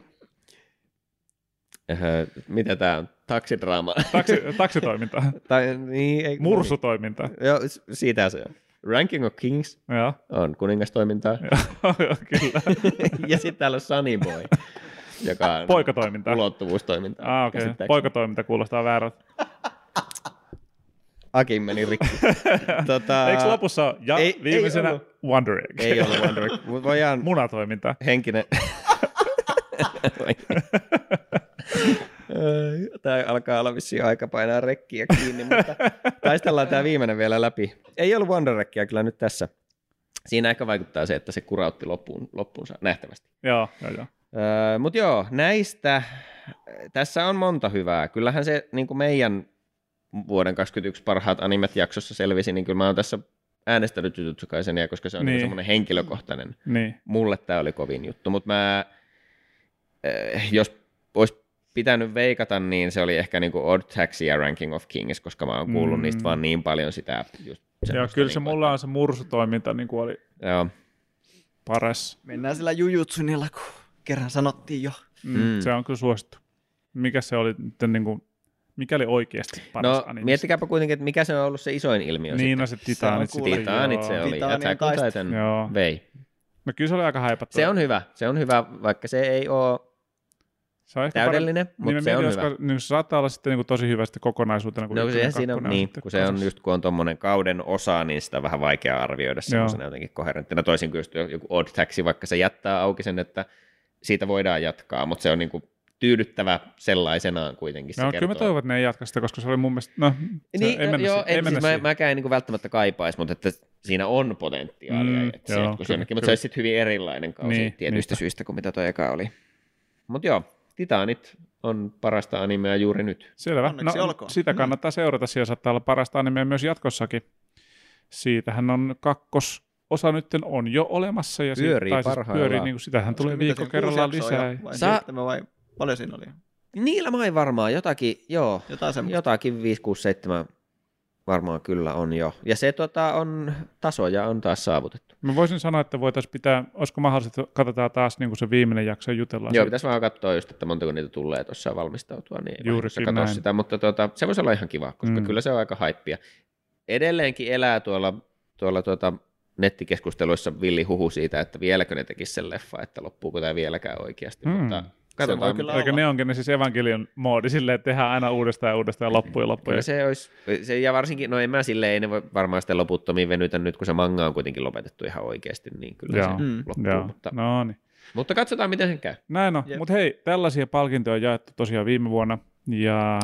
A: Öö, mitä tämä on? Taksidraama.
C: Taksi, taksitoimintaa.
A: *laughs* tai, niin, ei,
C: Mursutoimintaa.
A: Joo, s- siitä se on. Ranking of Kings
C: Joo. *laughs*
A: on kuningastoimintaa.
C: Joo, Kyllä.
A: ja sitten täällä on Sunny Boy, joka on
C: Poikatoimintaa.
A: ulottuvuustoimintaa.
C: Ah, okei. Okay.
A: Käsittääkseni.
C: Poikatoiminta kuulostaa väärältä.
A: Akin meni
C: *laughs*
A: rikki. tota,
C: Eikö lopussa ole? Ja
A: ei-
C: ei,
A: ei
C: viimeisenä ei
A: ollut.
C: Wonder Egg.
A: Ei ollut Wonder Egg, mutta voidaan
C: *laughs* Munatoiminta.
A: *laughs* henkinen... Tämä alkaa olla vissiin aika painaa rekkiä kiinni, mutta taistellaan tämä viimeinen vielä läpi. Ei ollut Wonder Eggia kyllä nyt tässä. Siinä ehkä vaikuttaa se, että se kurautti loppuun, loppuunsa nähtävästi.
C: Joo, joo, joo.
A: Öö, Mutta joo, näistä, tässä on monta hyvää. Kyllähän se niin kuin meidän vuoden 2021 parhaat animet jaksossa selvisi, niin kyllä mä oon tässä äänestänyt Jujutsu Kaisenia, koska se on
C: Niin.
A: niin. semmoinen henkilökohtainen.
C: Niin.
A: Mulle tämä oli kovin juttu, mutta mä, äh, jos olisi pitänyt veikata, niin se oli ehkä niin kuin Odd Taxi ja Ranking of Kings, koska mä oon kuullut
C: Mm.
A: mm. niistä vaan niin paljon sitä. Just
C: Joo,
A: semmoista
C: kyllä se
A: niin kuin-
C: mulla on se mursutoiminta niin kuin oli
A: Joo.
C: paras.
B: Mennään sillä jujutsunilla, kun kerran sanottiin jo.
C: Mm.
A: Mm.
C: Se on kyllä suosittu. Mikä se oli, nyt niin kuin, mikä oli oikeasti paras
A: No,
C: anime?
A: miettikääpä kuitenkin, että mikä se on ollut se isoin ilmiö.
C: Niin, no se Titanit.
B: Se on
C: sitten,
B: kuule-
A: Titaanit se
C: joo.
A: oli.
B: Titaanien
A: Attack on
B: taistelu.
A: Titan
C: Joo.
A: vei.
C: No kyllä se oli aika haipattu.
A: Se on hyvä, se on hyvä, vaikka se ei ole
C: se on ehkä
A: täydellinen,
C: Niin mä
A: mutta se on
C: mietin,
A: hyvä.
C: koska, niin se saattaa olla sitten niin kuin tosi hyvä sitten kokonaisuutena. Kun
A: No
C: ykkönen ja
A: sehän siinä on,
C: kakkonen
A: niin,
C: sitten
A: kun se on
C: kasassa.
A: just kun on tuommoinen kauden osa, niin sitä on vähän vaikea arvioida semmoisena jotenkin koherenttina. Toisin kuin just joku odd taxi, vaikka se jättää auki sen, että siitä voidaan jatkaa, mutta se on niin kuin tyydyttävä sellaisenaan kuitenkin. Se
C: No,
A: kertoo.
C: kyllä mä toivon, että ne ei jatka sitä, koska se oli mun mielestä... No, se,
A: Niin,
C: ei
A: no,
C: mennä
A: joo,
C: siihen, ei
A: en, siis
C: mennä
A: mä,
C: siihen.
A: mäkään niin välttämättä kaipaisi, mutta että siinä on potentiaalia.
C: Mm,
A: Mm, että
C: joo,
A: joo, jonnekin,
C: kyllä,
A: mutta
C: kyllä.
A: se olisi sitten hyvin erilainen kausi
C: Niin,
A: niin, tietystä
C: niinpä.
A: syistä kuin mitä toi eka oli. Mutta joo, Titanit on parasta animea juuri nyt.
C: Selvä. No,
B: Onneksi olkoon.
C: sitä
B: Mm.
C: kannattaa seurata. Siellä saattaa olla parasta animea myös jatkossakin. Siitähän on kakkos osa nyt on jo olemassa. Ja siitä-
A: Pyörii
C: tai siis
A: parhaillaan.
C: pyörii, niin kuin sitähän tulee
B: Oliko mitä
C: viikko
B: siinä,
C: kerrallaan
B: kuusi jaksoa
C: lisää.
B: jo Vai
A: Saa-
B: seitsemän vai paljon siinä oli?
A: Niillä mä varmaan jotakin, joo,
B: Jotain semmoista.
A: jotakin 5, 6, 7 Varmaan kyllä on jo. Ja se tota, on, tasoja on taas saavutettu.
C: Mä voisin sanoa, että voitaisiin pitää, olisiko mahdollista, että katsotaan taas niin kuin se viimeinen jakso ja jutellaan.
A: Joo,
C: siitä.
A: pitäisi vaan katsoa just, että montako niitä tulee tuossa valmistautua, niin
C: Juurikin
A: Juurikin katsoa
C: näin.
A: sitä, mutta tota, se voisi olla ihan kiva, koska
C: Mm.
A: mm. kyllä se on aika haippia. Edelleenkin elää tuolla, tuolla tuota, nettikeskusteluissa villi huhu siitä, että vieläkö ne tekisi sen leffa, että loppuuko tämä vieläkään oikeasti,
C: Mm.
A: mm. mutta
B: voi
A: katsotaan.
B: kyllä
A: mitä-
C: Eikä ne onkin ne siis evankelion moodi silleen, että tehdään aina uudestaan ja uudestaan ja loppuun ja loppuun.
A: Kyllä se olisi, se, ja varsinkin, no en mä silleen, ei ne voi varmaan sitä loputtomiin venytä nyt, kun se manga on kuitenkin lopetettu ihan oikeasti, niin kyllä
C: Joo.
A: se
B: Mm.
A: loppuu,
C: Joo,
A: mutta,
C: no niin.
A: mutta katsotaan miten sen käy.
C: Näin on.
B: Jep.
C: Mutta hei, tällaisia palkintoja on jaettu tosiaan viime vuonna. Ja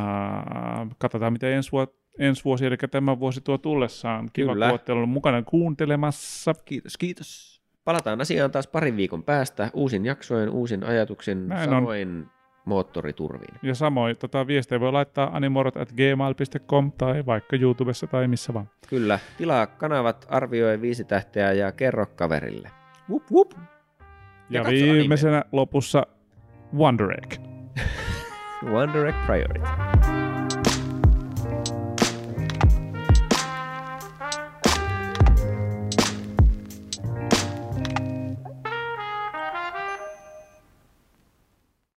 C: katsotaan, mitä ensi, vuo- ensi vuosi, eli tämä vuosi tuo tullessaan. Kiva,
A: Kyllä.
C: kun olette olleet mukana kuuntelemassa.
B: Kiitos, kiitos.
A: Palataan asiaan taas parin viikon päästä uusin jaksoin, uusin ajatuksin,
C: Näin on.
A: samoin moottoriturviin.
C: Ja samoin tota, viestejä voi laittaa animorot at gmail.com tai vaikka YouTubessa tai missä vaan.
A: Kyllä, tilaa kanavat, arvioi viisi tähteä ja kerro kaverille.
B: Wup, wup.
C: Ja, ja
A: katso anime.
C: viimeisenä lopussa Wonder Egg.
A: One Direct Priority.